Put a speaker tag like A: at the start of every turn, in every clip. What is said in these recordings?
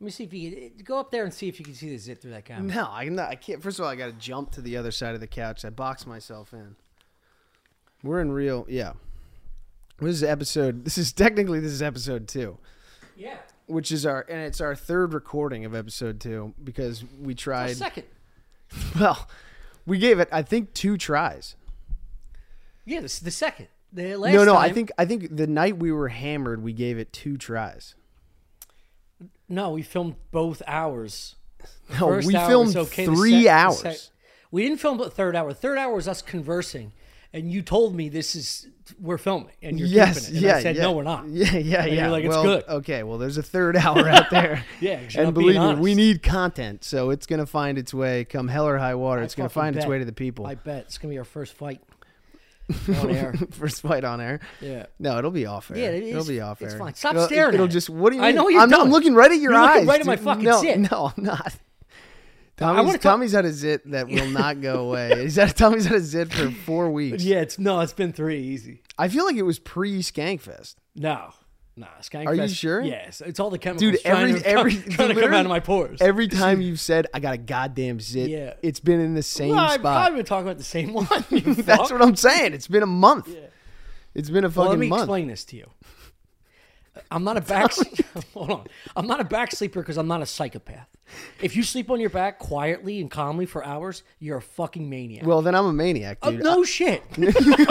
A: Let me see if you can eh, go up there and see if you can see the zit through that camera.
B: No, I'm not. I can't. First of all, I got to jump to the other side of the couch. I box myself in. We're in real. Yeah. This is episode. This is technically this is episode two,
A: Yeah.
B: which is our and it's our third recording of episode two because we tried.
A: second.
B: Well, we gave it I think two tries.
A: Yeah, this is the second. The last
B: no, no. I
A: time-
B: think I think the night we were hammered, we gave it two tries.
A: No, we filmed both hours. The
B: No, we
A: hour
B: filmed
A: was the
B: three
A: the sec-
B: hours.
A: we didn't film the third hour. Third hour was us conversing, and you told me this is we're filming, and you're
B: yes.
A: keeping it. And
B: yeah.
A: I said
B: yeah.
A: no, we're not.
B: Yeah. Yeah.
A: And
B: yeah.
A: you're like, it's
B: well, oh,
A: good.
B: Okay. Well, there's a third hour out there.
A: Yeah, 'cause you're
B: And
A: not being
B: believe me, we
A: honest.
B: need content, so it's gonna find its way, come hell or high water. It's gonna
A: fucking
B: find its
A: bet.
B: way to the people.
A: I bet it's gonna be our first fight on air.
B: First fight on air.
A: Yeah.
B: No, it'll be off air.
A: Yeah, it
B: it'll
A: is-
B: be off air.
A: it's fine. Stop
B: it'll,
A: staring at
B: It'll
A: it.
B: just. What do you?
A: I
B: mean?
A: know what you're
B: I'm, not- I'm
A: doing.
B: looking right at your
A: You're looking
B: eyes.
A: right at my
B: dude.
A: fucking
B: no,
A: zit.
B: No, I'm not.
A: wanna
B: Tommy's,
A: talk-
B: Tommy's had a zit that will not go away. He's had Tommy's had a zit for four weeks.
A: yeah, it's no, it's been three easy.
B: I feel like it was pre Skankfest.
A: No. Nah, Skankfest.
B: Are you sure?
A: Yes, it's all the chemicals.
B: Dude,
A: trying
B: every-
A: to come- trying
B: every-
A: to come
B: literally
A: out of my pores.
B: Every time you've said I got a goddamn zit,
A: Yeah.
B: it's been in the same
A: well, I've
B: spot.
A: probably been talking about the same one. you
B: That's
A: fuck.
B: what I'm saying. It's been a month. It's been a fucking
A: Well, let me
B: month.
A: explain this to you. I'm not a back. hold on. I'm not a back sleeper because I'm not a psychopath. If you sleep on your back quietly and calmly for hours, you're a fucking maniac.
B: Well, then I'm a maniac,
A: Oh,
B: dude.
A: no shit.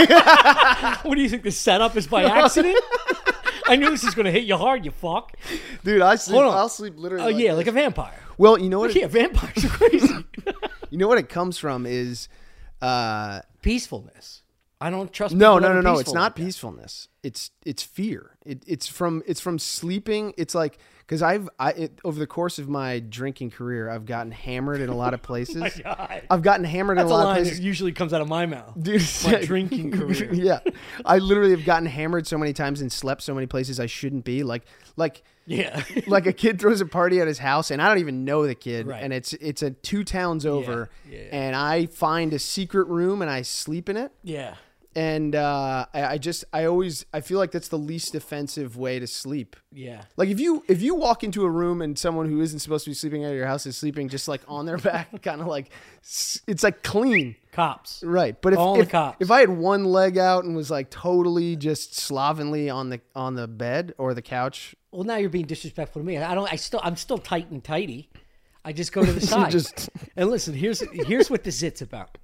A: what do you think? The setup is by accident. I knew this was going to hit you hard. You fuck.
B: I, dude, I sleep.
A: Hold on.
B: I'll sleep literally.
A: Oh
B: like-
A: yeah, like a vampire.
B: Well, you know what? It,
A: Yeah, vampires are crazy.
B: You know what it comes from is. Uh,
A: Peacefulness. I don't trust. people
B: no,
A: that
B: no, no,
A: are
B: no. It's
A: peaceful
B: not
A: like that.
B: peacefulness. It's it's fear. It, it's from it's from sleeping. It's like because I've I it, over the course of my drinking career, I've gotten hammered in a lot of places.
A: God.
B: I've gotten hammered
A: That's
B: in
A: a
B: a lot of
A: line
B: places.
A: that usually comes out of my mouth.
B: Dude,
A: My drinking career.
B: yeah, I literally have gotten hammered so many times and slept so many places I shouldn't be. Like, like,
A: Yeah.
B: like a kid throws a party at his house, and I don't even know the kid,
A: Right.
B: and it's it's a two towns over,
A: yeah, yeah.
B: and I find a secret room and I sleep in it,
A: yeah.
B: and uh, I, I just I always I feel like that's the least offensive way to sleep.
A: Yeah.
B: Like if you if you walk into a room and someone who isn't supposed to be sleeping out of your house is sleeping just like on their back, kind of like s- it's like clean.
A: Cops.
B: Right, but if
A: All the
B: if,
A: cops.
B: if I had one leg out and was like totally just slovenly on the on the bed or the couch,
A: Well, now you're being disrespectful to me. I don't. I still. I'm still tight and tidy. I just go to the
B: you
A: side.
B: just
A: And listen, here's here's what the zit's about.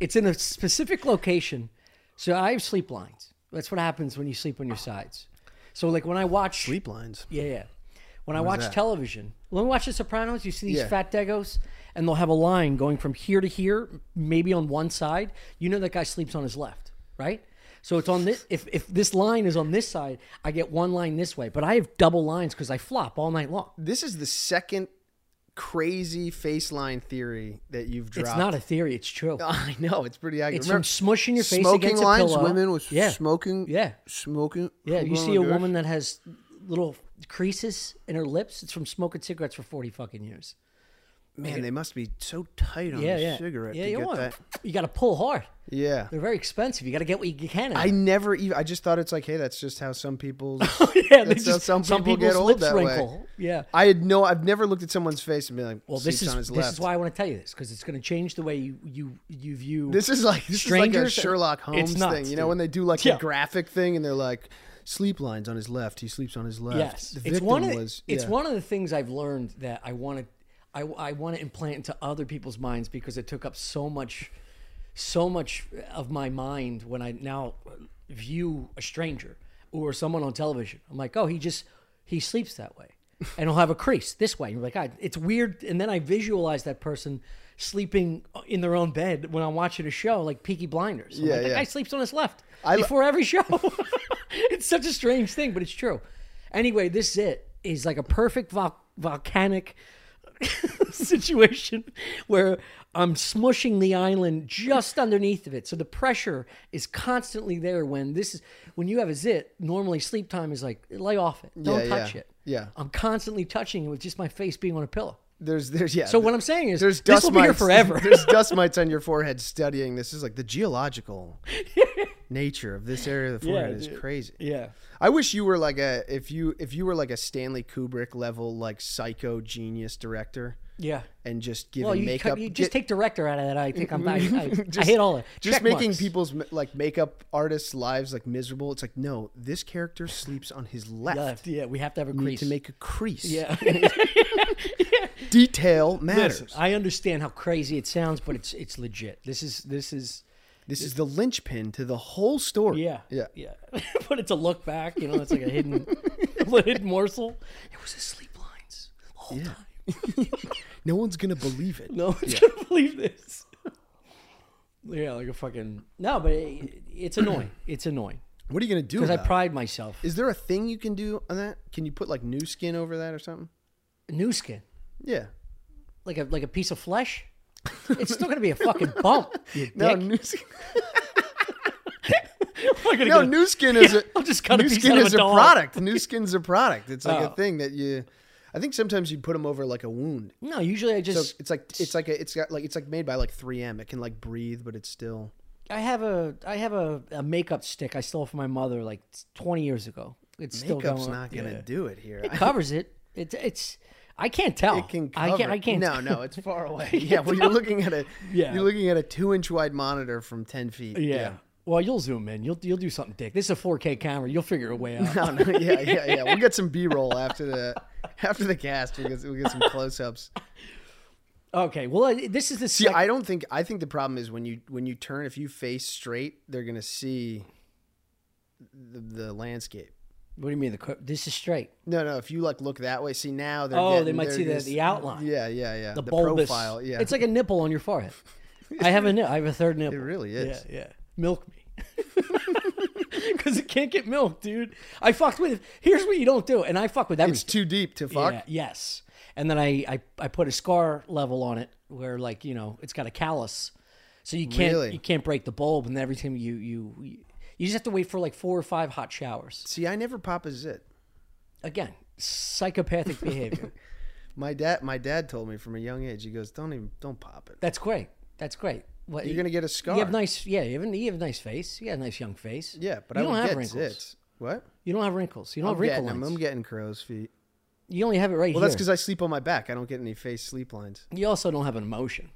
A: It's in a specific location. So I have sleep lines. That's what happens when you sleep on your sides. So like when I watch
B: sleep lines.
A: Yeah, yeah. When I watch
B: that?
A: television, when I watch The Sopranos, you see these
B: Yeah.
A: fat degos, and they'll have a line going from here to here, maybe on one side. You know that guy sleeps on his left, right? So it's on this. If if this line is on this side, I get one line this way, but I have double lines because I flop all night long.
B: This is the second crazy face line theory that you've dropped.
A: It's not a theory; it's true.
B: I know it's pretty accurate.
A: It's
B: Remember,
A: from smushing your face
B: smoking
A: against
B: lines.
A: a pillow.
B: Women with
A: yeah,
B: smoking.
A: Yeah.
B: smoking.
A: yeah. You
B: Oh my
A: see a
B: gosh.
A: woman that has little creases in her lips. It's from smoking cigarettes for forty fucking years.
B: Man, they must be so tight on
A: Yeah,
B: the
A: yeah.
B: cigarette
A: yeah,
B: to
A: you
B: get
A: want
B: that.
A: You got to pull hard.
B: Yeah.
A: They're very expensive. You got to get what you can. out
B: I
A: of
B: never even. I just thought it's like, hey, that's just how some people's
A: it. yeah, they
B: that's how
A: just,
B: some
A: some,
B: people get
A: people's
B: old
A: lips
B: that way.
A: wrinkle. Yeah.
B: I had no. I've never looked at someone's face and been like,
A: Well, this
B: sleeps
A: is
B: on his
A: this
B: left.
A: is why I want to tell you this because it's going to change the way you you you view.
B: This is like this
A: Strangers-
B: is like a Sherlock Holmes
A: It's nuts,
B: thing. You know
A: dude.
B: when they do like a
A: Yeah.
B: graphic thing and they're like, sleep lines on his left. He sleeps on his left.
A: yes,
B: the victim
A: it's one of the,
B: was.
A: it's
B: yeah.
A: one of the things I've learned that I want to I, I want to implant into other people's minds because it took up so much so much of my mind when I now view a stranger or someone on television. I'm like, oh, he just he sleeps that way, and he'll have a crease this way. And you're like, God, it's weird. And then I visualize that person sleeping in their own bed when I'm watching a show like Peaky Blinders. I'm
B: Yeah,
A: like, that
B: yeah.
A: guy sleeps on his left
B: I lo-
A: before every show. it's such a strange thing, but it's true. Anyway, this zit is like a perfect vol- volcanic situation where I'm smushing the island just underneath of it. So the pressure is constantly there when this is when you have a zit, normally sleep time is like lay off it. Don't
B: Yeah,
A: touch
B: yeah,
A: it.
B: yeah.
A: I'm constantly touching it with just my face being on a pillow.
B: There's there's yeah.
A: So what I'm saying is
B: there's
A: this
B: dust
A: will be here
B: mites-
A: forever.
B: there's dust mites on your forehead studying this. This Is like the geological nature of this area of Florida
A: Yeah,
B: is
A: dude.
B: crazy.
A: Yeah.
B: I wish you were like a if you if you were like a Stanley Kubrick level like psycho genius director
A: Yeah.
B: and just giving
A: Well, you,
B: makeup
A: cut, you just
B: get-
A: take director out of that. I think I'm. I, I, I
B: Just-
A: hate all of it.
B: just
A: Check
B: making
A: marks.
B: people's like makeup artists lives like miserable. It's like no, this character sleeps on his left.
A: left. Yeah, we have to have a
B: You
A: crease.
B: Need to make a crease.
A: yeah.
B: Detail matters.
A: Listen, I understand how crazy it sounds, but it's it's legit. This is this is
B: this is the linchpin to the whole story.
A: yeah
B: Yeah.
A: yeah. but it's a look back. You know, it's like a hidden a hidden morsel. It was his sleep lines the whole time.
B: No one's gonna believe it.
A: No one's gonna believe this. yeah, like a fucking no, but it, it's annoying. It's annoying
B: What are you gonna do?
A: because I
B: About it?
A: pride myself.
B: Is there a thing you can do on that? Can you put like new skin over that or something?
A: New skin,
B: Yeah.
A: like a like a piece of flesh. It's still gonna be a fucking bump. You
B: No,
A: dick.
B: new skin.
A: I'm gonna
B: No,
A: get a-
B: new skin is a
A: I'll just cut a
B: new
A: piece
B: skin
A: out of
B: is
A: a
B: a
A: dog.
B: product. New skin's a product. It's like
A: Oh.
B: a thing that you. I think sometimes you put them over like a wound.
A: no. Usually I
B: So
A: just
B: it's like it's like a, it's got like it's like made by like 3M. It can like breathe, but it's still.
A: I have a I have a, a makeup stick I stole from my mother like 20 years ago. It's still
B: Makeup's
A: going.
B: not gonna
A: yeah.
B: do it here.
A: It covers it. It's it's I can't tell.
B: It can
A: I
B: cover.
A: can't. I can't.
B: No, no, it's far away. yeah, well, you're looking at a
A: Yeah.
B: you're looking at a two inch wide monitor from ten feet.
A: Yeah. Well, you'll zoom in. You'll you'll do something, Dick. This is a 4K camera. You'll figure a way out.
B: No, no, yeah, yeah, yeah. We'll get some B roll after the after the cast. We'll get, we'll get some close ups.
A: Okay. Well, I- this is the
B: See,
A: second.
B: I don't think I think the problem is when you when you turn if you face straight, they're gonna see the, the landscape.
A: what do you mean? The co- this is straight.
B: No, no. If you like look that way, see now they're
A: Oh,
B: getting-
A: they might
B: they're
A: see the,
B: just-
A: the outline.
B: Yeah, yeah, yeah.
A: the bulbous.
B: profile. Yeah,
A: It's like a nipple on your forehead. I have a nip. I have a third nipple.
B: it really is.
A: Yeah, yeah. Milk me. Because it can't get milk, dude. I fucked with. Here's what you don't do, and I fuck with everything.
B: It's too deep to fuck.
A: Yeah, yes. And then I, I I put a scar level on it where like you know it's got a callus, so you can't
B: Really?
A: you can't break the bulb, and every time you you you just have to wait for like four or five hot showers.
B: See, I never pop a zit.
A: Again, psychopathic behavior.
B: My dad, my dad told me from a young age. He goes, "Don't even, don't pop it.
A: That's great. That's great. What,
B: You're gonna get a scar."
A: You have nice, yeah. You have, a- you have a nice face. You got a nice young face.
B: yeah, but
A: you
B: I
A: don't
B: would
A: have
B: get
A: wrinkles.
B: zits. What?
A: You don't have wrinkles. You don't
B: I'm
A: have wrinkle
B: getting 'em.
A: lines.
B: I'm getting crow's feet.
A: You only have it right
B: Well,
A: here.
B: that's because I sleep on my back. I don't get any face sleep lines.
A: you also don't have an emotion.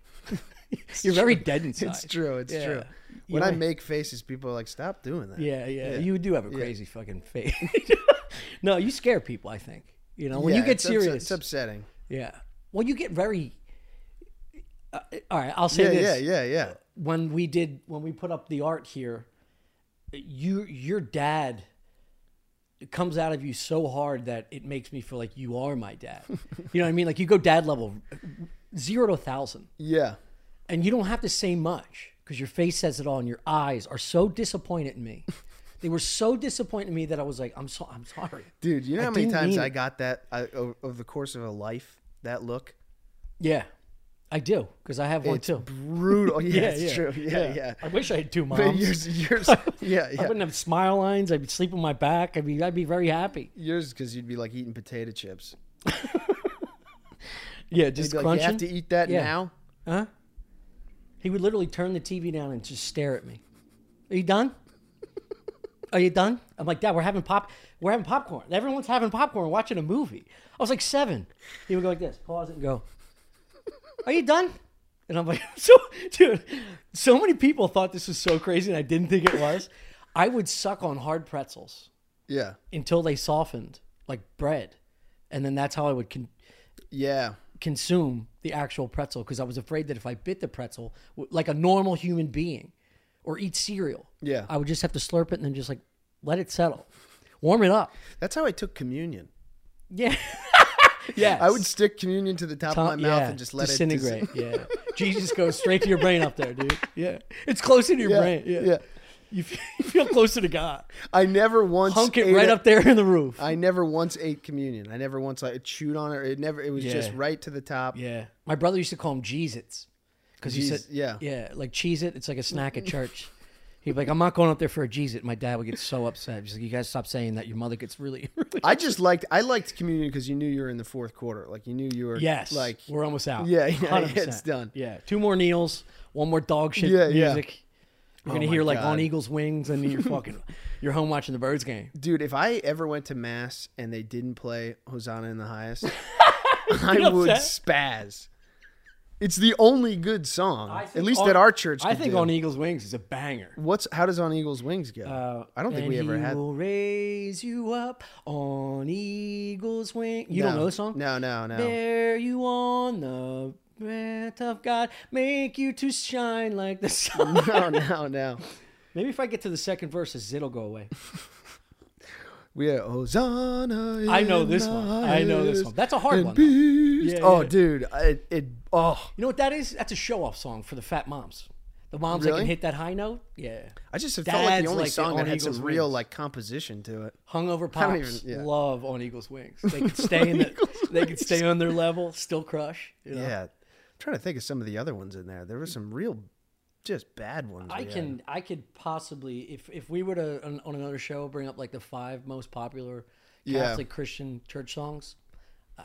A: You're very dead inside.
B: It's true. It's
A: Yeah.
B: true.
A: You
B: When I
A: might-
B: make faces, people are like, "Stop doing that."
A: Yeah, yeah, You do have a crazy fucking face. no, you scare people. I think you know when
B: Yeah,
A: you get
B: it's upset-
A: serious.
B: it's upsetting.
A: yeah. Well, you get very. Uh, all right, I'll say
B: Yeah,
A: this.
B: yeah, yeah, yeah.
A: when we did when we put up the art here you your dad it comes out of you so hard that it makes me feel like you are my dad you know what i mean like you go dad level zero to a thousand
B: Yeah.
A: and you don't have to say much because your face says it all and your eyes are so disappointed in me they were so disappointed in me that i was like i'm so i'm sorry
B: Dude, you know
A: I
B: how many
A: didn't
B: times
A: mean
B: I
A: it.
B: got that I, over, over the course of a life? That look.
A: yeah i do because i have one
B: It's
A: too
B: brutal. Yeah, it's true. Yeah, yeah.
A: i wish i had two moms
B: But yours, yours, yeah,
A: I
B: yeah.
A: wouldn't have smile lines. I'd sleep on my back. I'd be, I'd be very happy.
B: Yours because you'd be like eating potato chips.
A: Yeah, just
B: You'd be like, you have to eat that
A: Yeah.
B: now.
A: Huh? He would literally turn the TV down and just stare at me. Are you done? Are you done? I'm like, Dad, we're having pop, we're having popcorn. Everyone's having popcorn, watching a movie. I was like seven. He would go like this, pause it, and go. Are you done? And I'm like, so, dude, so many people thought this was so crazy, and I didn't think it was. I would suck on hard pretzels
B: Yeah,
A: until they softened like bread, and then that's how I would. Con-
B: yeah.
A: consume the actual pretzel because I was afraid that if I bit the pretzel w- like a normal human being or eat cereal,
B: Yeah.
A: I would just have to slurp it and then just like let it settle, warm it up.
B: That's how I took communion.
A: Yeah. yeah.
B: I would stick communion to the top of my mouth and just let it
A: disintegrate. yeah. Jesus goes straight to your brain up there, dude. Yeah. It's closer to your
B: Yeah,
A: brain. Yeah.
B: yeah.
A: You feel, you feel closer to God.
B: I never once
A: Hunk it
B: ate
A: right
B: a-
A: up there in the roof.
B: I never once ate communion. I never once like chewed on it. It never. It was just
A: Yeah.
B: right to the top.
A: Yeah. My brother used to call them Jeez-Its. Because he
B: Jeez-
A: said,
B: yeah.
A: Yeah, like Cheez It. It's like a snack at church. He'd be like, I'm not going up there for a Cheez It. My dad would get so upset. He's like, you guys stop saying that. Your mother gets really, really.
B: I just liked. I liked communion because you knew you were in the fourth quarter. Like you knew you were.
A: Yes.
B: Like
A: we're almost out.
B: Yeah, yeah,
A: 100%.
B: it's done.
A: Yeah. Two more kneels, one more dog shit
B: Yeah, yeah.
A: music. You're
B: Oh
A: gonna
B: my
A: hear like
B: God.
A: on Eagles wings, and you're fucking you're home watching the Birds game.
B: Dude, if I ever went to mass and they didn't play Hosanna in the Highest, I
A: get
B: would
A: upset?
B: spaz. It's the only good song, at
A: think
B: least
A: on-
B: at our church.
A: I
B: could
A: think
B: do.
A: on E- Eagles wings is a banger.
B: What's how does on Eagles wings go?
A: Uh,
B: I don't think
A: and
B: we ever
A: he
B: had.
A: Will raise you up on Eagles wing. You don't
B: No.
A: know the song?
B: No, no, no.
A: Bear you on the breath of God, make you to shine like the sun.
B: no, no, no.
A: Maybe if I get to the second verse, it'll go away.
B: We had Hosanna.
A: I know
B: in
A: this
B: the
A: one. I know this
B: highest,
A: one. That's a hard
B: and
A: one. though. You
B: Beast.
A: Yeah,
B: oh,
A: yeah.
B: dude, it, it. Oh,
A: know what that is? That's a show off song for the fat moms. The moms that
B: Really?
A: can hit that high note. Yeah.
B: I just felt like
A: That's
B: the only
A: like the
B: song
A: On
B: that had
A: Eagles
B: some real
A: Wings.
B: like composition to it.
A: Hungover
B: don't
A: pops
B: even- yeah.
A: love on Eagles wings. They could stay in the, they could stay on their level, still crush. you know?
B: Yeah, I'm trying to think of some of the other ones in there. There were some real, just bad ones.
A: I
B: we had.
A: can I could possibly if if we were to on, on another show bring up like the five most popular
B: Yeah.
A: Catholic Christian church songs, I,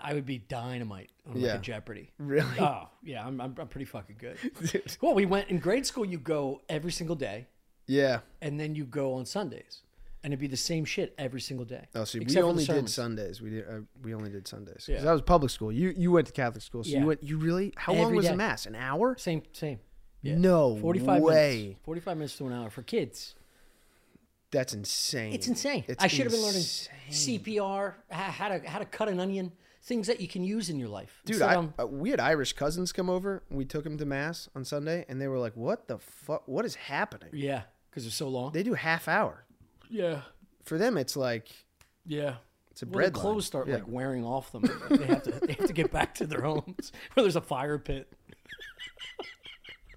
A: I would be dynamite on
B: Yeah.
A: like a Jeopardy.
B: really.
A: Oh yeah, I'm, I'm I'm pretty fucking good. well, we went in grade school. You go every single day,
B: Yeah.
A: and then you go on Sundays, and it'd be the same shit every single day.
B: Oh, see,
A: except for
B: we
A: the
B: only did
A: sermons.
B: Sundays. We did. Uh, we only did Sundays.
A: Yeah.
B: Because I was public school. You you went to Catholic school, so
A: Yeah.
B: you went. You really? How long
A: Every
B: was
A: day.
B: the mass? An hour?
A: same same.
B: No
A: 45
B: way.
A: minutes. 45 minutes to an hour for kids.
B: That's insane.
A: It's insane.
B: It's
A: I should have been learning
B: insane.
A: CPR, h- how to how to cut an onion, things that you can use in your life.
B: Dude,
A: Instead,
B: I,
A: I'm-
B: uh, we had Irish cousins come over. We took them to mass on Sunday, and they were like, "What the fuck? What is happening?"
A: yeah, because it's so long.
B: They do half hour.
A: yeah,
B: For them, it's like
A: yeah.
B: it's a
A: Well,
B: bread
A: their clothes
B: line.
A: start
B: Yeah.
A: like wearing off them. They have to they have to get back to their homes where there's a fire pit.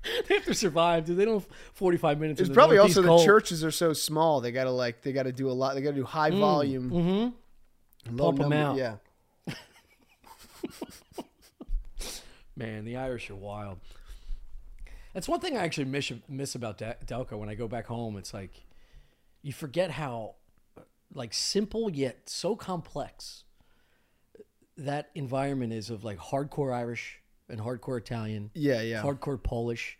A: they have to survive, dude. They don't have 45 minutes. in
B: It's probably
A: Northeast
B: also the
A: cold.
B: churches are so small. They gotta like they gotta do a lot. They gotta do high volume. Mm-hmm.
A: Mm, Pump 'em out.
B: Yeah.
A: Man, the Irish are wild. That's one thing I actually miss miss about De- Delco when I go back home. It's like you forget how like simple yet so complex that environment is of like hardcore Irish and hardcore Italian,
B: Yeah. Yeah.
A: hardcore Polish.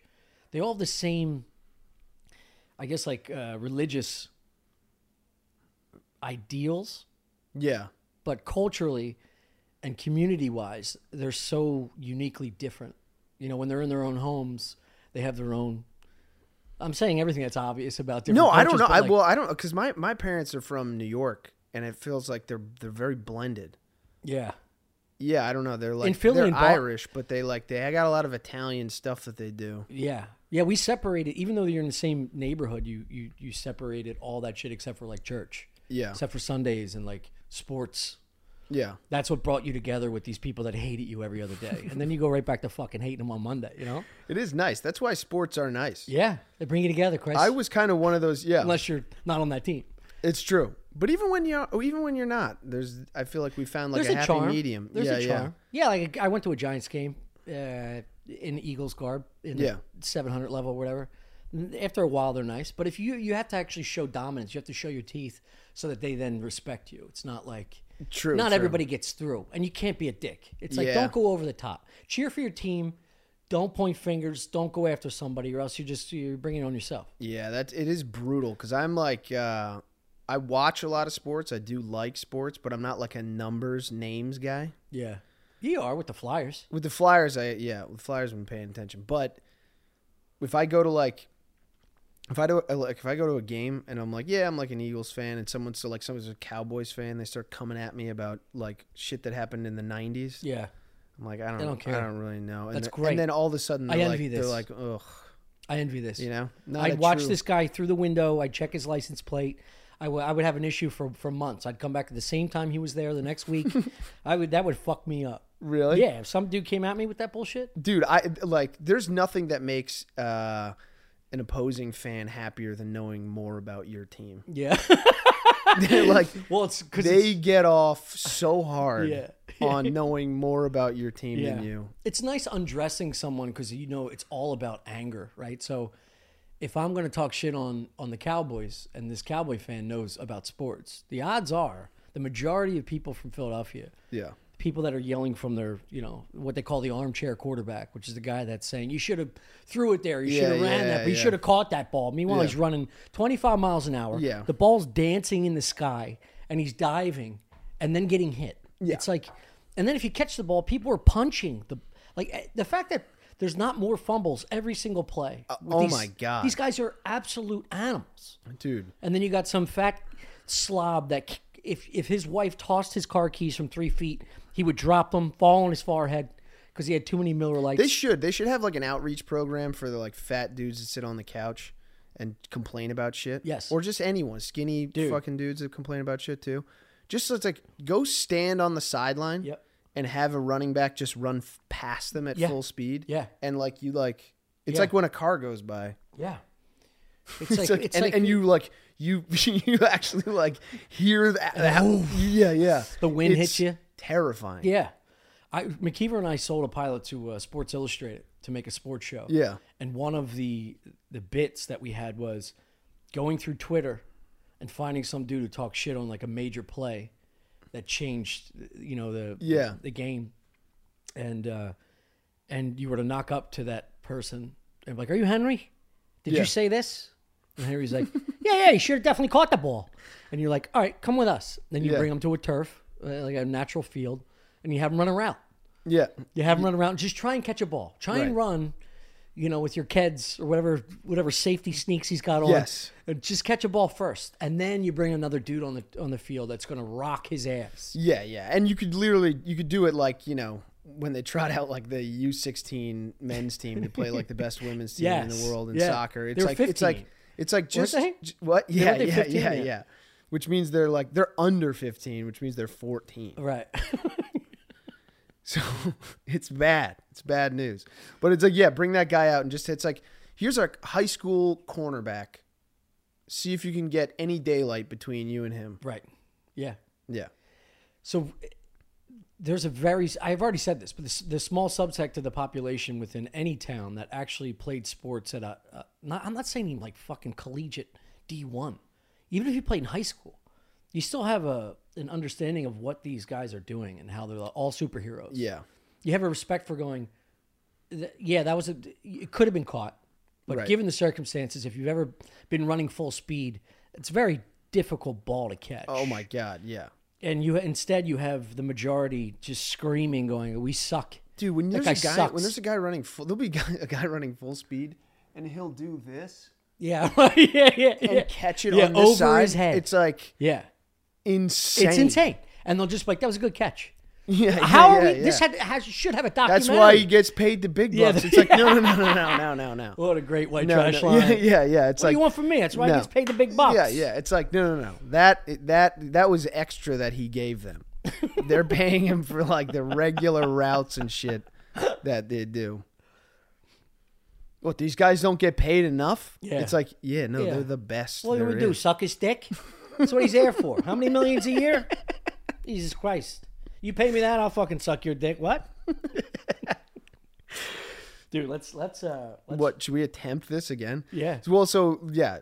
A: They all have the same, I guess, like uh, religious ideals
B: Yeah.
A: but culturally and community wise, they're so uniquely different. You know, when they're in their own homes, they have their own. I'm saying everything that's obvious about different.
B: No, I don't
A: cultures,
B: know.
A: but
B: I
A: like,
B: well, I don't because my my parents are from New York, and it feels like they're they're very blended.
A: Yeah,
B: Yeah, I don't know. They're like
A: Philly
B: they're
A: and Bo-
B: Irish, but they like they got a lot of Italian stuff that they do.
A: yeah, yeah. We separated, even though you're in the same neighborhood, you you you separated all that shit except for like church,
B: Yeah,
A: except for Sundays and like sports.
B: yeah,
A: That's what brought you together with these people that hated you every other day, and then you go right back to fucking hating them on Monday. You know?
B: it is nice. That's why sports are nice.
A: Yeah, they bring you together, Chris.
B: I was kind of one of those. Yeah,
A: unless you're not on that team.
B: it's true. But even when you are even when you're not, there's I feel like we found like
A: there's a,
B: a, happy
A: charm.
B: medium.
A: There's
B: yeah,
A: a
B: yeah.
A: charm. Yeah, like I went to a Giants game uh, in Eagles garb in the
B: Yeah.
A: 700 level or whatever. After a while, they're nice, but if you you have to actually show dominance, you have to show your teeth so that they then respect you. It's not like
B: True,
A: Not
B: true.
A: everybody gets through, and you can't be a dick. It's like
B: Yeah.
A: don't go over the top. Cheer for your team. Don't point fingers. Don't go after somebody, or else you just you're bringing it on yourself.
B: Yeah, that it is brutal because I'm like, uh, I watch a lot of sports. I do like sports, but I'm not like a numbers names guy.
A: Yeah, you are with the Flyers.
B: With the Flyers, I yeah, with Flyers, I've been paying attention. But if I go to like, if I do uh, like if I go to a game and I'm like, yeah, I'm like an Eagles fan, and someone's so like someone's a Cowboys fan, they start coming at me about like shit that happened in the '90s.
A: Yeah,
B: I'm like, I don't,
A: don't care.
B: I don't really know. And
A: That's
B: the-
A: great.
B: And then all of a sudden,
A: I
B: they're like,
A: envy
B: they're
A: this.
B: like, ugh,
A: I envy this.
B: you know. Not a
A: I'd watch
B: true-
A: this guy through the window. I'd check his license plate. I wou- I would have an issue for, for months. I'd come back at the same time he was there the next week. I would that would fuck me up.
B: Really?
A: Yeah, if some dude came at me with that bullshit,
B: dude i like there's nothing that makes uh an opposing fan happier than knowing more about your team
A: yeah.
B: like
A: well, it's because
B: they get off so hard
A: Yeah.
B: on knowing more about your team
A: yeah.
B: than you
A: It's nice undressing someone because you know it's all about anger, right? So if I'm going to talk shit on on the Cowboys and this Cowboy fan knows about sports, the odds are the majority of people from Philadelphia
B: yeah
A: people that are yelling from their, you know, what they call the armchair quarterback, which is the guy that's saying you should have threw it there, you should have
B: Yeah,
A: ran
B: yeah,
A: that, but you
B: yeah.
A: should have caught that ball. Meanwhile,
B: Yeah.
A: he's running 25 miles an hour.
B: Yeah.
A: the ball's dancing in the sky, and he's diving, and then getting hit.
B: Yeah.
A: it's like, and then if you catch the ball, people are punching the like eh, the fact that. There's not more fumbles every single play. with
B: oh
A: these-
B: my God.
A: These guys are absolute animals.
B: dude.
A: And then you got some fat slob that if if his wife tossed his car keys from three feet, he would drop them, fall on his forehead because he had too many Miller Lights.
B: They should. They should have like an outreach program for the like fat dudes that sit on the couch and complain about shit.
A: Yes.
B: Or just anyone, skinny fucking dudes that complain about shit too. Just so it's like go stand on the sideline.
A: Yep.
B: And have a running back just run f- past them at
A: Yeah.
B: full speed.
A: Yeah.
B: And like you like, it's
A: Yeah.
B: like when a car goes by.
A: yeah, it's like,
B: It's like,
A: it's
B: and,
A: like
B: and you like you you actually like hear that. that- yeah, yeah.
A: The wind hits
B: It's
A: you.
B: Terrifying.
A: yeah. I McKeever and I sold a pilot to uh, Sports Illustrated to make a sports show.
B: Yeah.
A: And one of the the bits that we had was going through Twitter and finding some dude who talked shit on like a major play that changed, you know, the
B: Yeah.
A: the game, and uh, and you were to knock up to that person and be like, "Are you Henry? Did
B: Yeah.
A: you say this?" And Henry's like, "Yeah, yeah, you should have definitely caught the ball." And you're like, "All right, come with us." Then you
B: Yeah.
A: bring him to a turf, uh, like a natural field, and you have him run around.
B: Yeah.
A: You have them run around. Just try and catch a ball. Try and
B: Mm-hmm. Right.
A: run, you know, with your kids or whatever whatever safety sneaks he's got on.
B: Yes.
A: And Just catch a ball first, and then you bring another dude on the on the field that's going to rock his ass.
B: Yeah, yeah, and you could literally you could do it like you know when they trot out like the U sixteen men's team to play like the best women's team in
A: Yes,
B: the world in
A: yeah.
B: soccer. It's
A: They were
B: like it's like
A: 15.
B: it's like just
A: they?
B: j- what? Yeah,
A: weren't they
B: yeah,
A: 15?
B: yeah,
A: Yeah.
B: yeah. Which means they're like they're under fifteen, which means they're fourteen.
A: Right.
B: So it's bad. It's bad news. But it's like, yeah, bring that guy out and just it's like, here's our high school cornerback. See if you can get any daylight between you and him.
A: right. Yeah.
B: Yeah.
A: So there's a very I've already said this, but the, the small subsect of the population within any town that actually played sports at a, a not, I'm not saying even like fucking collegiate D1. Even if you played in high school, you still have a an understanding of what these guys are doing and how they're all superheroes.
B: Yeah.
A: You have a respect for going "Th- yeah, that was a it could have been caught. But
B: Right.
A: given the circumstances, if you've ever been running full speed, it's a very difficult ball to catch
B: Oh my God. Yeah.
A: and you instead you have the majority just screaming, going, "We suck."
B: Dude, when
A: That
B: there's a
A: guy
B: guy
A: sucks.
B: when there's a guy running full there'll be a guy, a guy running full speed and he'll do this
A: Yeah, right, yeah, yeah,
B: and
A: yeah.
B: catch it
A: Yeah,
B: on this
A: over
B: side.
A: his head.
B: It's like
A: yeah,
B: insane.
A: it's insane, and they'll just be like, "That was a good catch."
B: Yeah, yeah,
A: How are
B: yeah,
A: we? This
B: yeah.
A: had, has, should have a documentary.
B: That's why he gets paid the big
A: Yeah,
B: bucks.
A: the-
B: it's like no no no no no no no no.
A: What a great white
B: No,
A: trash
B: no.
A: line.
B: Yeah, yeah, yeah. It's
A: What
B: like
A: do you want from me? That's why
B: no.
A: he gets paid the big bucks.
B: Yeah, yeah. It's like no, no, no. That that that was extra that he gave them. They're paying him for like the regular routes and shit that they do. What these guys don't get paid enough?
A: Yeah.
B: It's like yeah, no,
A: Yeah.
B: they're the best.
A: What do we
B: there
A: do?
B: is.
A: Suck his dick? That's what he's there for. How many millions a year? Jesus Christ! You pay me that, I'll fucking suck your dick. What? Dude, let's let's uh let's,
B: What should we attempt this again?
A: Yeah.
B: Well, so yeah.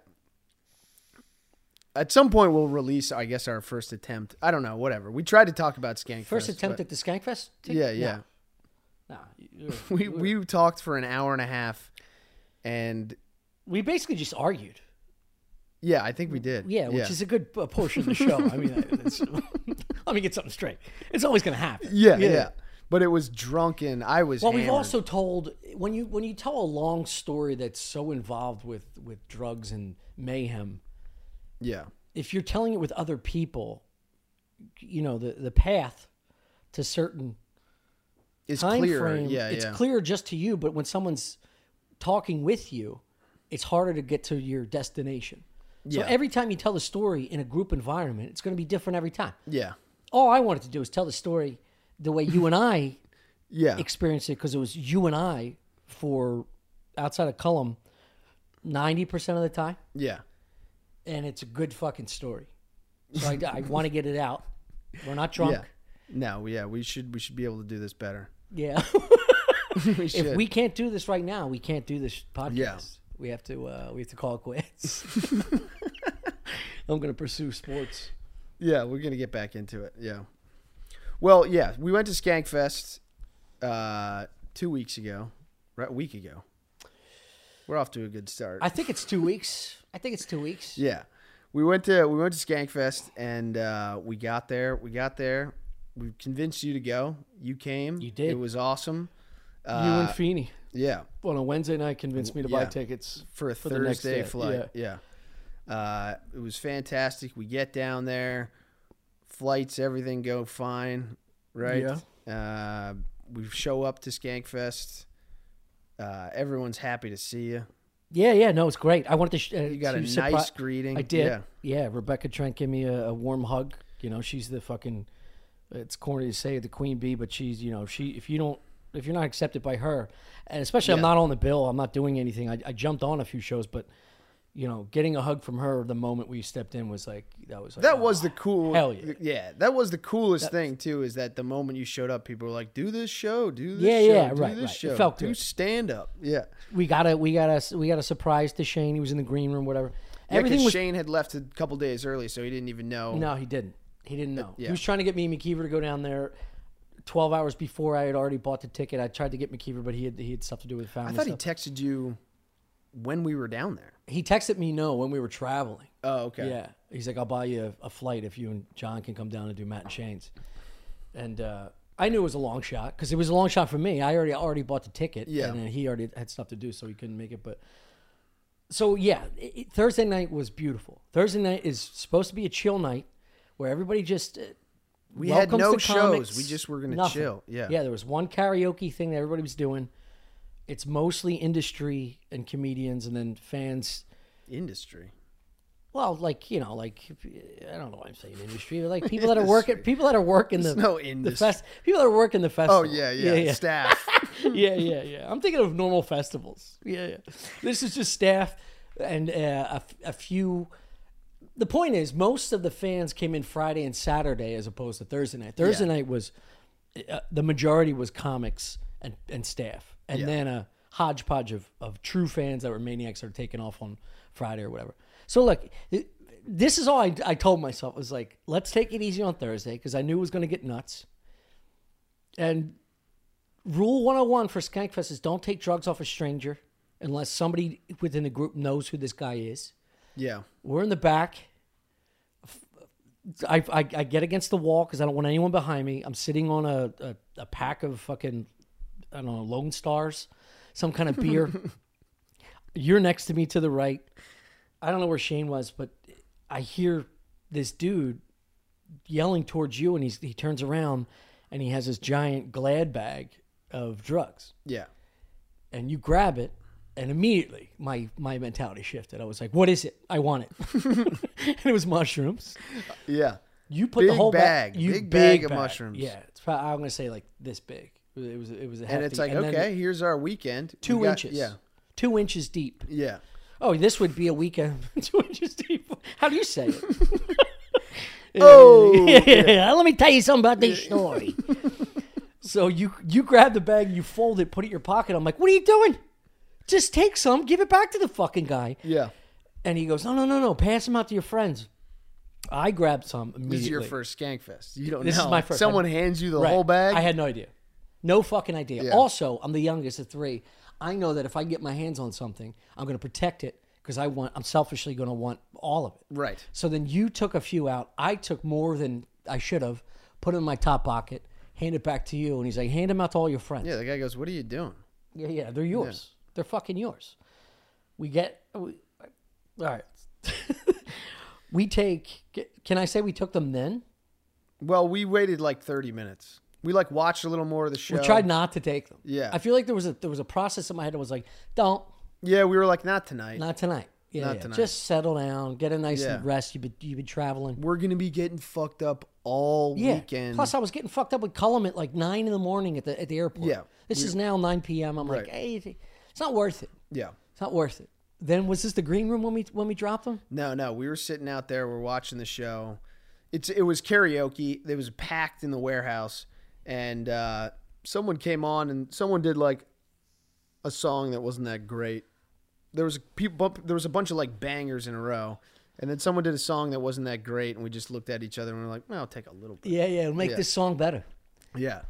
B: At some point, we'll release, I guess, our first attempt. I don't know, whatever. We tried to talk about Skank.
A: First
B: Fest,
A: attempt
B: but-
A: at the Skankfest? Take-
B: yeah, yeah.
A: No, no, you-
B: We we talked for an hour and a half, and
A: we basically just argued.
B: Yeah, I think we did.
A: Mm, Yeah, which is a good uh, portion of the show. I mean, it's, let me get something straight. It's always going to happen.
B: yeah, yeah, But it was drunken. I was.
A: Well, we've
B: hammered.
A: also told when you when you tell a long story that's so involved with with drugs and mayhem,
B: yeah,
A: if you're telling it with other people, you know the the path to certain
B: it's
A: time
B: clear.
A: frame.
B: yeah,
A: it's
B: yeah,
A: clear just to you, but when someone's talking with you, it's harder to get to your destination. So
B: Yeah.
A: every time you tell the story in a group environment, it's going to be different every time.
B: yeah,
A: All I wanted to do is tell the story the way you and I
B: yeah,
A: experienced it because it was you and I for outside of Cullum 90% of the time.
B: yeah.
A: And it's a good fucking story. So I, I want to get it out. We're not drunk.
B: Yeah. No, yeah, we should we should be able to do this better.
A: Yeah.
B: We should.
A: if we can't do this right now, we can't do this podcast.
B: Yeah.
A: We have to uh, we have to call it quits. I'm gonna pursue sports.
B: yeah, we're gonna get back into it. Yeah. Well, yeah, we went to Skankfest uh, two weeks ago, right? A week ago. We're off to a good start.
A: I think it's two weeks. I think it's two weeks.
B: yeah, we went to we went to Skankfest and uh, we got there. We got there. We convinced you to go. You came.
A: You did.
B: It was awesome. Uh,
A: you and Feeney
B: yeah,
A: on a Wednesday night convinced me to buy
B: yeah.
A: tickets
B: for a
A: for the next
B: Thursday
A: day,
B: flight. Yeah. Uh, it was fantastic. We get down there, flights, everything go fine, right? Uh, we show up to Skankfest. Uh, everyone's happy to see you.
A: Yeah, yeah, no, it's great. I wanted to. Sh- uh,
B: You got a
A: to
B: nice
A: surpri-
B: greeting.
A: I did.
B: Yeah.
A: Yeah. Rebecca Trent gave me a, a warm hug. You know, she's the fucking. It's corny to say the queen bee, but she's you know she if you don't if you're not accepted by her, and especially I'm
B: Yeah.
A: not on the bill. I'm not doing anything. I, I jumped on a few shows, but you know, getting a hug from her the moment we stepped in was like that was like,
B: That
A: oh,
B: was the cool.
A: hell yeah.
B: that was the coolest thing too. Is that the moment you showed up, people were like, "Do this show, do this
A: Yeah,
B: show,
A: yeah,
B: do
A: right,
B: this
A: right. It
B: show,
A: felt
B: do
A: good.
B: stand up." Yeah,
A: we got a we got a we got a surprise to Shane. He was in the green room, whatever.
B: everything.
A: Everything was
B: Shane had left a couple days early, so he didn't even know.
A: No, he didn't. He didn't know.
B: Uh, yeah.
A: He was trying to get me and McKeever to go down there. Twelve hours before I had already bought the ticket. I tried to get McKeever, but he had he had stuff to do with family.
B: I thought he
A: stuff.
B: texted you when we were down there.
A: He texted me no when we were traveling.
B: Oh, okay.
A: Yeah, he's like, I'll buy you a, a flight if you and John can come down and do Matt and Shane's. And uh, I knew it was a long shot because it was a long shot for me. I already I already bought the ticket.
B: Yeah.
A: and then he already had stuff to do, so he couldn't make it. But so yeah, it, it- Thursday night was beautiful. Thursday night is supposed to be a chill night where everybody just. Uh,
B: We had
A: welcomes
B: no
A: the comics,
B: shows. We just were gonna
A: nothing.
B: chill. Yeah.
A: yeah. There was one karaoke thing that everybody was doing. It's mostly industry and comedians, and then fans
B: Industry.
A: well, like you know, like I don't know why I'm saying industry, but like people that are working, people that are working the
B: There's no
A: the
B: industry.
A: fest, people that are working the festival.
B: Oh yeah, yeah.
A: yeah,
B: Staff.
A: yeah, yeah, yeah, yeah. I'm thinking of normal festivals. Yeah, yeah. This is just staff and uh, a, f- a few. The point is, most of the fans came in Friday and Saturday as opposed to Thursday night. Thursday
B: Yeah.
A: night was uh, the majority was comics and, and staff, and
B: Yeah.
A: then a hodgepodge of, of true fans that were maniacs that are taking off on Friday or whatever. So look, th- this is all I, I told myself was like, let's take it easy on Thursday because I knew it was going to get nuts. And rule 101 for Skankfest is don't take drugs off a stranger unless somebody within the group knows who this guy is.
B: yeah.
A: We're in the back. I, I, I get against the wall because I don't want anyone behind me. I'm sitting on a, a, a pack of fucking, I don't know, Lone Stars, some kind of beer. You're next to me to the right. I don't know where Shane was, but I hear this dude yelling towards you, and he's, he turns around and he has this giant glad bag of drugs
B: Yeah.
A: and you grab it and immediately my my mentality shifted i was like what is it i want it and it was mushrooms
B: Yeah.
A: you put the
B: Big
A: whole ba-
B: bag,
A: you
B: big bag of mushrooms.
A: yeah it's probably, i'm gonna say like this big it was it was a hefty.
B: And it's like,
A: then
B: okay, here's our weekend. We
A: two
B: got-
A: inches
B: Yeah.
A: two inches deep
B: Yeah.
A: oh this would be a weekend two inches deep how do you say it
B: Oh,
A: yeah, yeah, yeah. let me tell you something about this story so you you grab the bag you fold it put it in your pocket i'm like what are you doing just take some give it back to the fucking guy
B: Yeah.
A: And he goes, no, no, no, no. Pass them out to your friends. I grabbed some immediately.
B: This is your first Skankfest. You don't
A: This
B: know.
A: is my first.
B: Someone hands you the
A: Right.
B: whole bag.
A: I had no idea. No fucking idea.
B: Yeah.
A: Also, I'm the youngest of three. I know that if I get my hands on something, I'm going to protect it because I want. I'm selfishly going to want all of it.
B: right.
A: So then you took a few out. I took more than I should have. Put it in my top pocket. Hand it back to you. And he's like, hand them out to all your friends.
B: Yeah. The guy goes, "What are you doing?"
A: Yeah, yeah, they're yours. They're fucking yours. We get. We, all right. we take. Can I say we took them then?
B: Well, we waited like 30 minutes. We like watched a little more of the show.
A: We tried not to take them.
B: Yeah.
A: I feel like there was a there was a process in my head that was like, don't
B: Yeah, we were like, not tonight.
A: not tonight. Yeah,
B: Not
A: yeah.
B: tonight.
A: just settle down, get a nice
B: Yeah.
A: rest. You've been you've been traveling.
B: we're gonna be getting fucked up all
A: Yeah.
B: weekend.
A: Plus, I was getting fucked up with Cullum at like nine in the morning at the at the airport.
B: Yeah.
A: This is now nine p.m. I'm like,
B: Right.
A: hey, it's not worth it.
B: yeah.
A: It's not worth it. Then was this the green room when we when we dropped them?
B: No, no, we were sitting out there. We're watching the show. It's it was karaoke. It was packed in the warehouse, and uh, someone came on and someone did like a song that wasn't that great. There was a peop- bump, There was a bunch of like bangers in a row, And then someone did a song that wasn't that great, and we just looked at each other and we are like, well, I'll take a little bit.
A: Yeah, yeah. It'll make
B: Yeah.
A: this song better.
B: Yeah.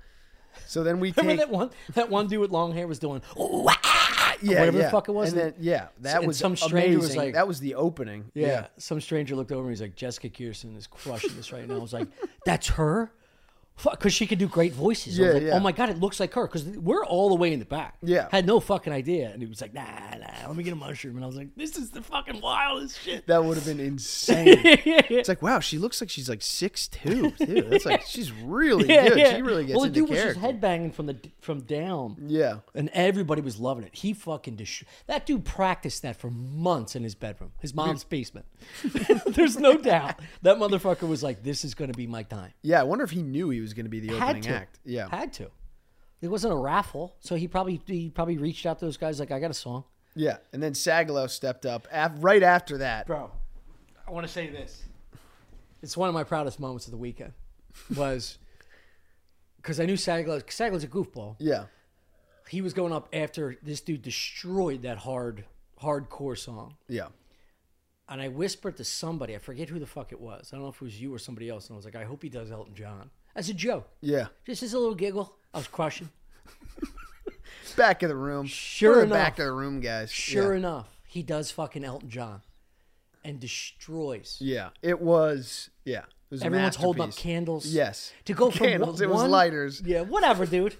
B: So then we
A: Remember
B: take
A: that one? That one dude with long hair was doing. "Ooh, ah, ah," or
B: yeah,
A: whatever
B: yeah.
A: the fuck it was.
B: And then, yeah, that
A: and
B: was
A: some stranger was
B: amazing.
A: like-
B: that was the opening.
A: Yeah. Some stranger looked over and he's like, Jessica Kirsten is crushing this right now. I was like, that's her? Because she could do great voices. I was
B: Yeah,
A: like,
B: yeah.
A: oh my God, it looks like her. Because we're all the way in the back.
B: Yeah.
A: Had no fucking idea. And he was like, nah, nah, let me get a mushroom. And I was like, this is the fucking wildest shit.
B: That would have been insane. It's like, wow, she looks like she's like six two. Dude, that's like she's really good. She really gets
A: well, the
B: into
A: dude was
B: character.
A: just headbanging from the from down,
B: yeah,
A: and everybody was loving it. He fucking dis- that dude practiced that for months in his bedroom, his mom's basement. There's no doubt that motherfucker was like, "This is gonna be my time."
B: yeah. I wonder if he knew he was going to be the
A: Had
B: opening
A: to,
B: act. Yeah,
A: had to. It wasn't a raffle, so he probably he probably reached out to those guys like, "I got a song,
B: yeah. And then Sagalow stepped up af- right after that.
A: bro." I want to say this. It's one of my proudest moments of the weekend, was because I knew Sagalow. Sagalow's a goofball.
B: Yeah,
A: he was going up after this dude destroyed that hard hardcore song
B: yeah,
A: and i whispered to somebody i forget who the fuck it was i don't know if it was you or somebody else and i was like i hope he does elton john as a joke
B: yeah.
A: just as a little giggle i was crushing
B: Back of the room.
A: Sure
B: We're the
A: enough.
B: back of the room, guys.
A: sure enough he does fucking elton john and destroys
B: Yeah, yeah. it was. Yeah, it was a
A: everyone's holding up
B: masterpiece.
A: candles
B: Yes.
A: to go from
B: Candles,
A: one,
B: it was lighters.
A: yeah whatever dude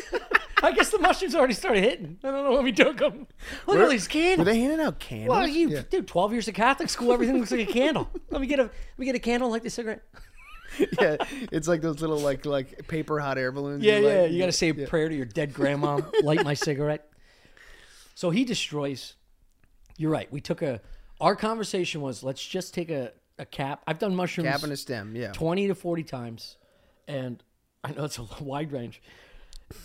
A: i guess the mushrooms already started hitting i don't know when we took them look at all these candles
B: Were they handing out candles?
A: Well, you
B: Yeah.
A: dude, twelve years of Catholic school, everything looks like a candle. Let me get a let me get a candle like the cigarette.
B: yeah, it's like those little like like paper hot air balloons.
A: Yeah,
B: you
A: yeah.
B: light.
A: You gotta say a prayer to your dead grandma. light my cigarette. So he destroys. You're right. We took a our conversation was let's just take a, a cap. I've done mushrooms
B: cap and a stem. Yeah,
A: twenty to forty times, and I know it's a wide range.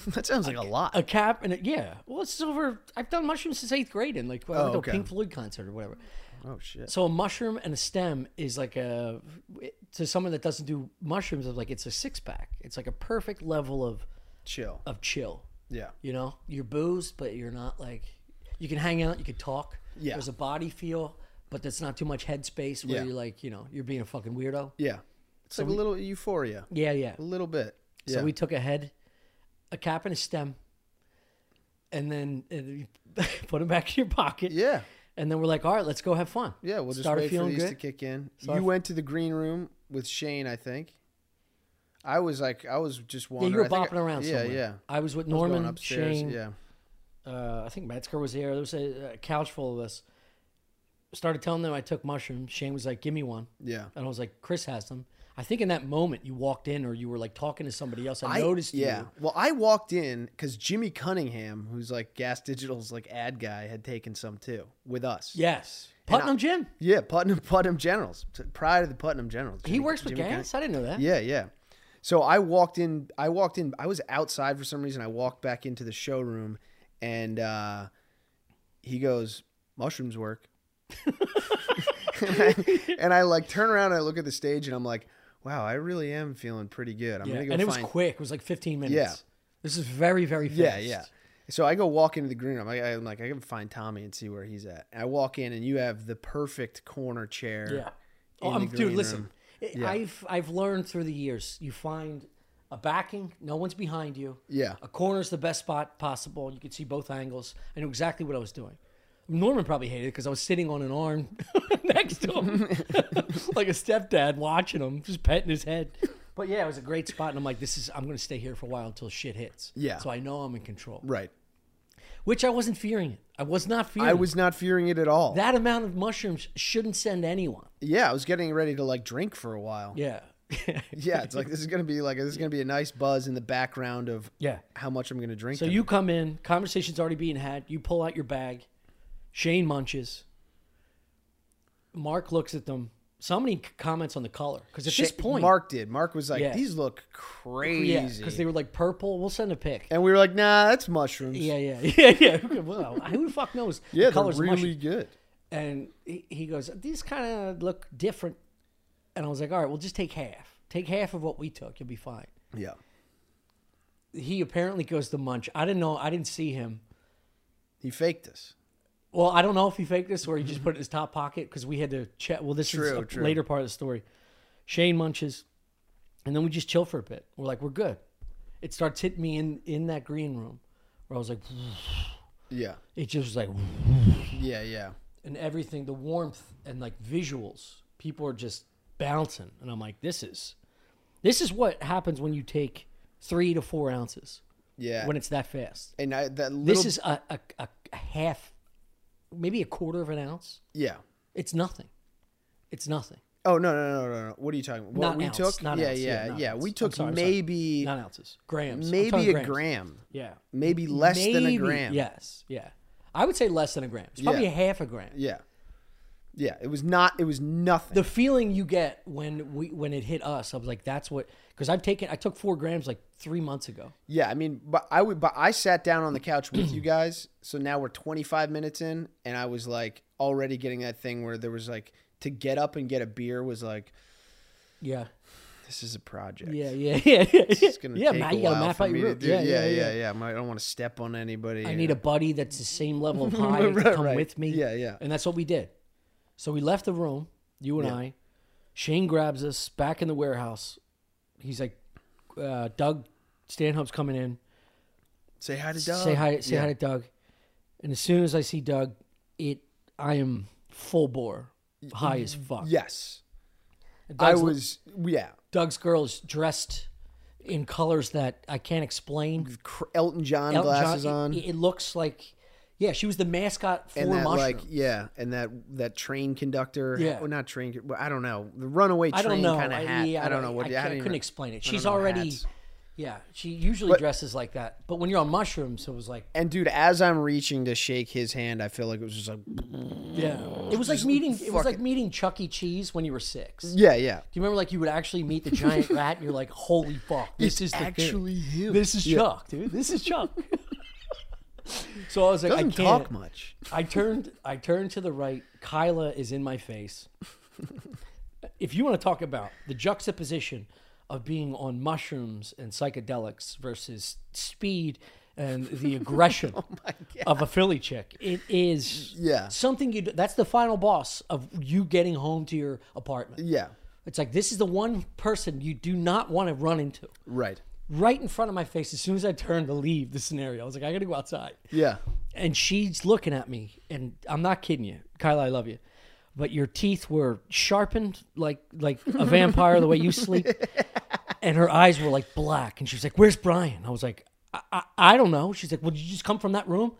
B: that sounds like a lot.
A: A cap and a, yeah. Well, it's over. I've done mushrooms since eighth grade, and like I went to
B: Oh, okay.
A: a Pink Floyd concert or whatever.
B: Oh shit.
A: So a mushroom and a stem is like a to someone that doesn't do mushrooms is like it's a six pack. It's like a perfect level of
B: Chill.
A: of chill.
B: Yeah.
A: You know, you're boozed, but you're not like you can hang out, you can talk.
B: Yeah.
A: There's a body feel, but that's not too much headspace where
B: Yeah.
A: you're like you know you're being a fucking weirdo.
B: Yeah. It's like a little euphoria.
A: Yeah, yeah.
B: A little bit. Yeah.
A: So we took a head, a cap, and a stem, and then and you put them back in your pocket.
B: yeah.
A: And then we're like, all right, let's go have fun.
B: Yeah. We'll just
A: Started
B: wait for
A: feeling
B: these to
A: good?
B: kick in.
A: Started-
B: you went to the green room with Shane, I think. I was like, I was just
A: Yeah,
B: wandering.
A: you were
B: I think
A: bopping around.
B: Yeah,
A: somewhere.
B: yeah.
A: I was with
B: I was
A: Norman,
B: going upstairs.
A: Shane,
B: Yeah.
A: uh, I think Metzger was there. There was a, a couch full of us. Started telling them I took mushrooms. Shane was like, "Give me one,"
B: Yeah.
A: and I was like, "Chris has them." I think in that moment you walked in, or you were like talking to somebody else. I, noticed
B: Yeah.
A: you.
B: Well, I walked in because Jimmy Cunningham, who's like Gas Digital's like ad guy, had taken some too with us.
A: Yes,
B: And I-
A: Putnam Jim.
B: Yeah, Putnam Putnam Generals. T- Pride of the Putnam Generals.
A: He works with
B: Jimmy
A: gas. I didn't know that.
B: Cunningham. Yeah, yeah. So I walked in. I walked in. I was outside for some reason. I walked back into the showroom, and uh, he goes, "Mushrooms work." and, I, and I, like turn around and I look at the stage and I'm like, "Wow, I really am feeling pretty good." I'm
A: Yeah,
B: gonna go
A: and it was
B: find
A: quick. It was like 15 minutes.
B: Yeah.
A: This is very, very fast.
B: yeah, yeah. So I go walk into the green room. I, I'm like, I can find Tommy and see where he's at. And I walk in, and you have the perfect corner chair.
A: Yeah. Oh,
B: in
A: I'm,
B: the
A: dude,
B: green
A: listen.
B: room.
A: I-
B: Yeah.
A: I've I've learned through the years. You find a backing. No one's behind you.
B: Yeah.
A: A corner is the best spot possible. You could see both angles. I knew exactly what I was doing. Norman probably hated it because I was sitting on an arm next to him, like a stepdad watching him, just petting his head. But yeah, it was a great spot, and I'm like, this is. I'm going to stay here for a while until shit hits.
B: Yeah.
A: So I know I'm in control,
B: Right.
A: which I wasn't fearing it. I was not fearing.
B: I
A: it.
B: was not fearing it at all.
A: that amount of mushrooms shouldn't send anyone.
B: yeah, I was getting ready to like drink for a while. Yeah,
A: Yeah.
B: it's like this is gonna be like this is gonna be a nice buzz in the background of
A: yeah.
B: how much I'm gonna drink.
A: So
B: tonight.
A: you come in, conversation's already being had. You pull out your bag. Shane munches. Mark looks at them. Somebody c- comments on the color because at this
B: Shane-
A: point,
B: Mark did. Mark was like,
A: Yeah.
B: these look
A: yeah,
B: crazy.
A: because they were like purple. We'll send a pic.
B: and we were like, nah, that's mushrooms.
A: Yeah, yeah, yeah, yeah. Well, who the fuck knows?
B: Yeah,
A: the
B: they're
A: colors of
B: really
A: mushrooms.
B: good.
A: And he, he goes, these kind of look different. And I was like, all right, well, just take half. Take half of what we took. You'll be fine.
B: Yeah.
A: He apparently goes to munch. I didn't know. I didn't see him.
B: He faked us.
A: Well, I don't know if he faked this or he just put it in his top pocket because we had to chat. Well, this is
B: True,
A: a
B: true.
A: later part of the story. Shane munches, and then we just chill for a bit. We're like, we're good. It starts hitting me in in that green room where I was like,
B: Yeah.
A: it just was like,
B: Yeah. Yeah.
A: and everything, the warmth and like visuals. People are just bouncing, and I'm like, this is, this is what happens when you take three to four ounces
B: Yeah.
A: when it's that fast.
B: and I, that little.
A: This is a, a, a a half, maybe a quarter of an ounce.
B: Yeah.
A: It's nothing. It's nothing.
B: Oh no no no no no! What are you talking about? What
A: Not
B: we
A: ounce,
B: took?
A: not
B: yeah,
A: ounce, yeah,
B: yeah,
A: not
B: yeah.
A: ounce.
B: We
A: I'm
B: took
A: sorry, I'm sorry.
B: maybe
A: Not ounces. Grams. I'm talking
B: maybe a
A: grams.
B: gram,
A: Yeah.
B: maybe less than a
A: Maybe,
B: gram.
A: Yes. Yeah. I would say less than a gram. It's probably
B: Yeah.
A: a half a gram.
B: yeah, yeah. It was not. It was nothing.
A: The feeling you get when we when it hit us, I was like, that's what because I've taken I took four grams like three months ago.
B: yeah, I mean, but I would. But I sat down on the couch with you guys, so now we're 25 minutes in, and I was like already getting that thing where there was like to get up and get a beer was like
A: Yeah.
B: this is a project.
A: Yeah. Yeah. Yeah. Yeah.
B: It's gonna
A: yeah.
B: take
A: Matt,
B: a
A: you gotta
B: while
A: map
B: for
A: out
B: me
A: your
B: to
A: route.
B: do.
A: Yeah.
B: yeah, yeah, yeah. I'm- I don't want to step on anybody.
A: I need a buddy that's the same level of high to
B: Right,
A: come
B: right.
A: with me.
B: Yeah, yeah.
A: And that's what we did. So we left the room, you and I. Shane grabs us back in the warehouse. He's like, uh, Doug Stanhope's coming in.
B: say hi to Doug.
A: Say hi, say
B: Yeah.
A: hi to Doug. And as soon as I see Doug, it I am full bore, high as fuck.
B: Yes.
A: And
B: I
A: Doug's,
B: was, yeah.
A: Doug's girl is dressed in colors that I can't explain.
B: Cr- Elton John
A: Elton John,
B: glasses
A: it-
B: on,
A: It, looks like, yeah, she was the mascot for
B: and that
A: Mushroom.
B: like, yeah, and that that train conductor,
A: Yeah.
B: well, not train, con- well, I don't know, the runaway
A: I don't
B: train
A: know.
B: kind of
A: I,
B: hat.
A: yeah,
B: I don't know what.
A: I,
B: I,
A: can't-
B: didn't
A: couldn't
B: even-
A: explain it.
B: I don't
A: She's
B: know
A: already.
B: hats.
A: Yeah, she usually dresses like that. But when you're on mushrooms, it was like,
B: And dude, as I'm reaching to shake his hand, I feel like it was just like,
A: yeah, it was like meeting. It was
B: Mm. fuck
A: like
B: it.
A: meeting Chuck E. Cheese when you were six. Do
B: yeah, yeah.
A: you remember like you would actually meet the giant rat? and You're like, holy fuck, this is the thing.
B: him.
A: This is Chuck, dude. This is Chuck. so I was like, I
B: Doesn't
A: can't.
B: talk much.
A: I turned I turned to the right. Kyla is in my face. if you want to talk about the juxtaposition of being on mushrooms and psychedelics versus speed and the aggression of a Philly chick, it is
B: Yeah.
A: something you. That's the final boss of you getting home to your apartment.
B: Yeah,
A: It's like this is the one person you do not want to run into.
B: right.
A: Right in front of my face, as soon as I turned to leave the scenario, I was like, I gotta go outside
B: Yeah,
A: and she's looking at me, and I'm not kidding you, Kyla. I love you, but your teeth were sharpened like like a vampire the way you sleep, and her eyes were like black. And she was like, "Where's Brian?" I was like, "I, I, I don't know." She's like, "Well, did you just come from that room?"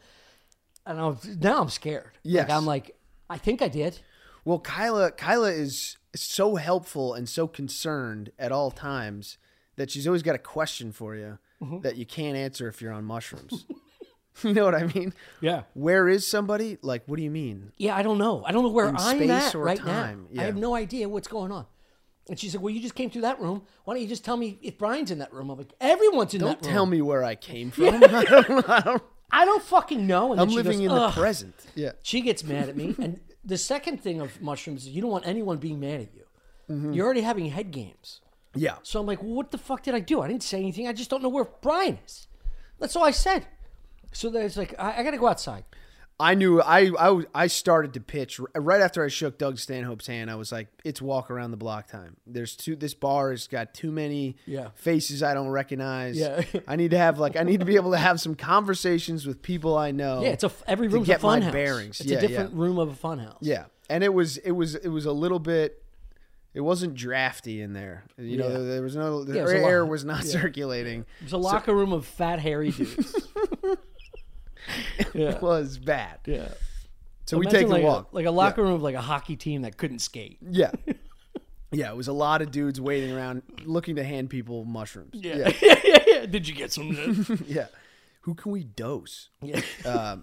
A: And I was now I'm scared. Yeah,
B: Yes.
A: Like, I'm like, I think I did.
B: Well, Kyla, Kyla is so helpful and so concerned at all times that she's always got a question for you
A: Mm-hmm.
B: that you can't answer if you're on mushrooms. you know what I mean?
A: Yeah.
B: Where is somebody? Like, what do you mean?
A: Yeah, I don't know. I don't know where I'm
B: space
A: at
B: or
A: right
B: time,
A: now. I
B: yeah.
A: have no idea what's going on. And she's like, "Well, you just came through that room. Why don't you just tell me if Brian's in that room?" I'm like, "Everyone's in
B: Don't
A: that room."
B: tell me where I came from. I don't, I don't,
A: I don't fucking know. And then
B: I'm
A: she
B: living
A: goes,
B: in the
A: "Ugh."
B: present. Yeah.
A: She gets mad at me. And the second thing of mushrooms is you don't want anyone being mad at you.
B: Mm-hmm.
A: You're already having head games.
B: Yeah.
A: So I'm like, well, what the fuck did I do? I didn't say anything. I just don't know where Brian is. That's all I said. So then it's like, I, I got to go outside.
B: I knew I, I was- I started to pitch r- right after I shook Doug Stanhope's hand. I was like, "It's walk around the block time. There's too this bar has got too many
A: Yeah.
B: faces I don't recognize.
A: Yeah.
B: I need to have like I need to be able to have some conversations with people I know.
A: Yeah, it's a every room's
B: get
A: a fun
B: my
A: house.
B: bearings.
A: It's
B: Yeah,
A: a
B: yeah.
A: different room of a fun house.
B: yeah. And it was it was it was a little bit. It wasn't drafty in there. You know,
A: Yeah.
B: there, there was no the
A: Yeah, it was a
B: air
A: lot.
B: was not circulating.
A: It's a locker room of fat hairy dudes.
B: It was bad.
A: yeah.
B: So we
A: Imagine
B: take
A: like
B: a walk
A: A, like a locker room of like a hockey team that couldn't skate.
B: Yeah. Yeah, it was a lot of dudes waiting around looking to hand people mushrooms.
A: Yeah. yeah, yeah, yeah. Did you get some? of this?
B: Yeah. Who can we dose? Um,
A: yeah.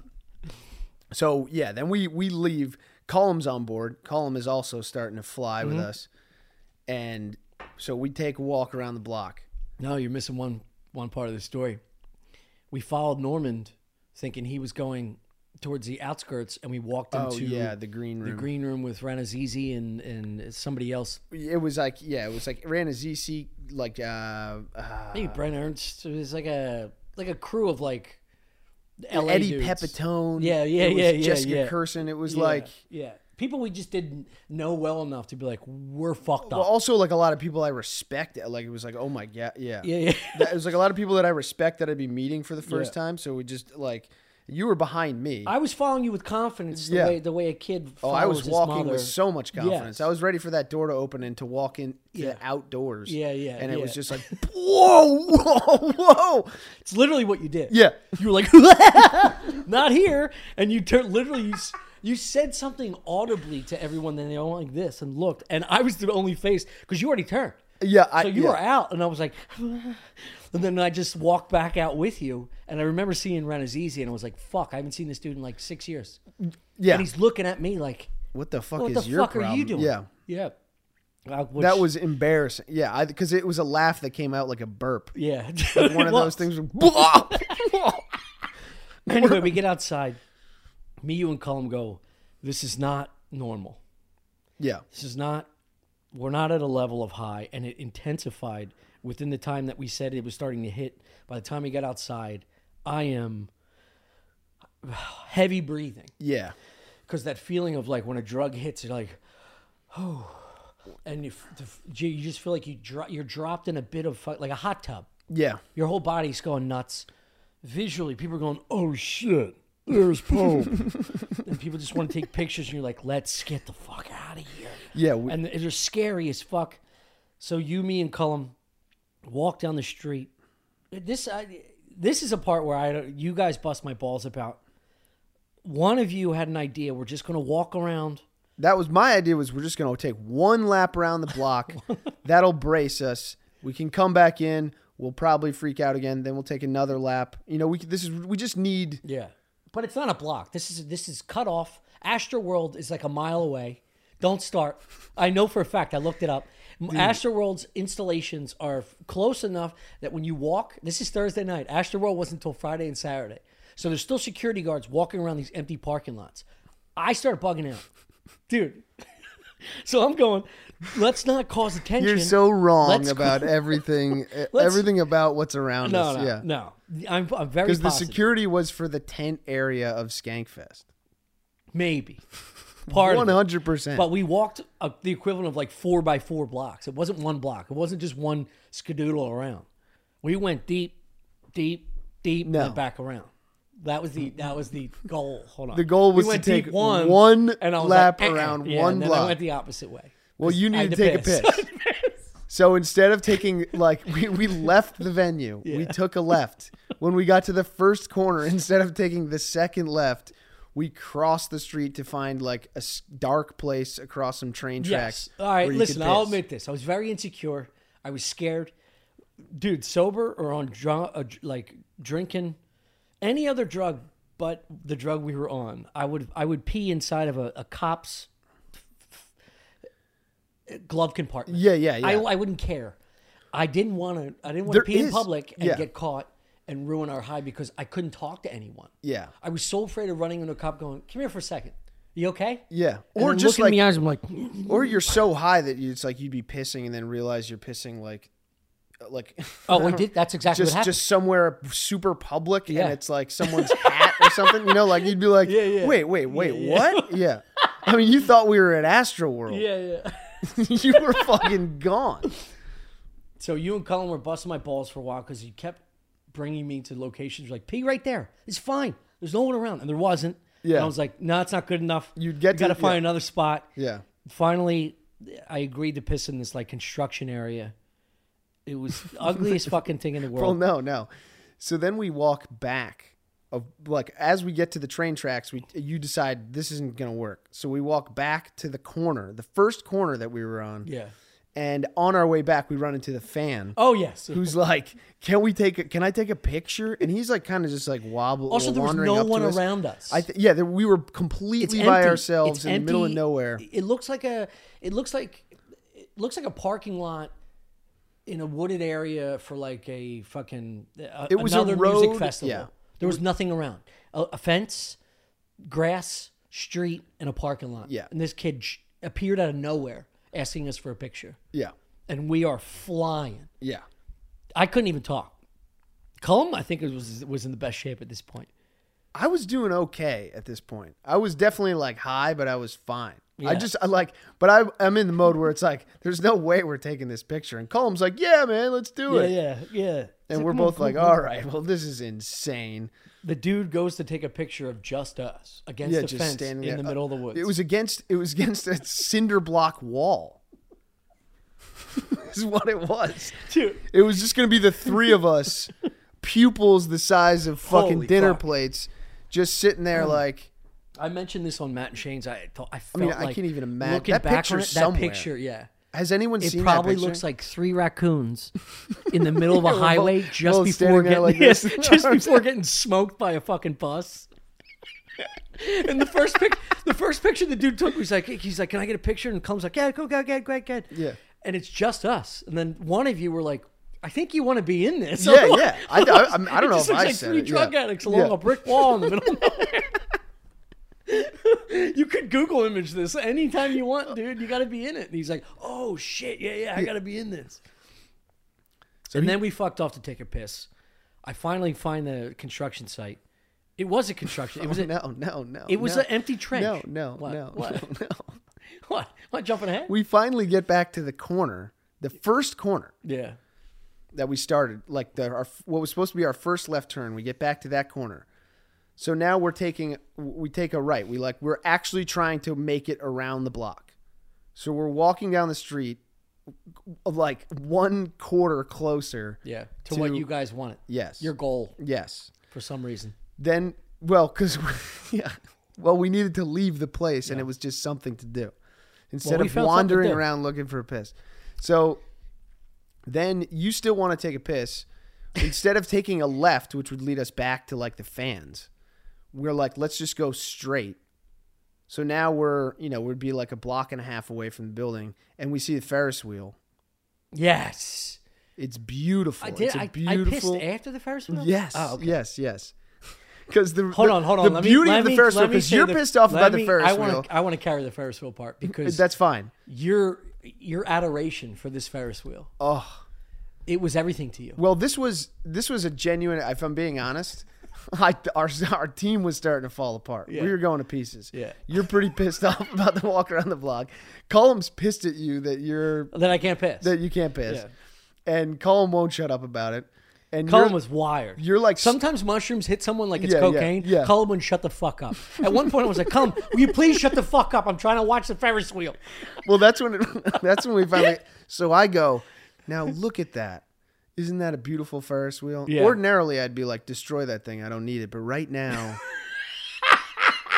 B: So, yeah, then we we leave Column's on board. Column is also starting to fly with
A: Mm-hmm.
B: us. And so we take a walk around the block.
A: No, you're missing one one part of the story. We followed Normand, thinking he was going towards the outskirts, and we walked into
B: Oh yeah, the green
A: the
B: room.
A: green room with Ranazizi and and somebody else.
B: it was like yeah, it was like ran a ZC like uh, uh
A: Maybe Brent Ernst. It was like a like a crew of like LA
B: Eddie
A: dudes.
B: Pepitone.
A: Yeah, yeah,
B: it was
A: yeah, yeah,
B: Jessica
A: yeah.
B: Kirsten. It was
A: Yeah,
B: like
A: yeah, people we just didn't know well enough to be like, we're fucked
B: well,
A: up.
B: also like a lot of people I respect. Like it was like, oh my god, yeah,
A: yeah, yeah.
B: That, it was like a lot of people that I respect that I'd be meeting for the first
A: Yeah.
B: time. So we just like you were behind me.
A: I was following you with confidence. The
B: Yeah.
A: way the way a kid.
B: oh, I was walking
A: mother.
B: with so much confidence.
A: Yes.
B: I was ready for that door to open and to walk into
A: Yeah.
B: outdoors.
A: Yeah, yeah,
B: And it was
A: yeah.
B: just like, whoa, whoa, whoa.
A: It's literally what you did.
B: Yeah.
A: You were like, not here, and you tur literally you, s- you said something audibly to everyone, and they all went like this and looked, and I was the only face because you already turned.
B: Yeah, I,
A: So you
B: yeah.
A: were out, and I was like, and then I just walked back out with you, and I remember seeing Renazizi, and I was like, fuck, I haven't seen this dude in like six years,
B: yeah.
A: and he's looking at me like,
B: what the fuck
A: what
B: is
A: the
B: your
A: fuck
B: problem?
A: are you doing?
B: Yeah,
A: yeah. Uh, which-
B: that was embarrassing. Yeah, because it was a laugh that came out like a burp.
A: yeah,
B: One
A: It
B: of
A: was.
B: those things. where-
A: anyway, we get outside. Me, you, and Cullum go. This is not normal.
B: yeah,
A: This is not. We're not at a level of high, and it intensified within the time that we said it was starting to hit. By the time we got outside, I am heavy breathing
B: yeah,
A: because that feeling of like when a drug hits, you're like, oh, and you, f- the f- you you just feel like you dro- you're dropped in a bit of fu- like a hot tub.
B: yeah.
A: Your whole body's going nuts. Visually, people are going, "Oh shit, there's Pope," and people just want to take pictures. And you're like, "Let's get the fuck out of here."
B: Yeah, we,
A: And they're scary as fuck. So you, me, and Cullum walk down the street. This I, this is a part where I don't- you guys bust my balls about. One of you had an idea. We're just gonna walk around.
B: that was my idea. Was we're just gonna take one lap around the block. That'll brace us. We can come back in. We'll probably freak out again. Then we'll take another lap. You know, we c- this is we just need.
A: Yeah, but it's not a block. This is this is cut off. Astro World is like a mile away. Don't start. I know for a fact. I looked it up. Astro World's installations are f- close enough that when you walk, this is Thursday night. Astro World wasn't until Friday and Saturday, so there's still security guards walking around these empty parking lots. I started bugging out, dude. so I'm going. Let's not cause attention.
B: You're so wrong
A: Let's go-
B: about everything. e, everything about what's around
A: no,
B: us.
A: no,
B: yeah,
A: no. I'm, I'm very
B: because the
A: positive.
B: security was for the tent area of Skankfest.
A: Maybe part
B: One
A: of it.
B: hundred percent.
A: But we walked uh the equivalent of like four by four blocks. It wasn't one block. It wasn't just one skadoodle around. We went deep, deep, deep,
B: No.
A: and back around. That was the that was the goal. Hold on.
B: The goal was
A: we
B: to
A: went
B: take
A: deep one,
B: one
A: and I was
B: lap
A: like, "Eh-eh."
B: around
A: Yeah,
B: one
A: and then I
B: block.
A: went the opposite way.
B: Well, you
A: I
B: need
A: had
B: to
A: to
B: take
A: piss.
B: a piss. so instead of taking like we, we left the venue, we took a left. When we got to the first corner, instead of taking the second left, we crossed the street to find like a s- dark place across some train tracks.
A: Yes. All right.
B: where you
A: Listen,
B: could
A: I'll
B: piss.
A: admit this. I was very insecure. I was scared. Dude, sober or on dr- uh, dr- like drinking any other drug but the drug we were on, I would I would pee inside of a, a cop's glove compartment.
B: Yeah, yeah, yeah.
A: I, I wouldn't care. I didn't want to. I didn't want
B: There
A: to pee in
B: is-
A: public and
B: yeah.
A: get caught and ruin our high because I couldn't talk to anyone.
B: yeah,
A: I was so afraid of running into a cop going, "Come here for a second. You okay?"
B: yeah,
A: And
B: or
A: then
B: just
A: looking
B: like,
A: in the eyes, I'm like, "Mm,
B: or you're so high that you, it's like you'd be pissing and then realize you're pissing like, like.
A: "Oh, we did. That's exactly what
B: just
A: happened."
B: just somewhere super public
A: Yeah.
B: and it's like someone's hat or something. You know, like you'd be like,
A: yeah.
B: wait, wait, wait,
A: yeah.
B: what? Yeah. I mean, you thought we were at Astro World.
A: Yeah, yeah.
B: you were fucking gone.
A: So you and Colin were busting my balls for a while because you kept bringing me to locations like pee right there. It's fine. There's no one around, and there wasn't.
B: Yeah.
A: And I was like, no, it's not good enough.
B: You'd get
A: We
B: to-
A: gotta find
B: yeah.
A: another spot.
B: Yeah.
A: Finally, I agreed to piss in this like construction area. It was the ugliest fucking thing in the
B: Well,
A: world.
B: no, no. So then we walk back. Of like as we get to the train tracks, we you decide this isn't gonna work. So we walk back to the corner, the first corner that we were on.
A: Yeah.
B: And on our way back, we run into the fan.
A: Oh yes.
B: who's like, "Can we take? A, can I take a picture?" And he's like, kind of just like wobbling.
A: Also, there was
B: wandering
A: no
B: up to
A: one
B: us.
A: around us.
B: I th- yeah, there, we were completely by
A: empty.
B: ourselves
A: It's
B: in the middle of
A: empty.
B: nowhere.
A: It looks like a. It looks like. It looks like a parking lot. In a wooded area for like a fucking a,
B: It was a
A: another
B: road-
A: music festival.
B: yeah.
A: There was nothing around. A, a fence, grass, street, and a parking lot.
B: Yeah.
A: And this kid sh- appeared out of nowhere asking us for a picture,
B: Yeah,
A: and we are flying.
B: yeah,
A: I couldn't even talk. Cullum, I think, was was in the best shape at this point.
B: I was doing okay at this point. I was definitely like high, but I was fine. I
A: Yeah.
B: just I like, but I I'm in the mode where it's like, there's no way we're taking this picture. And Colm's like, yeah, man, let's do
A: Yeah,
B: it.
A: yeah, yeah.
B: And we're both like, all right, well, this is insane.
A: The dude goes to take a picture of just us against
B: Yeah,
A: the
B: just
A: fence
B: standing
A: in
B: there.
A: the
B: Uh,
A: middle of the woods.
B: It was against it was against a cinder block wall. is what it was.
A: dude.
B: It was just gonna be the three of us, pupils the size of fucking
A: Holy
B: dinner
A: fuck. Hmm.
B: plates, just sitting there like
A: I mentioned this on Matt and Shane's. I thought I felt
B: mean, I
A: like
B: can't even imagine-
A: looking
B: that
A: back on
B: picture's
A: it,
B: somewhere.
A: That picture, yeah.
B: has anyone
A: It
B: seen
A: probably
B: that picture?
A: looks like three raccoons in the middle of a
B: we're
A: highway
B: both-
A: just
B: both
A: before
B: standing
A: getting
B: there like
A: yeah,
B: this.
A: just before getting smoked by a fucking bus. And the first pic, the first picture the dude took was like, he's like, "Can I get a picture?" And comes like, "Yeah, go, go, go, go, go."
B: Yeah.
A: And it's just us. And then one of you were like, "I think you want to be in this."
B: Yeah, yeah. I- I- I'm- I don't
A: It
B: know
A: just looks
B: if I
A: like
B: said
A: three
B: it,
A: drug
B: yeah.
A: addicts along
B: Yeah.
A: a brick wall in the middle. of you could Google image this anytime you want, dude. You got to be in it. And he's like, oh shit, yeah, yeah, I got to be in this. and then we fucked off to take a piss. I finally find the construction site. It was a construction. It was a,
B: Oh, no, no, no.
A: it was
B: no.
A: an empty trench.
B: No, no,
A: What?
B: no,
A: What?
B: no, no.
A: What? Am I jumping ahead?
B: We finally get back to the corner, the first corner
A: yeah.
B: that we started, like the our what was supposed to be our first left turn. We get back to that corner. So now we're taking we take a right. We like we're actually trying to make it around the block. So we're walking down the street like one quarter closer.
A: Yeah. To, what
B: To-
A: you guys wanted.
B: Yes.
A: Your goal
B: yes.
A: for some reason.
B: Then well cuz yeah. Well, we needed to leave the place and it was just something to do. Instead
A: Well, we
B: of
A: found something to
B: wandering
A: do.
B: around looking for a piss. So then you still want to take a piss. Instead of taking a left, which would lead us back to like the fans, we're like, let's just go straight. So now we're, you know, we'd be like a block and a half away from the building and we see the Ferris wheel.
A: Yes.
B: It's beautiful.
A: I did.
B: Oh, It's a
A: I, I pissed
B: beautiful.
A: after the Ferris wheel.
B: Yes.
A: Oh, okay.
B: Yes. Yes. Because the
A: Hold
B: the-
A: on, hold on.
B: The
A: let me-
B: beauty
A: let
B: of the
A: me-
B: Ferris
A: let
B: wheel
A: me
B: because
A: say
B: you're
A: the-
B: pissed off
A: let
B: about the
A: me-
B: Ferris
A: I wanna,
B: wheel.
A: I want to carry the Ferris wheel part because
B: That's fine.
A: your your adoration for this Ferris wheel.
B: Oh
A: It was everything to you.
B: well, this was this was a genuine. If I'm being honest, I, our our team was starting to fall apart.
A: Yeah.
B: We were going to pieces.
A: Yeah.
B: You're pretty pissed off about the walk around the block. Column's pissed at you that you're
A: Then I can't piss.
B: that you can't piss,
A: Yeah.
B: and Column won't shut up about it. And
A: Cullen
B: you're-
A: was wired.
B: you're like
A: Sometimes mushrooms hit someone like it's
B: Yeah, yeah,
A: cocaine.
B: yeah.
A: Cullen would shut the fuck up. At one point, I was like, "Come, will you please shut the fuck up? I'm trying to watch the Ferris wheel."
B: well, that's when it, that's when we finally. So I go. Now look at that. Isn't that a beautiful Ferris wheel?
A: Yeah.
B: Ordinarily, I'd be like, destroy that thing. I don't need it. But right now,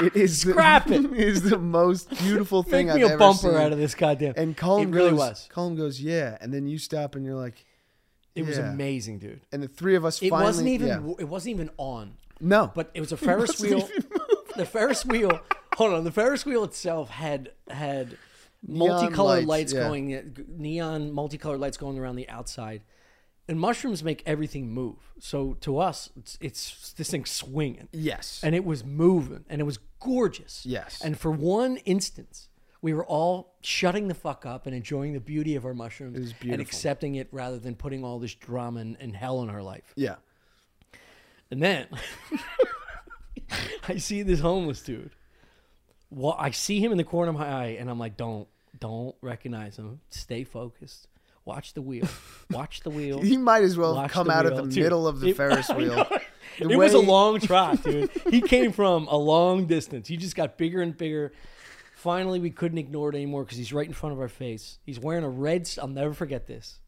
B: it is
A: Scrap
B: the,
A: it.
B: is the most beautiful
A: Make
B: thing
A: me
B: I've
A: a
B: ever
A: bumper
B: seen.
A: out of this goddamn.
B: And Colin
A: it really
B: goes,
A: was.
B: Colin goes, yeah. And then you stop and you're like,
A: It was
B: yeah.
A: amazing, dude.
B: And the three of us
A: It
B: finally.
A: wasn't even.
B: yeah.
A: It wasn't even on.
B: no,
A: But it was a Ferris
B: wasn't
A: wheel. The Ferris wheel. Hold on. The Ferris wheel itself had had multicolored lights,
B: lights, yeah.
A: going, neon multicolored lights going around the outside. And mushrooms make everything move. So to us, it's, it's this thing swinging,
B: yes,
A: and it was moving, and it was gorgeous.
B: Yes.
A: And for one instance, we were all shutting the fuck up and enjoying the beauty of our mushrooms
B: was
A: and
B: beautiful.
A: accepting it rather than putting all this drama and, and hell in our life.
B: yeah.
A: And then I see this homeless dude. Well, I see him in the corner of my eye, and I'm like, "Don't, don't recognize him. Stay focused. Watch the wheel. Watch the wheel."
B: He might as well have
A: Watch
B: come
A: the
B: out of
A: wheel,
B: the
A: too.
B: middle of the
A: It-
B: Ferris
A: I
B: wheel.
A: know.
B: The
A: it was a
B: way-
A: long trot, dude. he came from a long distance. He just got bigger and bigger. Finally, we couldn't ignore it anymore because he's right in front of our face. He's wearing a red. s- I'll never forget this.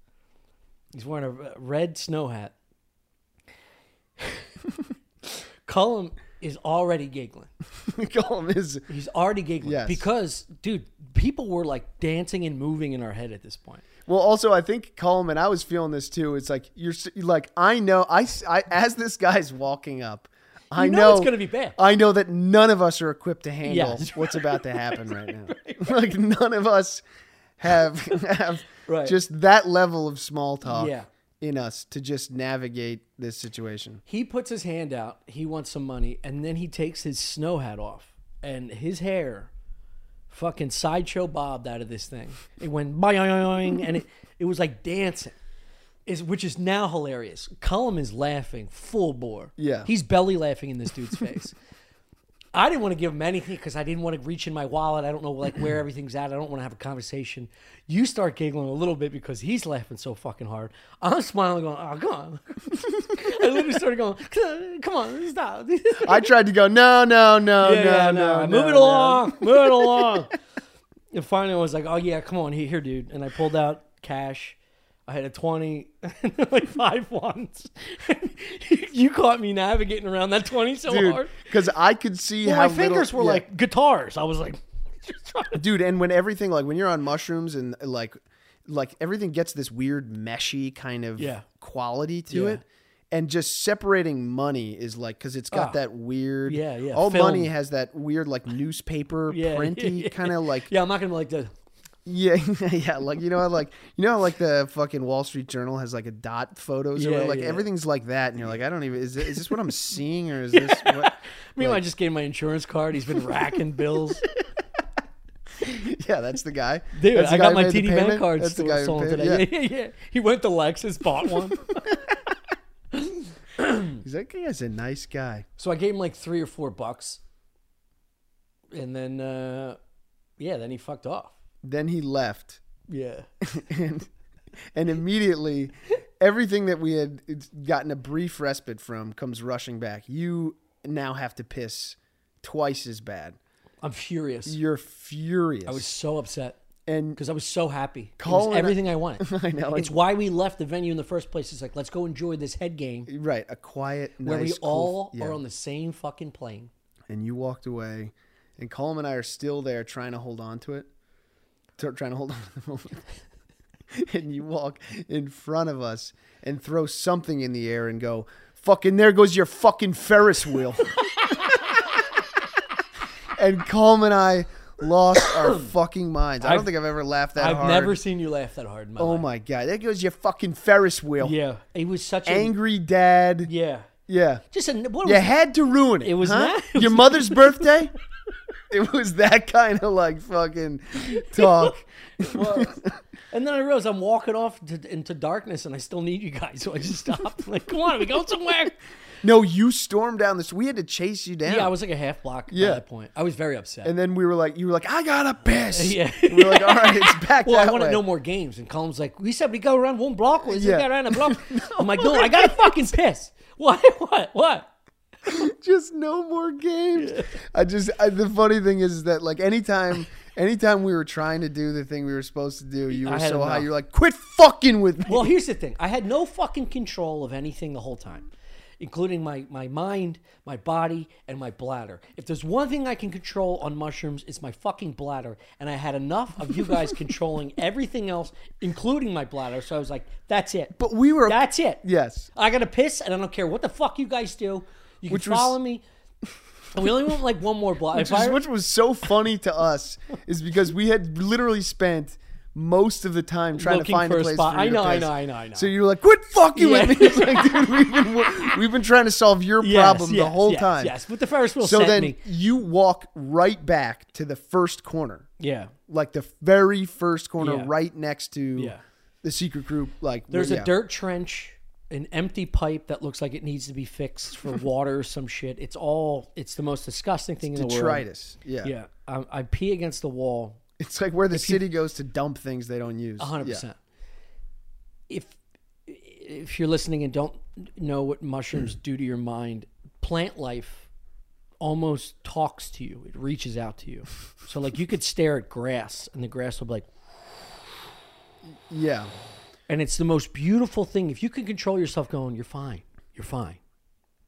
A: He's wearing a uh, red snow hat. Cullum is already giggling.
B: Colin is
A: He's already giggling
B: Yes.
A: because, dude, people were like dancing and moving in our head at this point.
B: Well, also, I think Coleman, I was feeling this too. It's like you're s- like I know I, s- I- as this guy's walking up, I
A: know
B: know
A: it's gonna be bad.
B: I know that none of us are equipped to handle
A: Yes.
B: what's about to happen right now. like none of us have have
A: Right.
B: just that level of small talk
A: Yeah.
B: in us to just navigate this situation.
A: He puts his hand out. He wants some money, and then he takes his snow hat off, and his hair, fucking sideshow bobbed out of this thing. It went boing, and it it was like dancing. is which is now hilarious. Cullum is laughing full bore.
B: Yeah.
A: he's belly laughing in this dude's face. I didn't want to give him anything because I didn't want to reach in my wallet. I don't know like where everything's at. I don't want to have a conversation. You start giggling a little bit because he's laughing so fucking hard. I'm smiling, going, "Oh, come on!" I literally started going, "Come on, stop."
B: I tried to go, no, no, no,
A: Yeah,
B: Oh, no,
A: yeah,
B: no,
A: no.
B: no,
A: Move it
B: no."
A: along. Move it along. and finally, I was like, oh, yeah, come on. Here, here, dude. And I pulled out cash. I had a 20 and like five ones. you caught me navigating around that 20 so
B: Dude,
A: hard.
B: because I could see
A: Well,
B: how
A: my fingers
B: little-
A: were
B: yeah.
A: like guitars. I was like, just trying to.
B: dude and when everything like when you're on mushrooms and like like everything gets this weird meshy kind of
A: Yeah.
B: quality to
A: Yeah.
B: it and just separating money is like because it's got
A: Ah.
B: that weird
A: Yeah, yeah,
B: all
A: film.
B: money has that weird like newspaper
A: Yeah,
B: printy
A: yeah.
B: kind of like
A: Yeah, I'm not going to like the.
B: yeah yeah like you know how, like you know how, like the fucking wall street journal has like a dot photos or
A: Yeah,
B: whatever, like
A: yeah.
B: everything's like that and you're like i don't even is this, is this what i'm seeing or is this what
A: Meanwhile, I just gave him my insurance card. He's been racking bills.
B: yeah that's the guy
A: Dude,
B: That's the
A: I
B: guy
A: got
B: who
A: my
B: made the
A: TD bank
B: payment?
A: card
B: That's the
A: store
B: guy who
A: sold
B: paid-
A: today. Yeah.
B: yeah.
A: yeah, yeah, He went to Lexus, bought one.
B: He's like, that guy's a nice guy
A: So I gave him like three or four bucks, and then uh, yeah, then he fucked off.
B: then he left
A: Yeah,
B: and and immediately everything that we had gotten a brief respite from comes rushing back. You now have to piss twice as bad.
A: I'm furious.
B: You're furious.
A: I was so upset
B: and
A: because I was so happy. It was
B: Colin-
A: everything I wanted.
B: I know
A: It's why we left the venue in the first place. It's like let's go enjoy this head game
B: and- right, a quiet
A: where
B: nice,
A: we all
B: cool, yeah.
A: are on the same fucking plane.
B: and you walked away and Colm and I are still there trying to hold on to it. Tr- Trying to hold on to the moment. and you walk in front of us and throw something in the air and go, fucking there goes your fucking Ferris wheel. and Colm and I lost our fucking minds. I don't
A: I've-
B: think I've ever laughed that
A: I've
B: hard.
A: never seen you laugh that hard in my
B: Oh
A: life.
B: my god, there goes your fucking Ferris wheel.
A: Yeah, it was such a
B: Angry dad.
A: yeah.
B: Yeah.
A: Just a what
B: You
A: was
B: had to ruin it.
A: It was
B: huh?
A: not- it
B: your
A: was-
B: mother's birthday. It was that kind of like fucking talk.
A: was. And then I realized I'm walking off to, into darkness, and I still need you guys, so I just stopped. like, come on, are we going somewhere?
B: No, you stormed down this. We had to chase you down.
A: Yeah, I was like a half block
B: Yeah.
A: at that point. I was very upset.
B: and then we were like, you were like, I gotta piss.
A: Yeah.
B: And we were like, all right, it's back
A: well, I
B: that
A: wanted
B: way.
A: no more games, and Colin's like, "We said we go around one block. We yeah.
B: Yeah.
A: got around a block." I'm like, "No, I gotta fucking piss." What? What? What?
B: just no more games. I just I, the funny thing is that like anytime. Anytime we were trying to do the thing we were supposed to do, you
A: I
B: were
A: had
B: so high.
A: enough.
B: You're like, "Quit fucking with me."
A: Well, here's the thing: I had no fucking control of anything the whole time, including my my mind, my body, and my bladder. If there's one thing I can control on mushrooms, it's my fucking bladder, and I had enough of you guys controlling everything else, including my bladder. So I was like, "That's it."
B: But we were
A: That's it.
B: yes,
A: I gotta piss, and I don't care what the fuck you guys do. You can
B: Which was-
A: follow me. And we only want like one more block. If
B: Which is-
A: I,
B: which was so funny to us is because we had literally spent most of the time trying
A: Looking
B: to find
A: for
B: a
A: a
B: place.
A: spot.
B: For you
A: I
B: to
A: know, I
B: piss.
A: know, I know, I know.
B: So you were like, "Quit fucking
A: Yeah.
B: with me!" It's like, dude, we've been wo- we've been trying to solve your
A: Yes,
B: problem the
A: yes,
B: whole
A: yes,
B: time.
A: Yes, but the Ferris wheel
B: So
A: sent
B: then
A: me.
B: you walk right back to the first corner,
A: Yeah,
B: like the very first corner,
A: Yeah.
B: right next to
A: Yeah.
B: the secret group. Like where-
A: there's
B: yeah.
A: a dirt trench, an empty pipe that looks like it needs to be fixed for water or some shit. It's all. It's the most disgusting thing in the world.
B: detritus. Yeah.
A: Yeah, I, I pee against the wall,
B: it's like where the city goes to dump things they don't use.
A: hundred
B: Yeah.
A: percent. If if you're listening and don't know what mushrooms do to your mind, plant life almost talks to you. It reaches out to you. So like you could stare at grass and the grass will be like
B: Yeah.
A: and it's the most beautiful thing. If you can control yourself going, you're fine. You're fine.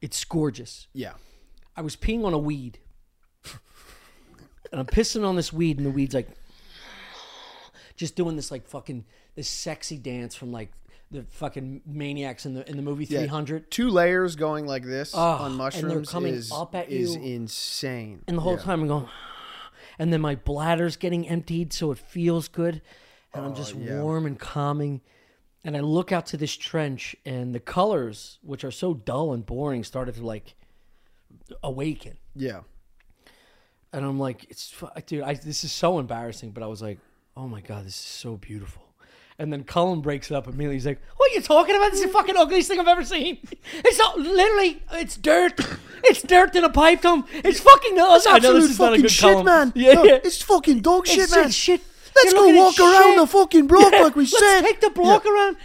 A: It's gorgeous.
B: Yeah.
A: I was peeing on a weed. and I'm pissing on this weed, and the weed's like just doing this like fucking this sexy dance from like the fucking maniacs in the in the movie
B: Yeah.
A: 300.
B: two layers going like this on
A: Ah, and they're
B: mushrooms
A: coming
B: is,
A: up at
B: is
A: you.
B: insane.
A: And the whole
B: Yeah.
A: time I'm going, and then my bladder's getting emptied, so it feels good. And I'm just
B: Oh, yeah.
A: warm and calming. And I look out to this trench, and the colors, which are so dull and boring, started to like awaken.
B: yeah,
A: And I'm like, it's fu- dude, I, this is so embarrassing. But I was like, oh my god, this is so beautiful. And then Cullen breaks it up immediately. He's like, "What are you talking about? This is the fucking ugliest thing I've ever seen. It's not, literally, it's dirt. It's dirt in a pipe tom. It's fucking us. I know this is not a good Cullen. Yeah,
B: No,
A: yeah.
B: It's fucking dog shit,
A: It's
B: man.
A: shit.
B: Let's
A: You're
B: go
A: looking at
B: walk around
A: shit.
B: the fucking block
A: Yeah,
B: like we
A: Let's
B: said.
A: take the block around.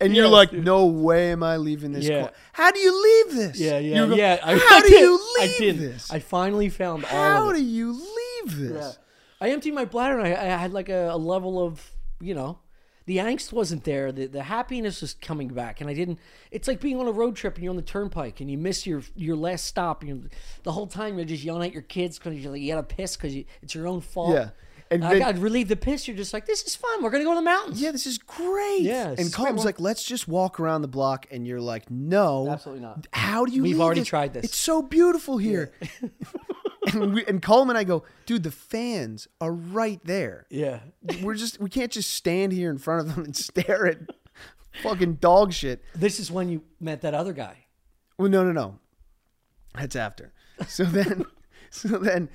B: And you're
A: Yes,
B: like,
A: dude.
B: no way am I leaving this.
A: Yeah.
B: call. How do you leave this?
A: Yeah, yeah,
B: You go,
A: yeah. I,
B: How
A: I
B: do
A: did.
B: you leave
A: I did.
B: this?
A: I finally found all
B: How
A: of it.
B: do you leave this?
A: uh, I emptied my bladder and I, I had like a, a level of, you know, the angst wasn't there. The, the happiness was coming back. And I didn't, it's like being on a road trip and you're on the turnpike and you miss your your last stop. And you the whole time you're just yelling at your kids because you're like, you gotta piss because you, it's your own fault.
B: Yeah. And
A: And I
B: then-
A: got relieved the piss. You're just like, this is fun. We're gonna go to the mountains.
B: Yeah, this is great.
A: Yeah,
B: And
A: it's way
B: Colm's
A: more-
B: like, let's just walk around the block, and you're like, no,
A: Absolutely not.
B: How do you?
A: We've
B: leave
A: already tried this.
B: It's so beautiful here. and we, and Colm and I go, dude, the fans are right there.
A: Yeah.
B: We're just we can't just stand here in front of them and stare at fucking dog shit.
A: This is when you met that other guy.
B: Well, no, no, no. That's after. So then, so then,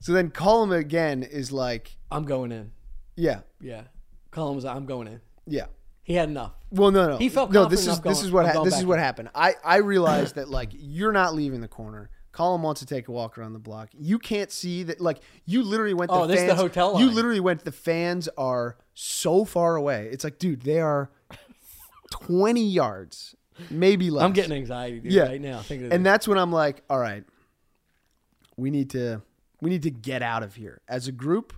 B: so then, Colm again is like,
A: I'm going in.
B: yeah,
A: Yeah. Colin was like, I'm going in.
B: yeah.
A: He had enough.
B: Well, no, no.
A: He felt
B: no.
A: confident
B: This is
A: enough
B: this
A: going-
B: is what
A: of
B: ha-
A: going
B: this is
A: back
B: what happened. I I realized that like you're not leaving the corner. Colin wants to take a walk around the block. You can't see that like you literally went.
A: Oh,
B: the
A: this is the
B: fans-
A: hotel
B: You
A: line.
B: literally went. The fans are so far away. It's like, dude, they are twenty yards, maybe less.
A: I'm getting anxiety dude,
B: Yeah.
A: right now. Thinking of
B: and that's when I'm like, all right, we need to we need to get out of here as a group.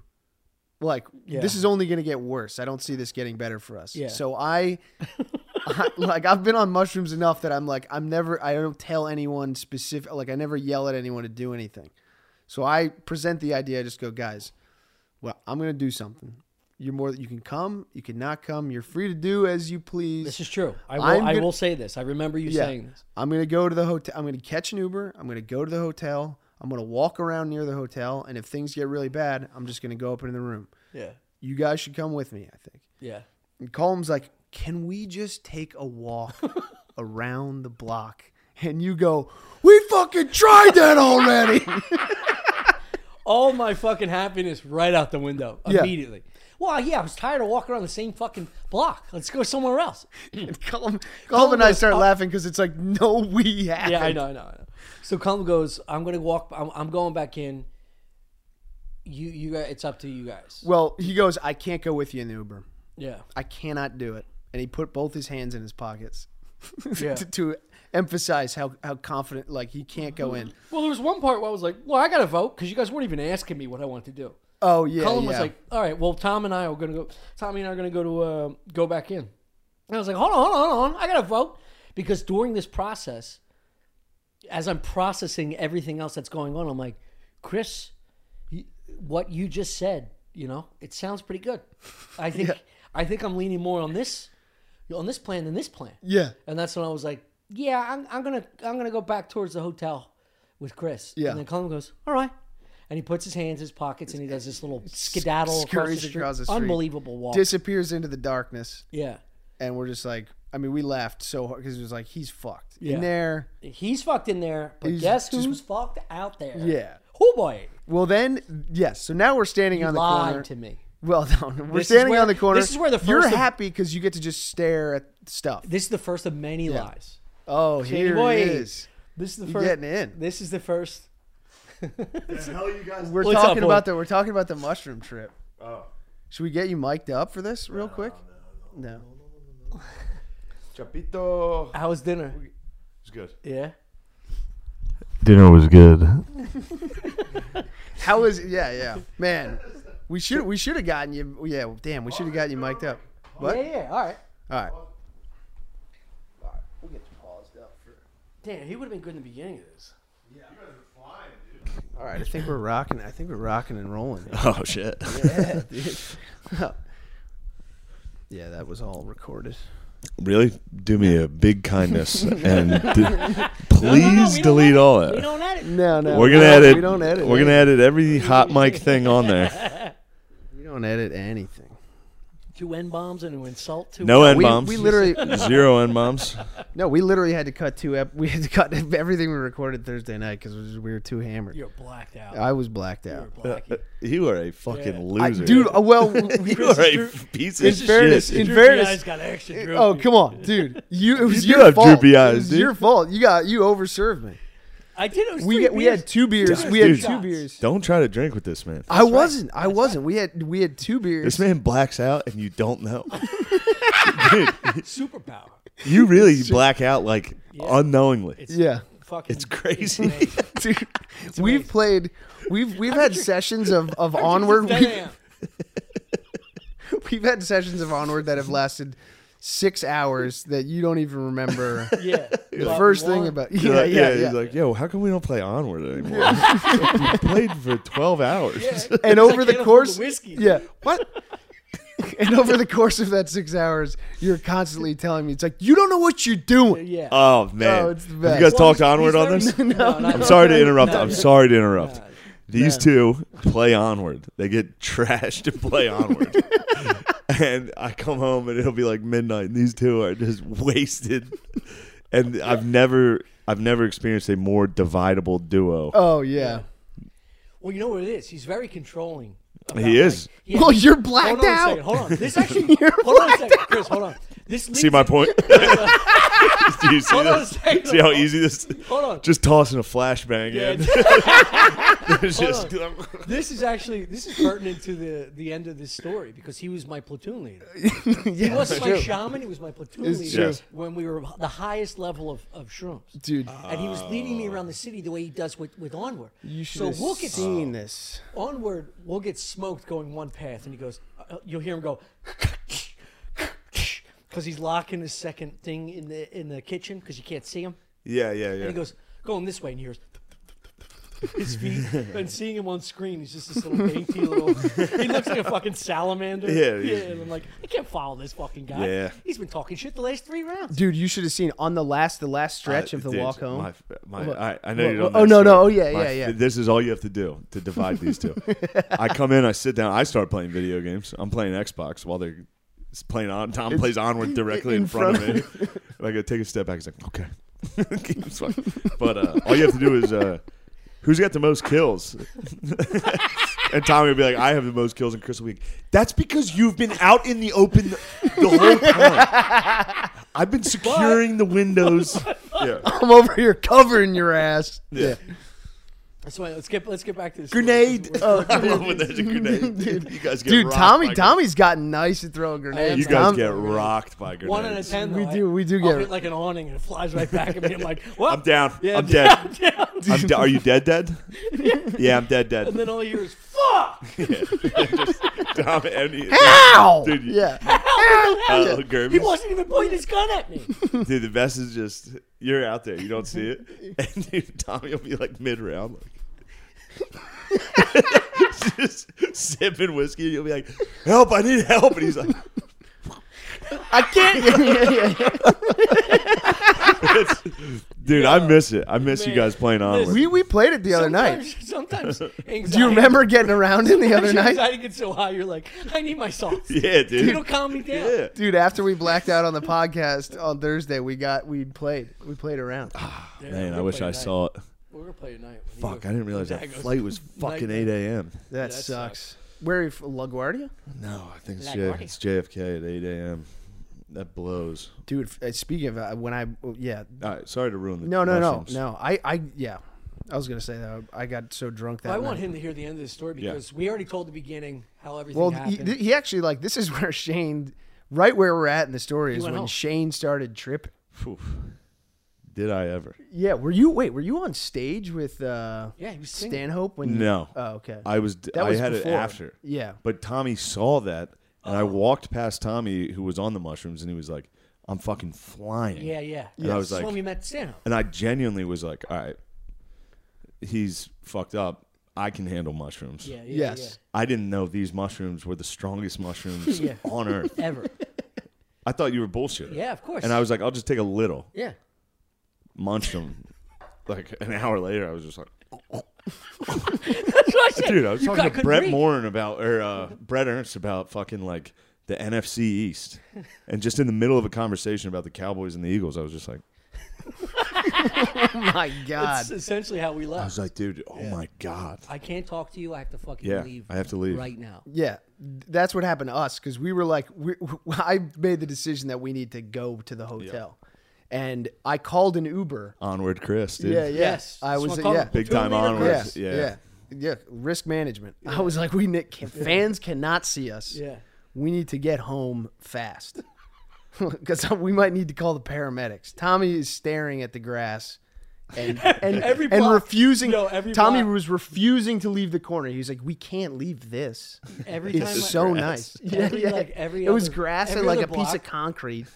B: Like
A: Yeah.
B: this is only going to get worse. I don't see this getting better for us.
A: Yeah.
B: So I, I- like I've been on mushrooms enough that I'm like I'm never I don't tell anyone specific like I never yell at anyone to do anything. So I present the idea. I just go, guys, well I'm going to do something. You're more you can come, you can not come. You're free to do as you please.
A: This is true. I will,
B: I'm
A: I
B: gonna-
A: will say this. I remember you saying this.
B: I'm gonna go to the hotel. I'm gonna catch an Uber. I'm gonna go to the hotel. I'm gonna walk around near the hotel, and if things get really bad, I'm just gonna go up into the room.
A: Yeah.
B: You guys should come with me, I think.
A: Yeah.
B: And Colm's like, "Can we just take a walk around the block?" And you go, "We fucking tried that already."
A: All my fucking happiness right out the window
B: Yeah.
A: immediately. Well, yeah, I was tired of walking around the same fucking block. Let's go somewhere else.
B: and Colm, Colm and I
A: goes,
B: start
A: "Oh."
B: laughing because it's like, "No, we haven't."
A: Yeah, I know, I know, I know. So Colin goes, I'm gonna walk. I'm, I'm going back in. You, you guys. It's up to you guys.
B: Well, he goes, "I can't go with you in the Uber.
A: Yeah.
B: I cannot do it." And he put both his hands in his pockets.
A: Yeah.
B: to, to emphasize how, how confident like he can't go in.
A: Well, there was one part where I was like, well, I gotta vote because you guys weren't even asking me what I wanted to do.
B: Oh yeah,
A: Colin
B: yeah.
A: was like, "All right, well, Tom and I are gonna go. Tommy and I are gonna go to uh, go back in." And I was like, "Hold on, hold on, hold on. I gotta vote because during this process, as I'm processing everything else that's going on, I'm like, Chris, y- what you just said, you know, it sounds pretty good. I think I think I'm leaning more on this on this plan than this plan."
B: yeah,
A: And that's when I was like, "Yeah, I'm, I'm gonna I'm gonna go back towards the hotel with Chris."
B: Yeah.
A: And then Colin goes, "All right," and he puts his hands in his pockets and he does this little skedaddle across the,
B: scurries
A: street.
B: across the street.
A: Unbelievable walk.
B: disappears into the darkness,
A: yeah.
B: and we're just like, I mean, we laughed so hard because it was like he's fucked
A: Yeah.
B: in there.
A: He's fucked in there, but
B: He's
A: guess
B: just-
A: who's fucked out there?
B: Yeah.
A: Oh boy,
B: Well, then yes, so now we're standing on the
A: lied
B: corner.
A: to me.
B: Well, no, no, we're
A: This is
B: standing
A: where-
B: on the corner.
A: this is where the
B: you're
A: first of-
B: happy because you get to just stare at stuff.
A: This is the first of many lies.
B: Oh,
A: Shady
B: here
A: boy.
B: it is.
A: This is the
B: You're
A: first.
B: getting in.
A: This is the first.
C: The hell you guys?
B: We're
A: What's up,
B: talking
A: boy?
B: about the we're talking about the mushroom trip.
C: oh,
B: Should we get you mic'd up for this real quick? No.
C: Chapito.
A: How was dinner?
C: It's good.
A: Yeah.
D: Dinner was good.
B: How is yeah, yeah. Man, we should we should have gotten you yeah, damn, we should have gotten you mic'd up. What?
A: Yeah, yeah. All right.
B: All right. We'll get you paused up for
A: Damn, he would have been good in the beginning of this.
B: All right, I think we're rocking. I think we're rocking and rolling.
D: Oh shit.
B: Yeah, dude. yeah, that was all recorded.
D: Really? Do me a big kindness and d-
A: No, no, no, we
D: please
A: don't
D: delete
A: edit.
B: Uh.
D: all
A: We
D: that.
A: don't edit.
B: No, no.
D: We're gonna
B: no,
D: edit.
B: We don't edit.
D: We're gonna edit every hot mic thing on there.
B: We don't edit anything.
A: two n bombs and an insult to
D: No
A: it.
D: end
B: we,
D: bombs.
B: we literally
D: zero end bombs.
B: no, we literally had to cut two. Ep- we had to cut everything we recorded Thursday night because we were too hammered.
A: You're blacked out.
B: I was blacked out.
A: You're blackie.
D: You are a fucking
A: Yeah.
D: loser,
B: I, dude, uh, well, we-
D: You are a f- piece of
A: It's just-
D: shit.
B: fairness,
A: droopy
B: fairness-
A: eyes got extra droopy.
B: oh come on, dude, you it was
D: do
B: your
D: have
B: fault.
D: droopy
B: it
D: eyes,
B: was
D: dude.
B: your fault. You got you overserved me.
A: I did. It was
B: We
A: three
B: get, we
A: beers.
B: had two beers.
A: Dude,
B: we had
D: dude.
B: two
A: shots.
B: beers.
D: Don't try to drink with this man.
B: I wasn't. I wasn't. We had we had two beers.
D: This man blacks out, and you don't know.
A: superpower.
D: You really black out like unknowingly. It's,
B: yeah,
A: Fucking,
D: crazy.
B: dude, we've
A: amazing.
B: played. We've we've had sessions of of onward.
A: Damn.
B: We've, we've had sessions of onward that have lasted six hours that you don't even remember.
A: Yeah.
B: The first thing about yeah yeah
D: Like,
B: yeah,
D: He's like, yo, how come we don't play onward anymore? we played for twelve hours.
B: and over the course
A: whiskey.
B: yeah what. And over the course of that six hours, you're constantly telling me it's like you don't know what you're doing.
A: Yeah.
D: Oh man,
B: Oh, it's the
D: Have
B: best.
D: you guys
B: Well,
D: talked
A: he's-
D: onward
A: he's
D: on
A: learned-
D: this?
A: No, no,
D: I'm sorry to interrupt.
A: No,
D: I'm
A: no.
D: sorry to interrupt.
A: No.
D: These two play onward. They get trashed to play onward. and I come home and it'll be like midnight and these two are just wasted. And I've never I've never experienced a more dividable duo.
B: Oh yeah.
A: Well, you know what it is. He's very controlling. about,
D: he is.
A: like, yeah.
B: Well, you're blacked
A: hold on A second. Hold
B: out.
A: on. This actually. hold on a second, Chris. Hold on. This leads
D: See my point? Do you see
A: Hold on a
D: this?
A: second.
D: See how easy this
A: Hold on.
D: Just tossing a flashbang
A: Yeah,
D: in. It's just-
A: this is actually this is pertinent to the the end of this story because he was my platoon leader.
B: yeah,
A: He wasn't my
B: true.
A: shaman. He was my platoon
B: It's
A: leader
D: true.
A: when we were the highest level of, of shrooms.
B: dude.
A: and he was leading me around the city the way he does with, with Onward.
B: You should
A: so
B: have
A: we'll get
B: seen this.
A: Onward, we'll get smoked going one path, and he goes. Uh, you'll hear him go, because he's locking his second thing in the in the kitchen because you can't see him.
D: yeah, yeah, yeah.
A: And he goes, going this way, and he hears his feet. and seeing him on screen, he's just this little dainty little. He looks like a fucking salamander.
D: Yeah,
A: yeah.
D: he's-
A: And I'm like, I can't follow this fucking guy.
D: Yeah.
A: He's been talking shit the last three rounds.
B: Dude, you should have seen on the last the last stretch
D: Uh,
B: of the
D: dude,
B: walk home.
D: My, my,
B: What?
D: I, I know
B: What-
D: you
B: what-
D: don't.
B: oh,
D: know
B: no,
D: this
B: no,
D: story.
B: oh, yeah,
D: My-
B: yeah, yeah.
D: This is all you have to do to divide these two. I come in, I sit down, I start playing video games. I'm playing Xbox while they're s- playing on. Tom plays onward directly in,
B: in
D: front,
B: front
D: of me. and I go take a step back. He's like, okay. Keeps fucking- but uh, all you have to do is uh, who's got the most kills. And Tommy would be like, I have the most kills in Crystal Week. That's because you've been out in the open the whole time. I've been securing the windows. Yeah.
B: I'm over here covering your ass. Yeah.
A: So wait, let's get let's get back to this. story.
D: Grenade.
A: We're-
D: Oh, I love when there's a grenade. you guys get
B: Dude,
D: rocked
B: Tommy
D: by
B: Tommy's gotten nice at throwing
A: am
B: grenades.
D: grenades. You guys
B: Tom-
D: get rocked by grenades.
A: One out of ten.
B: We
A: though,
B: do-
A: I-
B: we do
A: I'll
B: get
A: hit
B: it.
A: like an awning, and it flies right back at me. I'm like, well,
D: I'm down.
A: Yeah,
D: I'm dead.
A: I'm down.
D: I'm de- are you dead? Dead? yeah, I'm dead. Dead.
A: And then all you hear is fuck.
D: Tom and he,
B: Ow!
D: Dude, you-
B: yeah.
D: uh,
A: He
D: Gerby.
A: wasn't even pointing his gun at me.
D: Dude, the best is just you're out there, you don't see it, and dude, Tommy will be like mid round, like just sipping whiskey. You'll be like, "Help! I need help!" And he's like,
B: I can't. Yeah, yeah, yeah.
D: "Dude, I miss it. I miss you
A: Man.
D: guys playing onward."
B: We we played it the other night.
A: Sometimes, sometimes anxiety.
B: Do you remember getting around in the other
A: Sometimes
B: night?
A: Anxiety gets so high, you're like, I need my sauce.
D: yeah, dude.
A: It'll calm me down.
D: yeah.
B: Dude, after we blacked out on the podcast on Thursday, we got we played. We played around.
A: Yeah,
D: Man,
A: we're
D: I wish
A: gonna
D: I
A: play tonight.
D: saw it.
A: We're gonna play tonight.
D: Fuck, I didn't realize that
A: Dagos.
D: flight was fucking 8 a.m.
B: That
A: sucks.
B: sucks. Where are you from? LaGuardia?
D: No, I think it's,
A: Like
D: J-
A: Marty.
D: it's JFK at 8 a.m. That blows.
B: Dude, f- uh, speaking of uh, when I oh, yeah,
D: All right, sorry to ruin the
B: No, no, no,
D: mushrooms.
B: no. I, I, yeah. I was gonna say that I got so drunk that
A: I want
B: night.
A: him to hear the end of the story
D: Yeah.
A: because we already told the beginning how everything
B: Well, he,
A: happened.
B: he actually like this is where Shane, right where we're at in the story is
A: went
B: when
A: home.
B: Shane started tripping.
D: Phew. Did I ever?
B: Yeah, were you wait? Were you on stage with uh,
A: yeah, he was singing.
B: Stanhope when?
D: No.
B: Oh, okay.
D: I was.
B: That
D: I
B: was
D: had
B: before.
D: it after.
B: Yeah. Oh.
D: But Tommy saw that, and I walked past Tommy, who was on the mushrooms, and he was like, "I'm fucking flying."
A: Yeah, yeah.
D: And I was
A: That's
D: like,
A: when we met Stanhope.
D: and I genuinely was like, "All right, he's fucked up. I can handle mushrooms."
A: Yeah, yeah,
B: yes.
D: I didn't know these mushrooms were the strongest mushrooms
A: Yeah.
D: on earth.
A: yeah. Ever.
D: I thought you were bullshit.
A: Yeah, of course.
D: And I was like, I'll just take a little.
A: yeah.
D: Munched them. like an hour later, I was just like,
A: That's what I said.
D: dude, I was
A: You guys
D: talking to
A: couldn't
D: Brett
A: read.
D: Morin about or uh, Brett Ernst about fucking like the NFC East, and just in the middle of a conversation about the Cowboys and the Eagles, I was just like,
B: Oh my God.
A: That's essentially how we
D: I
A: left.
D: was like, dude, oh my god,
A: I can't talk to you. I have to fucking
D: Yeah,
A: leave.
D: I have to leave.
A: right now.
B: Yeah, that's what happened to us because we were like, we, I made the decision that we need to go to the hotel, and I called an Uber.
D: onward, Chris, dude.
B: Yeah, yeah.
A: Yes,
B: I
A: that's
B: was
A: what I'm
B: yeah,
A: calling it.
D: Big time
A: Two-minute
B: yeah,
D: onwards.
B: yeah,
D: Yeah.
B: yeah, Risk management. I was like, we Nick, fans cannot see us.
A: Yeah.
B: we need to get home fast because we might need to call the paramedics. Tommy is staring at the grass. And and,
A: Every
B: and
A: block-
B: refusing.
A: No, every
B: Tommy
A: block.
B: was refusing to leave the corner. He's like, "We can't leave this."
A: Every time I-
B: It's so nice.
A: Every, like, every
B: it was
A: other-
B: grass
A: every
B: and like
A: other
B: a piece of
A: block.
B: concrete.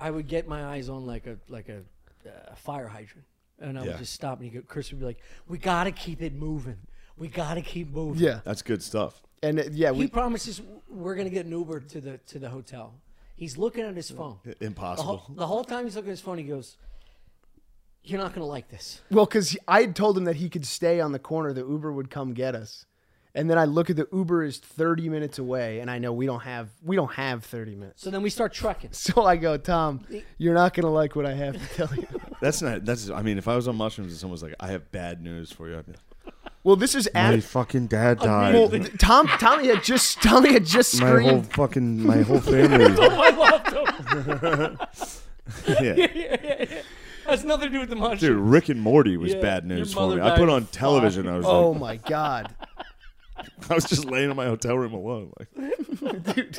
A: I would get my eyes on like a like a uh, fire hydrant, and I would
D: Yeah.
A: just stop. And he go, Chris would be like, "We gotta keep it moving. We gotta keep moving."
B: yeah,
D: That's good stuff.
B: and uh, yeah,
A: He
B: we
A: promises we're gonna get an Uber to the to the hotel. He's looking at his phone. The
D: Impossible.
A: whole, the whole time he's looking at his phone, he goes, "You're not gonna like this."
B: well because I had told him that he could stay on the corner. The Uber would come get us, and then I look at the Uber is thirty minutes away, and I know we don't have we don't have thirty minutes.
A: So then we start trucking.
B: So I go, Tom, you're not gonna like what I have to tell you.
D: That's not. That's. I mean, if I was on mushrooms and someone was like, "I have bad news for you," I'd be like,
B: well, this is
D: "My
B: at
D: fucking dad died.
B: well, Tom. Tommy had just Tommy had just
D: my whole
B: screamed.
D: fucking my whole family."
A: I loved him.
D: yeah.
A: That's nothing to do with the mushroom.
D: Dude, Rick and Morty was
A: Yeah,
D: bad
A: your
D: news for
A: mother
D: me. I put
A: died
D: on television. I was
B: Oh
D: like,
B: my god,
D: I was just laying in my hotel room alone. Like,
B: dude!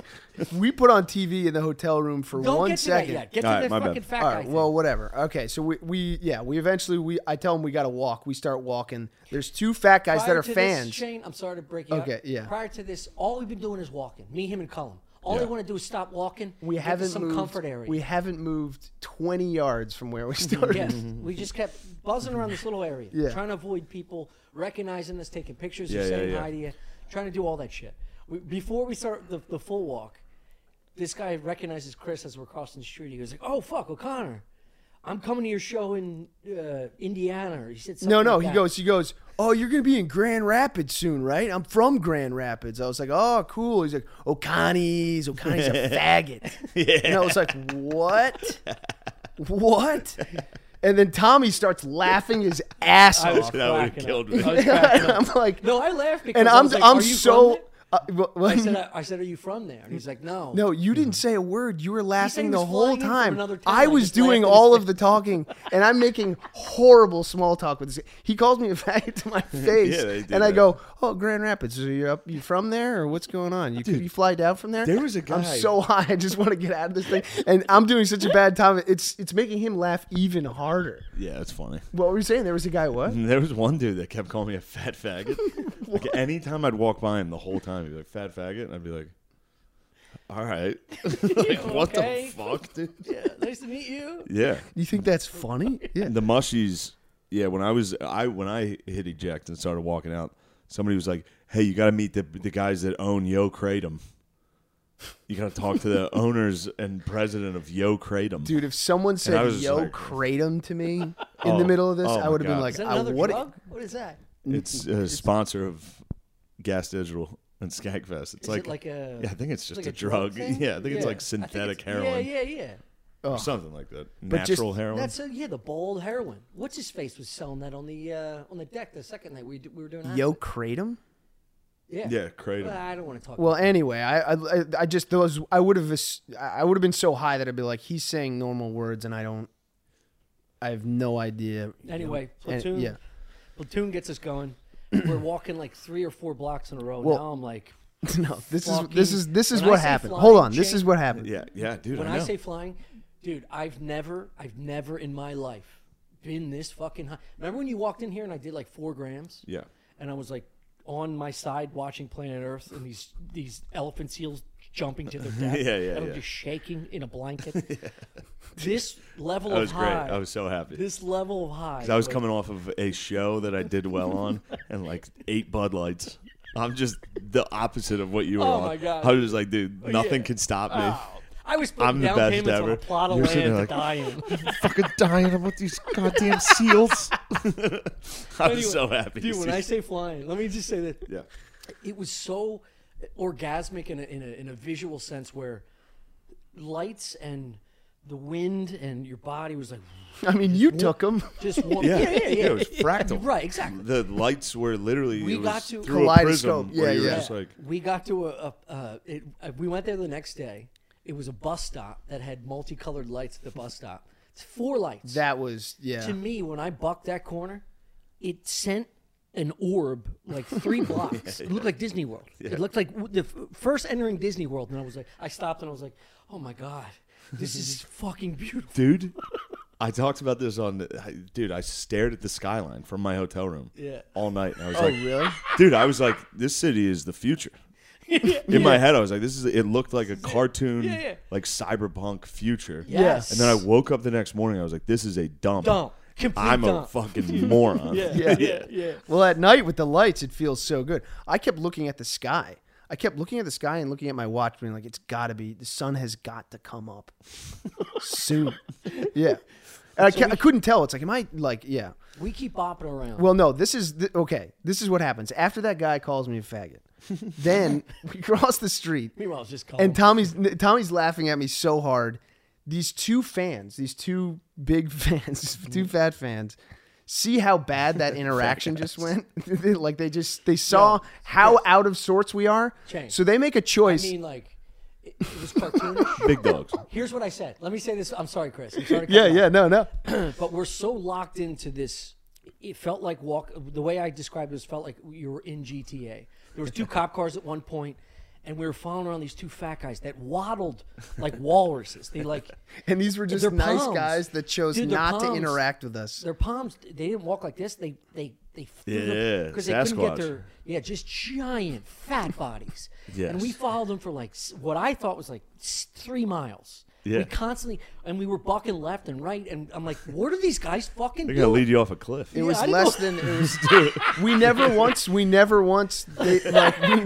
B: We put on TV in the hotel room for
A: Don't
B: one
A: get to
B: second.
A: that yet. Get to
D: All right,
A: the
D: my bad.
A: fucking fact.
B: All
A: guy
B: right.
A: thing.
B: Well, whatever. Okay. So we, we yeah we eventually we I tell him we got to walk. We start walking. There's two fat guys
A: Prior
B: that are
A: to this,
B: fans.
A: Shane, I'm sorry to break you.
B: Okay,
A: up.
B: yeah.
A: Prior to this, all we've been doing is walking. Me, him, and Cullum. All they
D: Yeah.
A: want to do is stop walking.
B: we
A: get to
B: haven't
A: some
B: moved.
A: comfort area.
B: We haven't moved 20 yards from where we started.
A: yes, we just kept buzzing around this little area,
B: Yeah.
A: trying to avoid people recognizing us, taking pictures,
D: Yeah,
A: of
D: yeah,
A: saying
D: yeah.
A: hi to you, trying to do all that shit. We, before we start the, the full walk, this guy recognizes Chris as we're crossing the street. He was like, "Oh fuck, O'Connor." I'm coming to your show in uh, Indiana. Or he said something
B: No, no.
A: like
B: He
A: that.
B: goes. He goes. Oh, you're gonna be in Grand Rapids soon, right? I'm from Grand Rapids. I was like, oh, cool. He's like, O'Connie's. O'Connie's a faggot. And I was like, what? what? And then Tommy starts laughing his ass
A: I was
B: off.
D: that would have
A: cracking up.
D: killed me.
A: I was cracking up.
B: I'm like,
A: No, I laughed because
B: and
A: I
B: I'm
A: was like,
B: I'm
A: "Are you
B: so.
A: from there?"
B: Uh, wh-
A: I said,
B: when-
A: I, I said, "Are you from there?" And he's like, "No."
B: no, you
D: Mm.
B: didn't say a word. You were laughing
A: he
B: the
A: was
B: whole
A: flying in from
B: time.
A: another town.
B: I
A: I
B: was
A: just laughed
B: doing
A: in his
B: all
A: face.
B: of the talking, and I'm making horrible small talk with this. He calls me a faggot to my face,
D: they do
B: and I
D: that.
B: go, "Oh, Grand Rapids, are you up? You from there, or what's going on? You could you fly down from there?
D: there was a
B: I'm
D: guy-
B: so high. I just want to get out of this thing, and I'm doing such a bad time. It's it's making him laugh even harder.
D: Yeah, that's funny.
B: What were you saying? There was a guy. What?
D: And there was one dude that kept calling me a fat faggot. like anytime I'd walk by him, the whole time he'd be like, "Fat faggot," and I'd be like, "All right, like, what the
A: Okay.
D: fuck, dude?"
A: Yeah, nice to meet you.
D: Yeah,
B: You think that's funny? Yeah.
D: the mushies. Yeah, when I was I when I hit eject and started walking out, somebody was like, "Hey, you got to meet the the guys that own Yo Kratom. You got to talk to the owners and president of Yo Kratom."
B: Dude, if someone
D: I
B: said
D: was just
B: "Yo
D: like-
B: Kratom" to me in the
D: Oh,
B: middle of this,
D: oh
B: I
D: my
B: would have been
D: God.
B: like,
A: Is that
B: I,
A: another
B: "What?"
A: drug? What is that?
D: It's a sponsor of Gas Digital and Skagfest. It's
A: Is
D: like,
A: it like a?
D: yeah, I think it's just
A: like
D: a, drug.
A: thing?
D: yeah, I think it's like
A: I
D: synthetic
A: it's-
D: heroin
A: Yeah, yeah, yeah.
D: or something like that.
B: But just-
D: Natural heroin.
A: That's a, yeah, the bold heroin. What's his face was selling that on the uh, on the deck the second night we d- we were doing.
B: Yo
A: acid.
B: Kratom.
A: yeah,
D: yeah, kratom.
A: Well, I don't want to talk.
B: Well, anyway, I I, I- I just those I would have I would have been so high that I'd be like, he's saying normal words and I don't. I have no idea.
A: about it. anyway,
B: And-
A: platoon.
B: yeah.
A: platoon gets us going. we're walking like three or four blocks in a row.
B: Well-
A: now I'm like,
B: No, this is
A: Fucking-
B: this is this is
A: when I
B: what
A: say
B: happened.
A: flying
B: Hold on, this
A: chick-
B: is what happened.
D: yeah, yeah, dude.
A: when
D: I
A: I,
D: know.
A: say flying, dude, I've never, I've never in my life been this fucking high. Remember when you walked in here and I did like four grams?
D: yeah,
A: And I was like on my side watching Planet Earth and these these elephant seals jumping to their death.
D: Yeah, yeah,
A: And I'm
D: yeah.
A: just shaking in a blanket. This level
D: that was
A: of
D: great.
A: high.
D: I was so happy.
A: This level of high.
D: I was
A: like,
D: coming off of a show that I did well on and like eight Bud Lights. I'm just the opposite of what you were
A: Oh
D: on.
A: my God. Oh,
D: I was just like, dude, nothing
A: yeah. Oh.
D: can stop me.
A: "Wow." I was putting
D: I'm the
A: down
D: best
A: payments on
D: ever.
A: a plot of
D: You're sitting
A: land
D: there
A: to
D: like-
A: die in.
D: Fucking dying about these goddamn seals. I was
A: Anyway,
D: so happy. to
A: Dude, when
D: see-
A: I say flying, let me just say that
D: yeah,
A: it was so orgasmic in a, in a in a visual sense where lights and the wind and your body was like
B: I mean, you took them.
A: just warm.
D: Yeah,
A: yeah, yeah, yeah.
D: It was fractal.
A: Right, exactly.
D: The lights were literally
A: We
D: it was
A: got to-
D: through a prism.
B: Kaleidoscope. Yeah,
D: where you were
B: yeah.
D: just like
A: Uh, we got to a, a uh, it, uh, we went there the next day. It was a bus stop that had multicolored lights at the bus stop. It's four lights.
B: That was yeah.
A: to me, when I bucked that corner, it sent an orb like three blocks. It looked like Disney World. It looked like w- the f- first entering Disney World, and I was like, I stopped and I was like, oh my god, this is fucking beautiful.
D: dude. I talked about this on, the- I- dude. I stared at the skyline from my hotel room,
A: Yeah.
D: all night. And I was
B: oh
D: like,
B: really?
D: dude, I was like, this city is the future. In my head, I was like, this is. It looked like a cartoon,
A: Yeah, yeah.
D: like cyberpunk future.
A: Yes.
D: And then I woke up the next morning. I was like, this is a dump.
A: Dump. Complete
D: I'm a
A: dump.
D: fucking moron.
A: yeah, yeah, yeah.
B: Well, at night with the lights, it feels so good. I kept looking at the sky. I kept looking at the sky and looking at my watch, being like, "It's got to be the sun has got to come up soon." Yeah, and I, ca- I couldn't tell. It's like, am I like, yeah?
A: We keep bopping around.
B: Well, no. This is the, okay. This is what happens after that guy calls me a faggot. then we cross the street,
A: Meanwhile, it's just calm.
B: and Tommy's Tommy's laughing at me so hard. These two fans, these two big fans, two fat fans, see how bad that interaction just went. They- like they just they saw how out of sorts we are.
A: Change.
B: So they make a
A: I
B: choice.
A: mean, like it, it was cartoonish.
D: Big dogs.
A: Here's what I said. Let me say this. I'm sorry, Chris. I'm sorry. to cut
B: yeah,
A: you off.
B: yeah, no, no.
A: but we're so locked into this it felt like walk the way i described it was felt like you were in gta there was two cop cars at one point and we were following around these two fat guys that waddled like walruses they like
B: And these were just
A: They're
B: nice
A: palms.
B: guys that chose
A: Dude, they're
B: not to
A: palms.
B: interact with us.
A: their palms they didn't walk like this they they they
D: Yeah,
A: because they couldn't get
D: Sasquatch.
A: their yeah just giant fat bodies and we
D: Yes.
A: followed them for like s- what i thought was like s- three miles
D: Yeah.
A: we constantly and we were bucking left and right and i'm like what are these guys fucking
D: They're
A: doing
D: gonna lead you off a cliff.
B: It was
A: I didn't
B: less than it was. we never once. We never once. They, like we,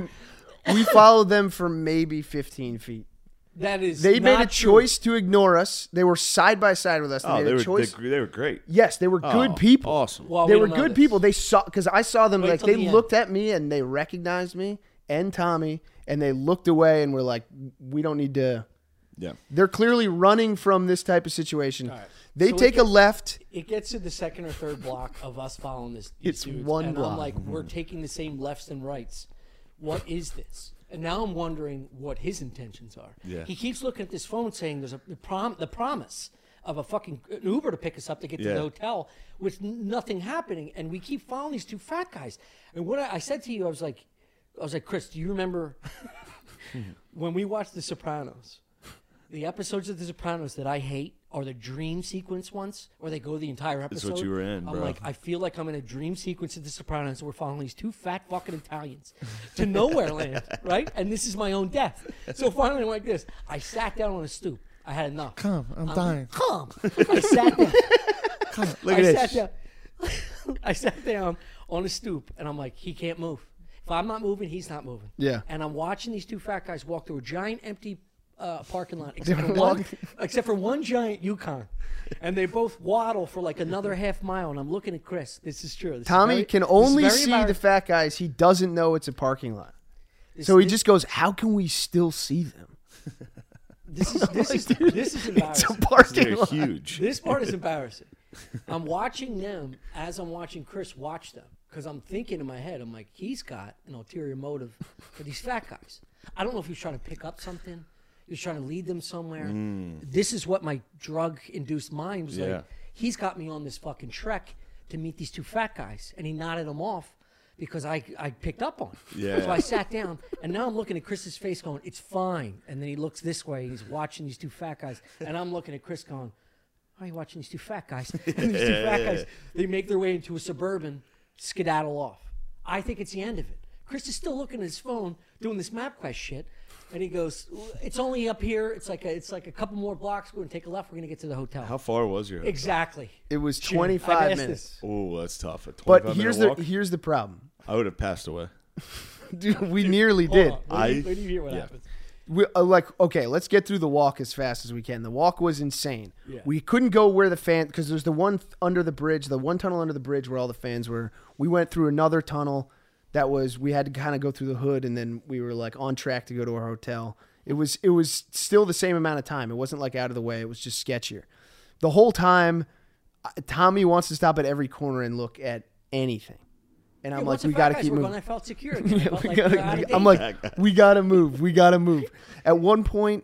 B: we followed them for maybe fifteen feet.
A: that is
B: They made a
A: not true.
B: choice to ignore us. They were side by side with us. They
D: Oh,
B: made
D: they
B: a
D: were
B: choice.
D: They, they were great.
B: yes, they were
D: Oh,
B: good people.
D: Awesome.
A: Well,
B: they
A: we
B: were
A: don't know
B: good
A: this.
B: people. They saw because I saw them.
A: Wait
B: like
A: till
B: they
A: the end.
B: looked at me and they recognized me and Tommy, and they looked away and were like, "We don't need to."
D: yeah.
B: They're clearly running from this type of situation.
A: right.
B: They
A: So we
B: take a
A: get-
B: left.
A: It gets to the second or third block of us following this. these
B: It's
A: dudes,
B: one
A: and
B: block.
A: I'm like, we're taking the same lefts and rights. What is this? And now I'm wondering what his intentions are.
D: Yeah.
A: He keeps looking at this phone, saying there's a the prom, the promise of a fucking an Uber to pick us up to get to
D: Yeah.
A: the hotel with n- nothing happening, and we keep following these two fat guys. And what I, I said to you, I was like, I was like, Chris, do you remember when we watched The Sopranos? The episodes of The Sopranos that I hate are the dream sequence ones, where they go the entire episode.
D: what you were in,
A: I'm
D: bro.
A: like, I feel like I'm in a dream sequence of The Sopranos. We're following these two fat fucking Italians to nowhere land, right? And this is my own death. So finally, I'm like this. I sat down on a stoop. I had enough. Come,
D: I'm dying.
A: Come. I sat down.
D: Look
A: I
D: at
A: sat
D: this.
A: down. I sat down on a stoop, and I'm like, he can't move. If I'm not moving, he's not moving.
B: Yeah.
A: And I'm watching these two fat guys walk through a giant empty uh, parking lot, except for one, except for one giant Yukon, and they both waddle for like another half mile. And I'm looking at Chris. This is true. This is
B: Tommy
A: very-
B: can
A: this is
B: only
A: very
B: see
A: embar-
B: the fat guys. He doesn't know it's a parking lot.
A: this-
B: So he
A: this-
B: just goes, "How can we still see them?"
A: this is this is this is
B: It's a
A: embarrassing.
B: parking
D: They're
B: lot.
D: huge.
A: This part is embarrassing. I'm watching them as I'm watching Chris watch them because I'm thinking in my head, I'm like, he's got an ulterior motive for these fat guys. I don't know if he's trying to pick up something, he was trying to lead them somewhere. This is what my drug induced mind was
D: Mm. Yeah.
A: like. He's got me on this fucking trek to meet these two fat guys, and he nodded them off. Because I, I picked up on it.
D: Yeah.
A: So I sat down and now I'm looking at Chris's face going, it's fine. And then he looks this way and he's watching these two fat guys. And I'm looking at Chris going, why are you watching these two fat guys? And these two fat guys, they make their way into a suburban, skedaddle off. I think it's the end of it. Chris is still looking at his phone, doing this MapQuest shit, and he goes, "It's only up here. It's like a, it's like a couple more blocks. We're gonna take a left. We're gonna get to the hotel."
D: How far was your?
A: exactly.
B: It was
A: Jim, I've
B: 25
A: asked
B: minutes.
A: this.
D: Oh, that's tough. A 25
B: But here's the
D: minute walk?
B: here's the problem.
D: I would have passed away.
B: Dude, we nearly
A: Hold
B: did.
A: on. Wait till you-
D: I-
A: wait till you hear what
D: yeah.
A: happens.
B: We, uh, like, okay, let's get through the walk as fast as we can. The walk was insane.
A: Yeah.
B: We couldn't go where the fan because there's the one th- under the bridge, the one tunnel under the bridge where all the fans were. We went through another tunnel. that was we had to kind of go through the hood and then we were like on track to go to our hotel. It was it was still the same amount of time. It wasn't like out of the way. It was just sketchier. The whole time, uh, Tommy wants to stop at every corner and look at anything, and I'm
A: Hey,
B: like,
A: what's
B: we
A: up,
B: got to
A: guys?
B: keep
A: We're
B: moving.
A: going- I felt secure. Again. I felt
B: We
A: like
B: gotta-
A: we're out
B: we-
A: of
B: I'm
A: date.
B: like, we gotta move. We gotta move. At one point,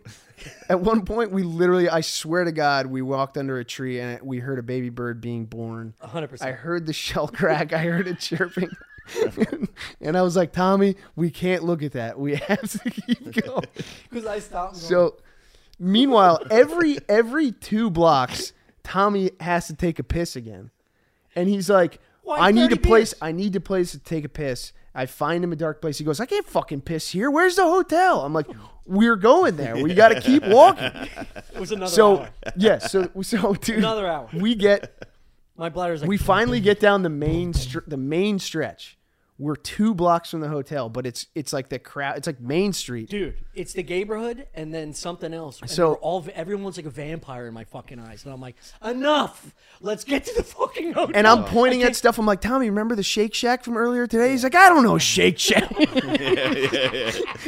B: at one point, we literally, I swear to God, we walked under a tree and we heard a baby bird being born.
A: 100%.
B: I heard the shell crack. I heard it chirping. and I was like, Tommy, we can't look at that. We have to keep going.
A: Because I stopped. and
B: So, meanwhile, every every two blocks, Tommy has to take a piss again, and he's like,
A: Why
B: "I need
A: 30
B: a place.
A: minutes?
B: I need a place to take a piss." I find him a dark place. He goes, "I can't fucking piss here. Where's the hotel?" I'm like, "We're going there. We got to keep walking."
A: going. it was another
B: So
A: hour.
B: yeah, so so dude,
A: Another hour.
B: We get
A: My bladder's like,
B: we finally get down the main str- the main stretch. We're two blocks from the hotel, but it's it's like the crowd. It's like Main Street.
A: dude, it's the neighborhood and then something else. And so
B: So-
A: all v- everyone's like a vampire in my fucking eyes, and I'm like, enough. Let's get to the fucking hotel.
B: And I'm pointing at stuff. I'm like, Tommy, remember the Shake Shack from earlier today? He's like, I don't know Shake Shack.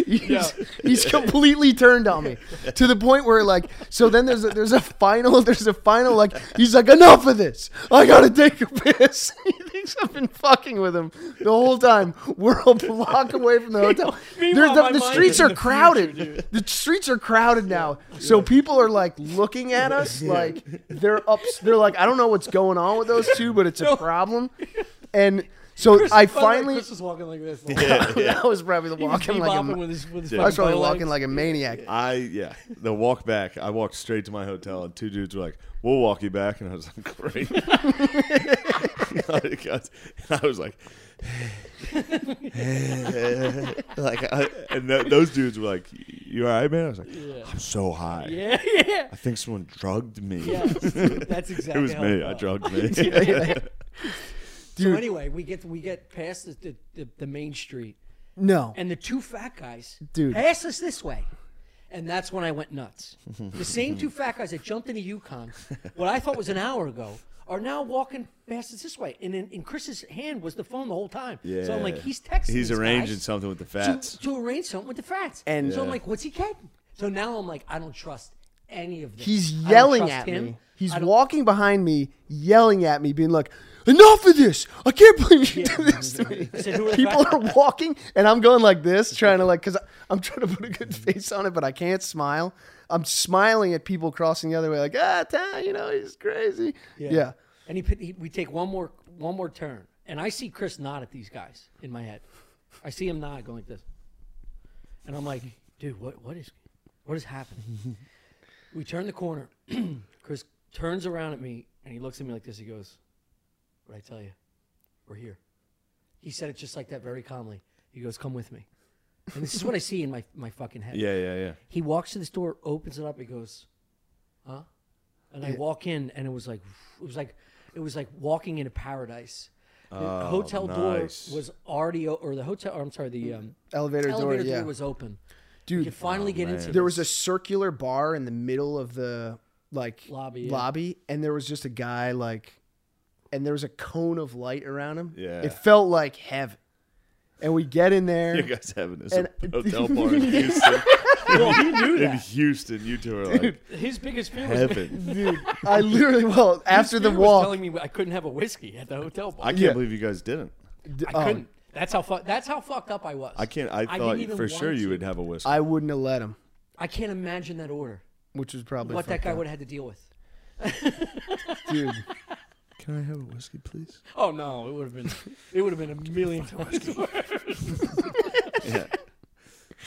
B: he's, he's completely turned on me to the point where like, so then there's a, there's a final, there's a final like, he's like, enough of this. I gotta take a piss. he thinks I've been fucking with him the whole time. We're a block away from the hotel.
A: Meanwhile,
B: There's-
A: my
B: the, the
A: mind
B: streets
A: is in
B: are
A: the future,
B: crowded.
A: dude.
B: the streets are crowded now, so people are like looking at us like they're up. They're like, I don't know what's going on with those two, but it's a problem. And so
A: Chris-
B: I
A: by the way,
B: finally,
A: Chris was walking like this.
B: that was probably the
A: He was
B: walking like a,
A: bebopping
B: ma-
A: with his, with his
D: Yeah.
B: I was
A: fucking
B: probably
A: bow legs.
B: walking like a maniac.
D: I yeah. The walk back, I walked straight to my hotel, and two dudes were like, "We'll walk you back," and I was like, "Great." Because- and I was like, like, I, and th- those dudes were like, "You all right, man?" I was like, "I'm so high.
A: Yeah, yeah.
D: I think someone drugged me.
A: Yes, that's
D: it
A: exactly.
D: was
A: how
D: me. I
A: felt.
D: drugged me."
A: So anyway, we get we get past the, the, the, the main street,
B: No,
A: and the two fat guys
B: Dude.
A: pass us this way. And that's when I went nuts. The same two fat guys that jumped into Yukon, what I thought was an hour ago, are now walking past us this way. And in, in Chris's hand was the phone the whole time. So I'm like, he's texting.
D: He's
A: these
D: arranging
A: guys
D: something with the
A: to-
D: fats.
A: To, arrange something with the fats.
B: And- uh,
A: so I'm
D: Yeah.
A: like, what's he getting? So now I'm like, I don't trust any of this.
B: he's
A: I don't
B: yelling
A: trust
B: at
A: him.
B: me. He's
A: I don't-
B: walking behind me, yelling at me, being like, "Enough of this! I can't believe you did this to me."
A: I said, "Who are the
B: People
A: fat
B: are walking, and I'm going like this, trying to like, because I'm trying to put a good face on it, but I can't smile. I'm smiling at people crossing the other way, like, ah, Tom, you know, he's crazy. Yeah.
A: And he, put- he we take one more one more turn, and I see Chris nod at these guys in my head. I see him nod, going like this, and I'm like, dude, what what is what is happening? we turn the corner. Chris turns around at me, and he looks at me like this. He goes, "What I tell you, we're here." He said it just like that, very calmly. He goes, "Come with me." And this is what I see in my, my fucking head.
D: Yeah, yeah, yeah.
A: He walks to this door, opens it up, he goes, Huh? And I walk in and it was like it was like it was like walking into paradise. The
B: Oh,
A: hotel
D: nice.
A: door was already o- or the hotel or I'm sorry, the um,
B: Elevator,
A: elevator
B: door,
A: door,
B: yeah.
A: was open. You
B: Dude,
A: could finally get into
B: there was a circular bar in the middle of the like
A: Lobby, yeah.
B: lobby, and there was just a guy like and there was a cone of light around him
D: Yeah.
B: it felt like heaven and we get in there
D: You guys having this
B: And-
D: hotel bar in Houston?
A: well, he knew
D: in
A: that.
D: Houston, you two are like
A: His biggest fear was
D: heaven.
B: dude i literally well after
A: his
B: the
A: fear was
B: walk
A: telling me I couldn't have a whiskey at the hotel bar.
D: I can't
B: Yeah.
D: believe you guys didn't.
B: d-
A: I
B: oh,
A: couldn't. That's how fu- that's how fucked up I was.
D: I can't. I,
A: didn't
D: thought
A: even
D: for sure
A: want
D: you
A: to.
D: would have a whiskey.
B: i wouldn't have let him
A: I can't imagine that order.
B: which was probably
A: What that
B: fucked
A: guy
B: up.
A: would have had to deal with.
B: dude
D: Can I have a whiskey, please?
A: Oh no, it would have been it would have been a million times worse.
D: Yeah.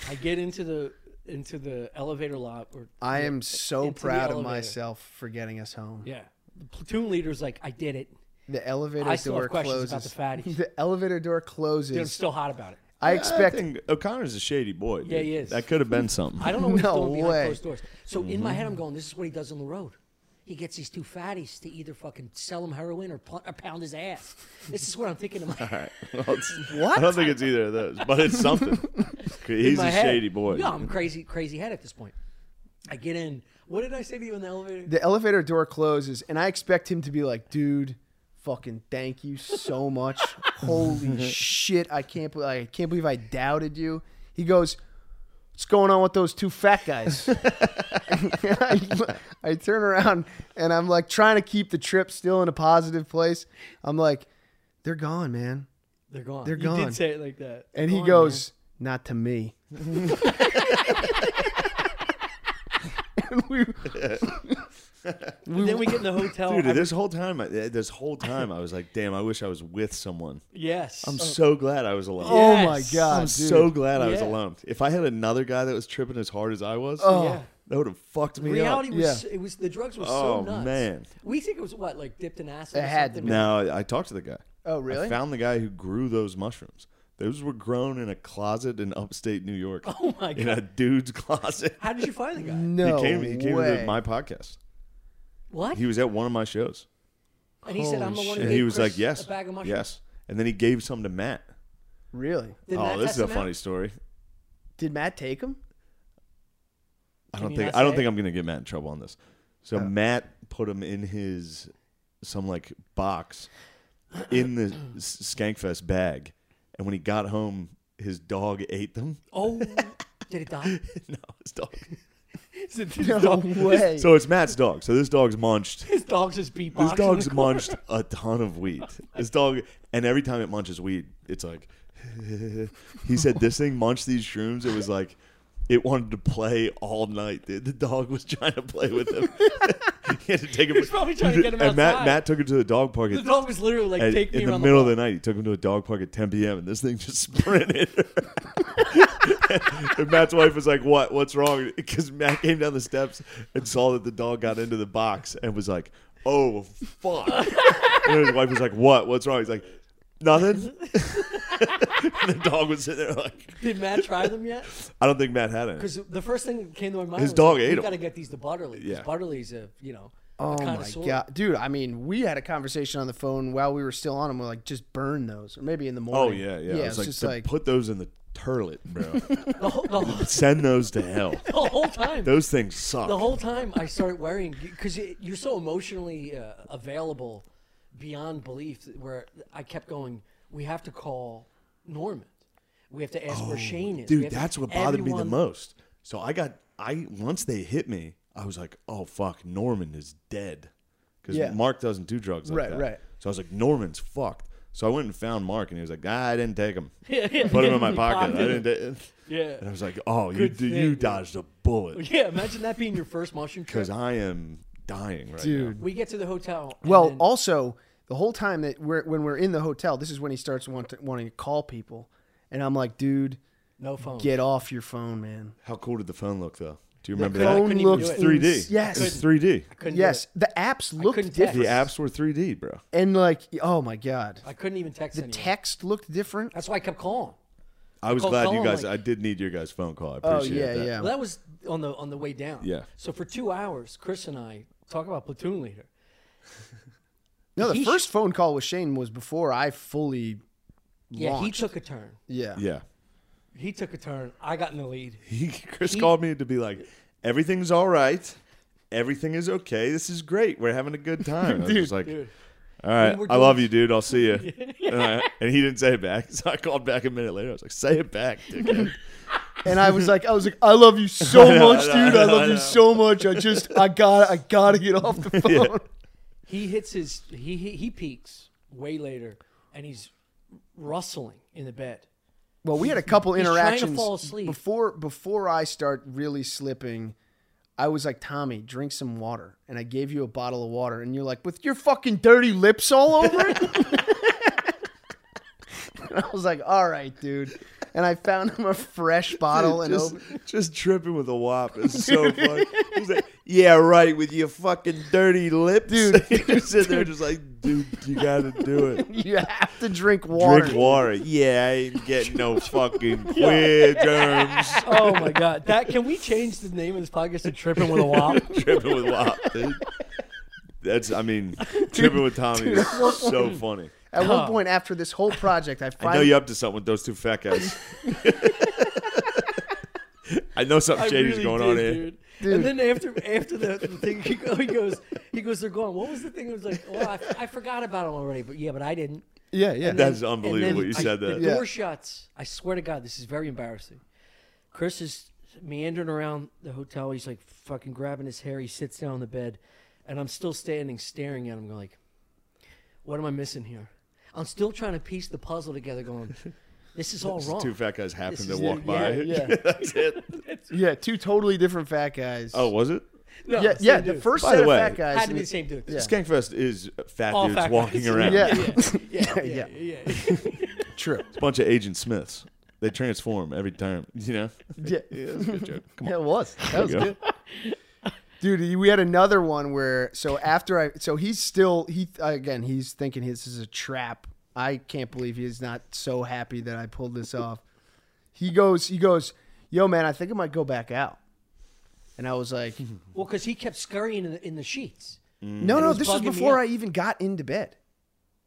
A: I get into the into the elevator lot or
B: i am so
A: Into the
B: proud of
A: elevator.
B: myself for getting us home
A: yeah. The platoon leader's like, I did it.
B: the elevator
A: I still
B: door
A: have questions
B: closes
A: about the fatties.
B: the elevator door closes
A: Dude, I'm still hot about it.
B: i expect
D: O'Connor's a shady boy. Dude.
A: Yeah, he is.
D: That could have been something.
A: I don't know what
B: No
A: he's doing
B: way. Mm-hmm.
A: behind closed doors. So in my head, I'm going, this is what he does on the road. He gets these two fatties to either fucking sell him heroin or, pl- or pound his ass. This is what I'm thinking in my head.
D: Well, it's-
B: What?
D: I don't think it's either of those, but it's something.
A: in
D: He's
A: my
D: a
A: head.
D: shady boy.
A: No, I'm crazy, crazy head at this point. I get in. What did I say to you in the elevator?
B: the elevator door closes and I expect him to be like, dude, fucking thank you so much. "Holy shit! I can't believe I can't believe I doubted you." He goes, "What's going on with those two fat guys?" I, I turn around and I'm like trying to keep the trip still in a positive place. I'm like, "They're gone, man,"
A: They're gone.
B: They're
A: You
B: gone.
A: did say it like that. Gone,
B: and he
A: man.
B: goes, "Not to me." and we,
A: But then we get in the hotel.
D: Dude,
A: I-
D: this whole time, I- this whole time, I was like, "Damn, I wish I was with someone."
A: yes. Oh,
D: I'm so glad I was alone.
B: oh my
A: Yes.
B: god,
D: I'm
B: dude.
D: so glad I was
A: Yeah.
D: alone. If I had another guy that was tripping as hard as I was,
B: Oh.
A: Yeah.
D: that would have fucked me
A: Reality
D: up.
A: was it was the drugs were so
D: Oh,
A: nuts.
D: man.
A: we think it was what like dipped in acid.
B: It
A: or
B: had
A: something.
B: to be.
D: Now I- I talked to the guy.
B: Oh, really?
D: I found the guy who grew those mushrooms. Those were grown in a closet in upstate New York.
A: Oh my
D: In a
A: god!
D: dude's closet.
A: How did you find the guy?
B: no
D: he came. He came
B: way.
D: to my podcast.
A: What?
D: He was at one of my shows,
A: and he said, "I'm the
B: Holy
A: one."
B: shit.
A: Who
D: and
A: gave
D: he was
A: Chris
D: like, "Yes,
A: a bag of mushrooms."
D: yes." And then he gave some to Matt.
B: Really?
A: Did
D: oh,
A: Matt
D: this
A: test
D: is a
A: him out?
D: funny story.
B: Did Matt take him?
D: I
A: Can
D: don't
A: you
D: think
A: not
D: I don't
A: say?
D: think I'm gonna get Matt in trouble on this. So Matt put him in his some like box in the s- Skankfest bag, and when he got home, his dog ate them.
A: Oh, did it die?
D: no, his dog.
B: No way.
D: So it's Matt's dog. So this dog's munched.
A: His dog's just beatboxing.
D: This dog's munched a ton of weed. This dog, and every time it munches weed, it's like he said. This thing munched these shrooms. It was like it wanted to play all night. The, the dog was trying to play with him. he had to take him.
A: was probably trying to get him
D: And Matt,
A: outside.
D: Matt took him to the dog park.
A: The
D: At,
A: dog was literally like,
D: at-
A: "Take me
D: in the
A: around
D: middle
A: the
D: of the night, he took him to a dog park at 10 p.m. and this thing just sprinted. and Matt's wife was like, "What? What's wrong?" Because Matt came down the steps and saw that the dog got into the box and was like, "Oh fuck!" and his wife was like, "What? What's wrong?" He's like, "Nothing." and the dog was sitting there like,
A: Did Matt try them yet?
D: "I don't think Matt had it."
A: Because the first thing that came to my mind,
D: His
A: was,
D: dog
A: like,
D: ate
A: we
D: 'em.
A: Got to get these to Butterly. 'cause
D: Yeah.
A: Butterly's a you know. a
B: Oh my
A: connoisseur.
B: god, dude! I mean, we had a conversation on the phone while we were still on them. We're like, just burn those, or maybe in the
D: Oh
B: morning.
D: yeah, yeah.
B: Yeah,
D: I
B: it's
D: was like,
B: just
D: "To
B: like
D: "Put those in the turlet, bro.
A: The whole, the, whole,
D: Send those to hell.
A: the whole time.
D: Those things suck."
A: the whole time I started worrying because you're so emotionally uh, available beyond belief. that- Where I kept going, we have to call Norman. We have to ask where Shane is. We
D: Oh, dude
A: have to-
D: that's what bothered me the
A: everyone-
D: most so i got i once they hit me i was like oh fuck norman is dead because
B: Yeah.
D: mark doesn't do drugs like
B: Right,
D: that.
B: right.
D: so i was like norman's fucked so i went and found mark and he was like ah, i didn't take him put him in my pocket i didn't take and i
A: Yeah,
D: was like oh you,
A: Good
D: d-
A: thing,
D: you
A: dude.
D: dodged a bullet
A: yeah. Imagine that being your first mushroom trip.
D: because i am dying right
B: Dude.
A: We get to the hotel. and
B: Well,
A: then-
B: also the whole time that we're when we're in the hotel, this is when he starts want wanting to call people, and I'm like, dude,
A: no phone.
B: get off your phone, man.
D: now how cool did the phone look though do you remember
A: I
D: that
A: phone
D: it
A: couldn't
B: Phone
A: even
B: looks
A: do
D: was
A: it.
D: 3d
B: Yes,
D: it was 3d
A: Couldn't do
B: yes.
A: it.
B: The apps
A: couldn't
B: looked
A: text.
D: the
B: different,
D: apps were 3d bro
B: and like, oh my god,
A: I couldn't even text
B: the
A: anyone.
B: text looked different.
A: That's why I kept calling.
D: i was
A: Call-
D: glad
A: call
D: you
A: him,
D: guys
A: like-
D: i did need your guys phone call i
B: Oh
D: appreciate
B: yeah,
D: that
B: yeah.
A: Well, that was on the on the way down.
D: Yeah.
A: So for two hours, Chris and I talk about platoon leader.
B: No, the
A: He sh-
B: first phone call with Shane was before I fully.
A: Yeah,
B: launched.
A: he took a turn.
B: Yeah.
D: yeah
A: He took a turn. I got in the lead.
D: He, Chris called me to be like, everything's all right. Everything is okay. This is great. We're having a good time. I was just like,
A: dude.
D: all right,
A: We were
D: I love
A: doing-
D: you, dude. I'll see you. And I- and he didn't say it back. So I called back a minute later. I was like, say it back, dickhead.
B: And I was like, I was like, I love you so
D: know,
B: much,
D: I know,
B: dude. I
D: I know,
B: love
D: I
B: you
D: know.
B: so much. I just, I got, I gotta get off the phone.
A: He hits his he he, he peaks way later, and he's rustling in the bed.
B: Well, we had a couple
A: He's trying to
B: interactions
A: fall asleep.
B: before before I start really slipping. I was like, Tommy, drink some water, and I gave you a bottle of water, and you're like, with your fucking dirty lips all over it. and I was like, all right, dude. And I found him a fresh bottle and
D: just,
B: opened.
D: just tripping with a wop. It's so funny. He's like, yeah, right, with your fucking dirty lips.
B: Dude.
D: You're sitting there just like, dude, you got to do it.
B: You have to drink water.
D: Drink water. Yeah, I ain't getting no fucking queer germs.
A: Oh my god! That can we change the name of this podcast to tripping with a wop?
D: tripping with Wop, dude. That's, I mean, tripping with Tommy is so funny.
B: At one point after this whole project, I
D: I know
B: finally
D: you're up to something with those two fat guys. I know something
A: I
D: shady's
A: really
D: going
A: did,
D: on here.
A: Dude. And then after after the, the thing, he, go, he goes, he goes, they're going. What was the thing? It was like, oh, I, I forgot about him already. But yeah, but I didn't.
B: Yeah, yeah.
A: And then-
D: That's unbelievable
A: and then
D: you
A: I-
D: said that.
A: The door
B: Yeah.
A: shuts. I swear to God, this is very embarrassing. Chris is meandering around the hotel. He's like fucking grabbing his hair. He sits down on the bed, and I'm still standing, staring at him, like, what am I missing here? I'm still trying to piece the puzzle together, going, this is all wrong.
D: Two fat guys happened
A: This
D: to
A: is
D: walk
A: it.
D: by.
B: Yeah, yeah.
D: That's it.
B: yeah, two totally different fat guys.
D: Oh, was it?
A: No,
B: yeah,
A: same
B: yeah. The
A: dude.
B: first
D: By
B: set
D: the way-
B: of fat guys.
A: had to be the same dude.
B: Yeah.
D: Skankfest is fat
A: All
D: dudes
A: fat
D: walking
A: guys.
D: around.
B: Yeah.
A: Yeah,
B: Yeah.
A: yeah, yeah, yeah.
B: True.
D: It's a bunch of Agent Smiths. They transform every time. You know?
B: Yeah.
D: Yeah, that's a good joke. Come on.
B: Yeah, it was. That was
D: you go.
B: good. Dude, we had another one where so after I so he's still he again he's thinking this is a trap. I can't believe he is not so happy that I pulled this off. He goes he goes, "Yo man, I think I might go back out." And I was like,
A: Well, because he kept scurrying in the, in the sheets.
B: "No,
A: Mm-hmm.
B: no,
A: was
B: this was
A: bugging me
B: before
A: out.
B: I even got into bed.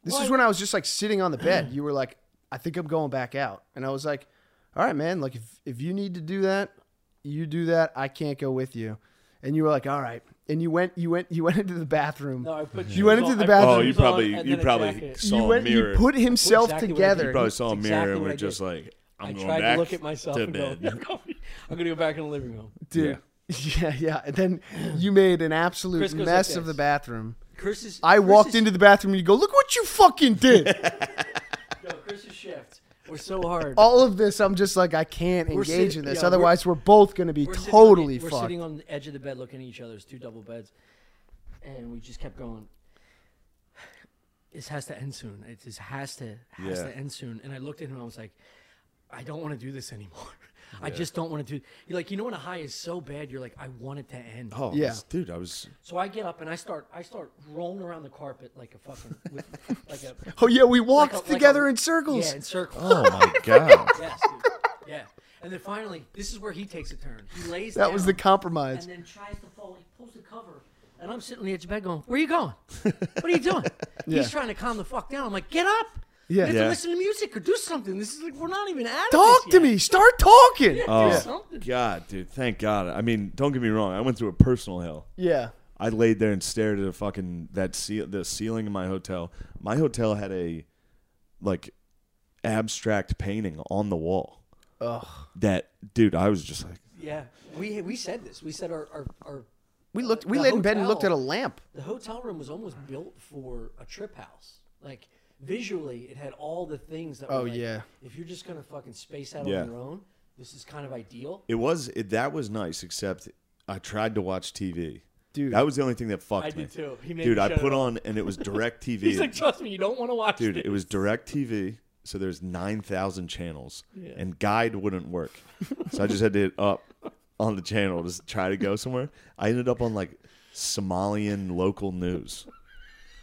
B: This is
A: What?
B: when I was just like sitting on the bed. You were like, "I think I'm going back out." And I was like, "All right, man, like if if you need to do that, you do that. I can't go with you." And you were like, "All right." And you went you went you went into the bathroom.
A: No, I put
B: You went into the bathroom.
D: Oh, you probably you probably
A: Exactly
D: saw
B: you went
D: a mirror.
B: you put himself
A: exactly what I
B: together.
A: did.
D: probably saw a
A: That's
D: mirror
A: exactly
D: and
A: what
D: we're
A: I
D: just
A: did.
D: like, I'm
A: I
D: going
A: tried
D: back
A: to look at myself
D: to
A: and go,
D: bed.
A: I'm gonna go back in the living room.
B: Dude. Yeah, yeah. And then you made an absolute
A: Chris goes like
B: mess of
A: this.
B: the bathroom.
A: Chris is.
B: I
A: Chris
B: walked
A: is-
B: into the bathroom and you go, "Look what you fucking did."
A: No, Chris's shift. We're so hard.
B: all of this, I'm just like, I can't engage
A: sit-
B: in this.
A: yeah, we're-
B: Otherwise, we're, both going to be
A: We're sitting on the-
B: totally
A: We're
B: fucked.
A: sitting on the edge of the bed, looking at each other. It's two double beds, and we just kept going. This has to end soon. It just has to has
D: Yeah.
A: to end soon. And I looked at him. I was like, I don't want to do this anymore. I just don't want to do. You're like, you know, when a high is so bad, you're like, I want it to end.
D: Oh,
B: Yeah.
D: yeah. dude, I was
A: So I get up and I start, I start rolling around the carpet like a fucking, with, like a,
B: oh yeah, we walked
A: like a- like
B: together
A: a-
B: in circles.
A: yeah, in circles.
D: Oh my god.
A: Yes, dude. yeah. And then finally, this is where he takes a turn. He lays
B: that was the
A: down
B: compromise.
A: and then tries to fall. He pulls the cover, and I'm sitting on the edge of the bed going, "Where are you going? What are you doing?"
B: Yeah.
A: He's trying to calm the fuck down. I'm like, "Get up!
B: Yeah.
A: you have
D: Yeah.
A: to listen to music or do something. This is like we're not even at
B: Talk to me. Start talking. Yeah.
A: Oh.
D: Yeah.
A: Do something.
D: God, dude, thank God. I mean, don't get me wrong. I went through a personal hell.
B: yeah.
D: I laid there and stared at a fucking that ceil the ceiling in my hotel. My hotel had a like abstract painting on the wall.
B: Ugh.
D: That dude, I was just like,
A: Yeah, we we said this. We said our our, our
B: We looked. We
A: The
B: laid in bed and looked at a
A: hotel.
B: lamp.
A: the hotel room was almost built for a trip house. Like visually, it had all the things that. Were
B: Oh,
A: like,
B: yeah.
A: If you're just gonna fucking space out
D: Yeah.
A: on your own, this is kind of ideal.
D: it was it, that was nice. Except I tried to watch TV.
B: Dude.
D: that was the only thing that fucked
A: I
D: me.
A: did too. He made
D: Dude,
A: me
D: I
A: shut it
D: put
A: off.
D: on and it was direct TV.
A: He's like, trust me, you don't want to watch
D: Dude,
A: this.
D: it was direct TV, so there's 9,000 channels, and guide wouldn't work. so I just had to hit up on the channel to try to go somewhere. I ended up on like Somalian local news.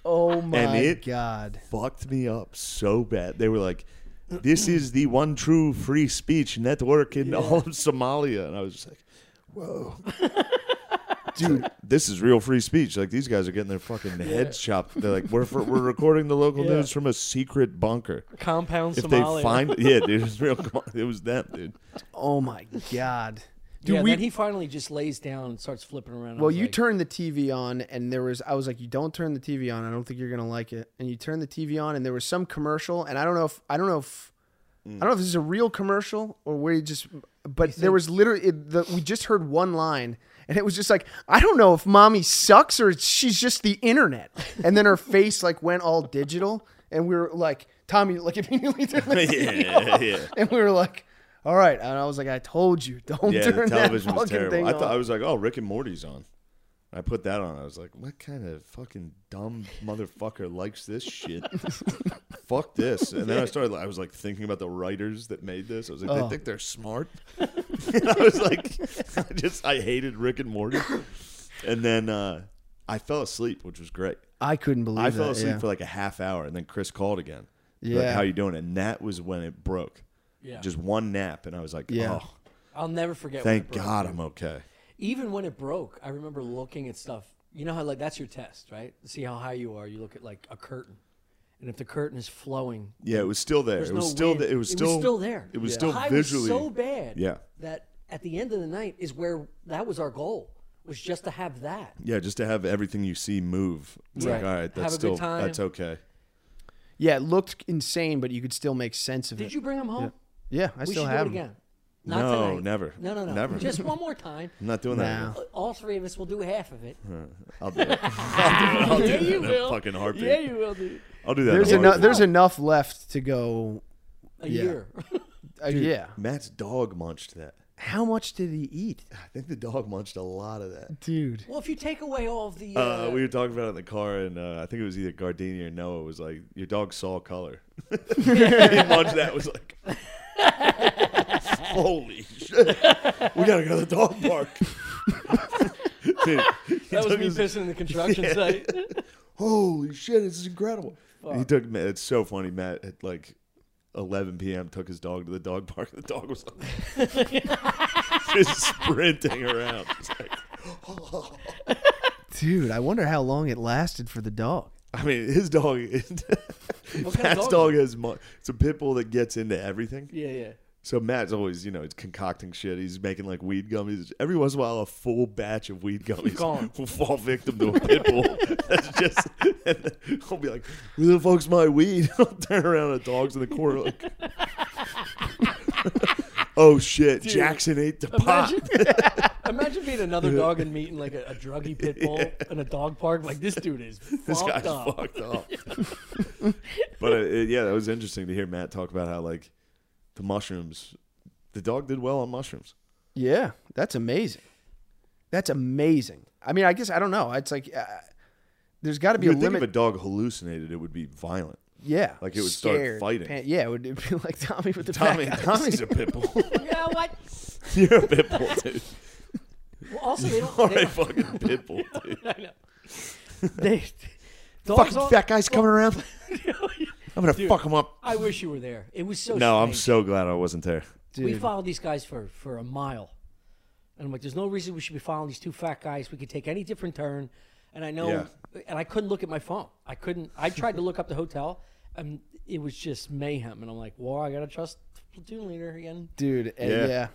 B: Oh my
D: it-
B: god.
D: Fucked me up so bad. They were like, this is the one true free speech network in all of Somalia. And I was just like, whoa. Dude, this is real free speech. Like these guys are getting their fucking heads chopped. They're like, we're for, we're recording the local
A: Yeah.
D: news from a secret bunker.
A: compound
D: If they find yeah, dude, it was real. Come on, it was them, dude.
B: Oh my god. Dude,
A: yeah,
B: we.
A: then he finally just lays down and starts flipping around. I
B: well,
A: was
B: you
A: like,
B: turned the TV on, and there was. I was like, "You don't turn the TV on. I don't think you're gonna like it." And you turned the TV on, and there was some commercial, and I don't know if I don't know if I don't know if this is a real commercial or where you just. But there was literally it, the, we just heard one line, and it was just like, "I don't know if mommy sucks or she's just the internet." And then her face like went all digital, and we were like, "Tommy, like immediately turned the TV
D: Yeah,
B: off."
D: yeah.
B: and we were like. All right, and I was like, I told you, don't
D: Yeah, the
B: turn that
D: television
B: fucking
D: was
B: thing
D: terrible. I
B: on.
D: thought I was like, oh, Rick and Morty's on. I put that on. I was like, what kind of fucking dumb motherfucker likes this shit? Fuck this. And then I started. I was like thinking about the writers that made this. I was like, they
B: Oh.
D: think they're smart. and I was like, I just I hated Rick and Morty. And then uh, I fell asleep, which was great.
B: I couldn't believe
D: I fell
B: that,
D: asleep
B: yeah.
D: for like a half hour, and then Chris called again. He's
B: Yeah.
D: like, how you doing? And that was when it broke.
A: Yeah.
D: just one nap, and I was like,
B: Yeah.
D: oh,
A: I'll never forget. when
D: thank
A: it broke.
D: God I'm okay.
A: Even when it broke, I remember looking at stuff. You know how like that's your test, right? To see how high you are. You look at like a curtain, and if the curtain is flowing,
D: Yeah, it was still there.
A: there's
D: it was
A: no
D: still
A: wind.
D: there. It was still
A: there.
D: It was
A: The
D: still
A: high
D: visually
A: so bad.
D: Yeah.
A: That at the end of the night is where that was our goal was just to have that.
D: Yeah, just to have everything you see move. It's like,
A: Right.
D: all right,
A: Have
D: that's
A: a good
D: still
A: time.
D: that's okay.
B: Yeah, it looked insane, but you could still make sense of it.
A: Did you bring them home?
B: yeah, I
A: we
B: still
A: should
B: have
A: do it
B: 'em.
A: again. Not
D: No,
A: tonight.
D: never.
A: No, no, no.
D: Never.
A: Just one more time.
D: I'm not doing that.
B: Nah.
A: All three of us will do half of it.
D: I'll do it.
A: yeah,
D: that
A: you
D: in a
A: will.
D: fucking heartbeat.
A: Yeah, you will, dude.
D: I'll do that. in a
B: There's
D: heartbeat.
B: enough. There's enough left to go.
A: A
B: Yeah.
A: year.
B: Uh, yeah.
D: Matt's dog munched that.
B: How much did he eat,
D: I think the dog munched a lot of that.
B: dude?
A: well, if you take away all of the. Uh,
D: Uh, we were talking about it in the car, and uh, I think it was either Gardenia or Noah was like, "Your dog saw color." he munched that. Was like, "Holy shit, we gotta go to the dog park." Dude, he
A: that was
D: took
A: me
D: his-
A: pissing in the construction site.
D: Holy shit, this is incredible. He took Matt. It's so funny. Matt at like 11 p.m. took his dog to the dog park. The dog was like, just sprinting around. It's like-
B: Dude, I wonder how long it lasted for the dog.
D: I mean, his dog.
A: What kind of
D: Matt's
A: dog?
D: dog has. Mu- it's a pit bull that gets into everything.
A: yeah, yeah.
D: So Matt's always, you know, he's concocting shit. He's making like weed gummies. Every once in a while, a full batch of weed gummies
A: Gone.
D: will fall victim to a pit bull. That's just, and I'll be like, where the fuck's my weed? I'll turn around and the dog's in the corner like, oh shit, Jackson ate the pot.
A: Imagine, imagine being another dog and meeting like a, a druggy pit bull in a dog park. Like this dude is fucked
D: This guy's
A: up.
D: fucked up. but uh, it, yeah, that was interesting to hear Matt talk about how like the mushrooms, the dog did well on mushrooms.
B: Yeah, that's amazing. That's amazing. I mean, I guess I don't know. It's like uh, there's got to be
D: You
B: a
D: would think
B: limit.
D: if a dog hallucinated, it would be violent.
B: yeah,
D: like it would start fighting.
B: pan- yeah, it would it'd be like Tommy with the
D: Tommy,
B: pack.
D: Tommy's a pit bull.
A: You know what?
D: You're a pit bull, dude.
A: Well, also, they don't.
D: All
A: they
D: right,
A: don't-
D: fucking pit bull, dude.
A: I know. They, dogs
D: Fucking
A: all-
D: fat guy's coming around. I'm gonna fuck him up.
A: I wish you were there. It was so.
D: No, I'm
A: strange.
D: so glad I wasn't there.
A: We followed these guys for for a mile, and I'm like, "There's no reason we should be following these two fat guys. We could take any different turn." And I know,
D: Yeah.
A: and I couldn't look at my phone. I couldn't. I tried to look up the hotel, and it was just mayhem. And I'm like, "Well, I gotta trust the platoon leader again."
B: dude. and
D: Yeah.
B: yeah.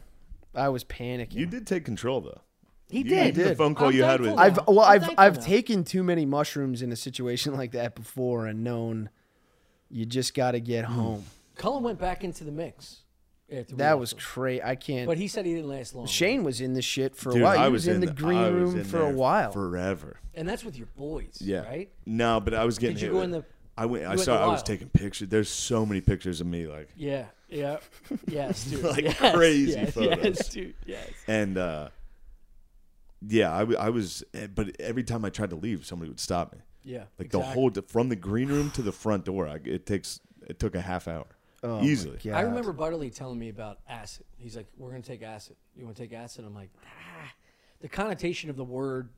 B: I was panicking.
D: You did take control though.
A: He
D: You-
A: did.
D: The phone call
A: I'm
D: you had
A: thankful
D: with
A: now.
B: I've well,
A: I'm
B: I've
A: thankful
B: I've
A: now.
B: taken too many mushrooms in a situation like that before and known you just got to
D: Hmm.
B: get home.
A: Cullen went back into the mix. after we
B: That
A: left
B: was
A: him.
B: crazy. I can't.
A: But he said he didn't last long.
B: Shane was in this shit for
D: Dude,
B: a while.
D: I
B: He was in, the green
D: I was
B: room
D: in
B: for a
D: there
B: while.
D: forever.
A: and that's with your boys,
D: Yeah.
A: right?
D: No, but I was getting.
A: Did you
D: hit
A: go
D: with-
A: in the-
D: I went. I
A: went in
D: saw.
A: the
D: I was
A: wild?
D: taking pictures. There's so many pictures of me, like,
A: Yeah, yeah, yes, dude.
D: Like
A: yes,
D: crazy
A: yes,
D: photos.
A: Yes, dude. Yes.
D: and uh, yeah, I, w- I was. eh, But every time I tried to leave, somebody would stop me.
A: Yeah.
D: Like the
A: exactly.
D: whole from the green room to the front door, I, it takes it took a half hour
B: Oh my
D: easily.
B: God.
A: I remember Butterly telling me about acid. He's like, "We're gonna take acid. You want to take acid?" I'm like, ah. the connotation of the word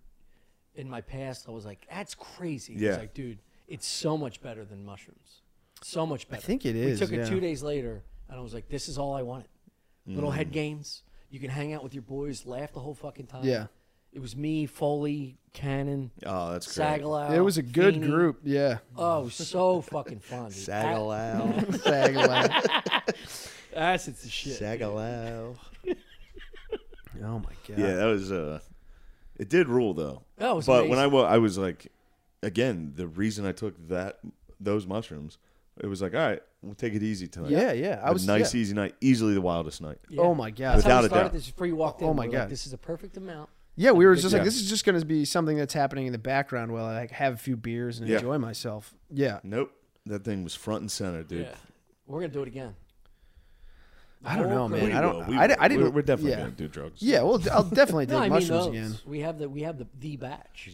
A: in my past, I was like, "That's crazy." He's
D: Yeah.
A: like, "Dude, it's so much better than mushrooms. So much better."
B: think it
A: We
B: is,
A: took it
B: yeah.
A: two days later, and I was like, "This is all I wanted. Little head games. You can hang out with your boys, laugh the whole fucking time."
B: Yeah.
A: It was me, Foley, Cannon,
D: Oh, that's great.
A: Sagalow.
B: It was a good
A: Feeney.
B: group. Yeah.
A: Oh, it was so fucking fun. Dude. Ac-
D: Sagalow.
B: Sagalow.
A: Acid's the shit.
D: Sagalow.
B: oh my god.
D: Yeah, that was uh it did rule though.
A: That was
D: but when
A: amazing.
D: I wa- I was like again, the reason I took that those mushrooms, it was like, all right, we'll take it easy tonight.
B: Yeah, yeah. I
D: A
B: was
D: nice
B: yeah.
D: easy night, easily the wildest night.
A: Yeah.
B: Oh my god.
A: That's how
D: Without
A: we
D: a
A: started
D: doubt.
A: this before you walked in.
B: Oh
A: we
B: my
A: were Like,
B: God.
A: this is a perfect amount.
B: Yeah, we were just
D: Yeah.
B: like, this is just going to be something that's happening in the background while I like, have a few beers and
D: Yeah.
B: enjoy myself. Yeah.
D: Nope. That thing was front and center, dude.
A: Yeah. We're gonna do it again.
B: I don't know,
A: We
B: man. I
D: will,
B: don't.
D: we
B: I, di-
D: will.
B: I didn't.
D: We're, we're definitely
B: yeah.
D: gonna do drugs.
B: Yeah, well, I'll definitely take
A: No, I mean
B: mushrooms
A: those.
B: again.
A: We have the we have the the batch.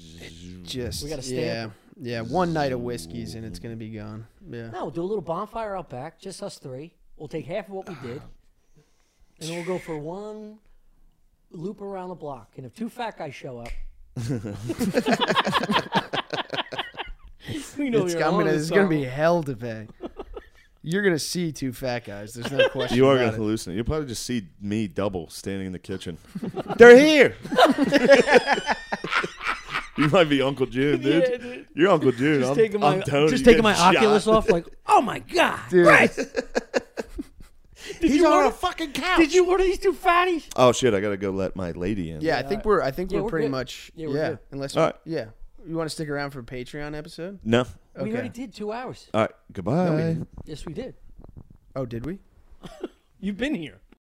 B: Just
A: We gotta stamp
B: yeah, yeah. One night of whiskeys and it's gonna be gone. Yeah,
A: No, we'll do a little bonfire out back, just us three. We'll take half of what
B: Ah.
A: we did, and then we'll go for one loop around the block. And if two fat guys show up, we know
B: it's,
A: you're
B: I'm
A: on
B: gonna.
A: to
B: It's gonna be
A: something.
B: hell to pay. You're gonna see two fat guys. There's no question.
D: You are
B: about
D: gonna hallucinate. You'll probably just see me double standing in the kitchen. They're here. you might be Uncle June, dude.
A: Yeah, dude.
D: You're Uncle June.
A: Just
D: I'm,
A: taking my
D: I'm Tony.
A: just
D: You're
A: taking my
D: getting
A: Oculus
D: shot.
A: off, like, oh my god,
B: Dude.
A: Right.
D: He's
A: you order-
D: fucking couch.
A: Did you order these two fatties?
D: Oh shit! I gotta go let my lady in.
B: Yeah, I think we're. I think
A: Yeah,
B: we're,
A: we're
B: pretty
A: good.
B: much.
A: Yeah,
B: Yeah,
A: we're good.
B: unless.
D: All right.
B: Yeah, you want to stick around for a Patreon episode?
D: No.
A: We
B: Okay.
A: already did two hours.
D: All right, goodbye.
A: Yes, we did.
B: Oh, did we?
A: You've been here.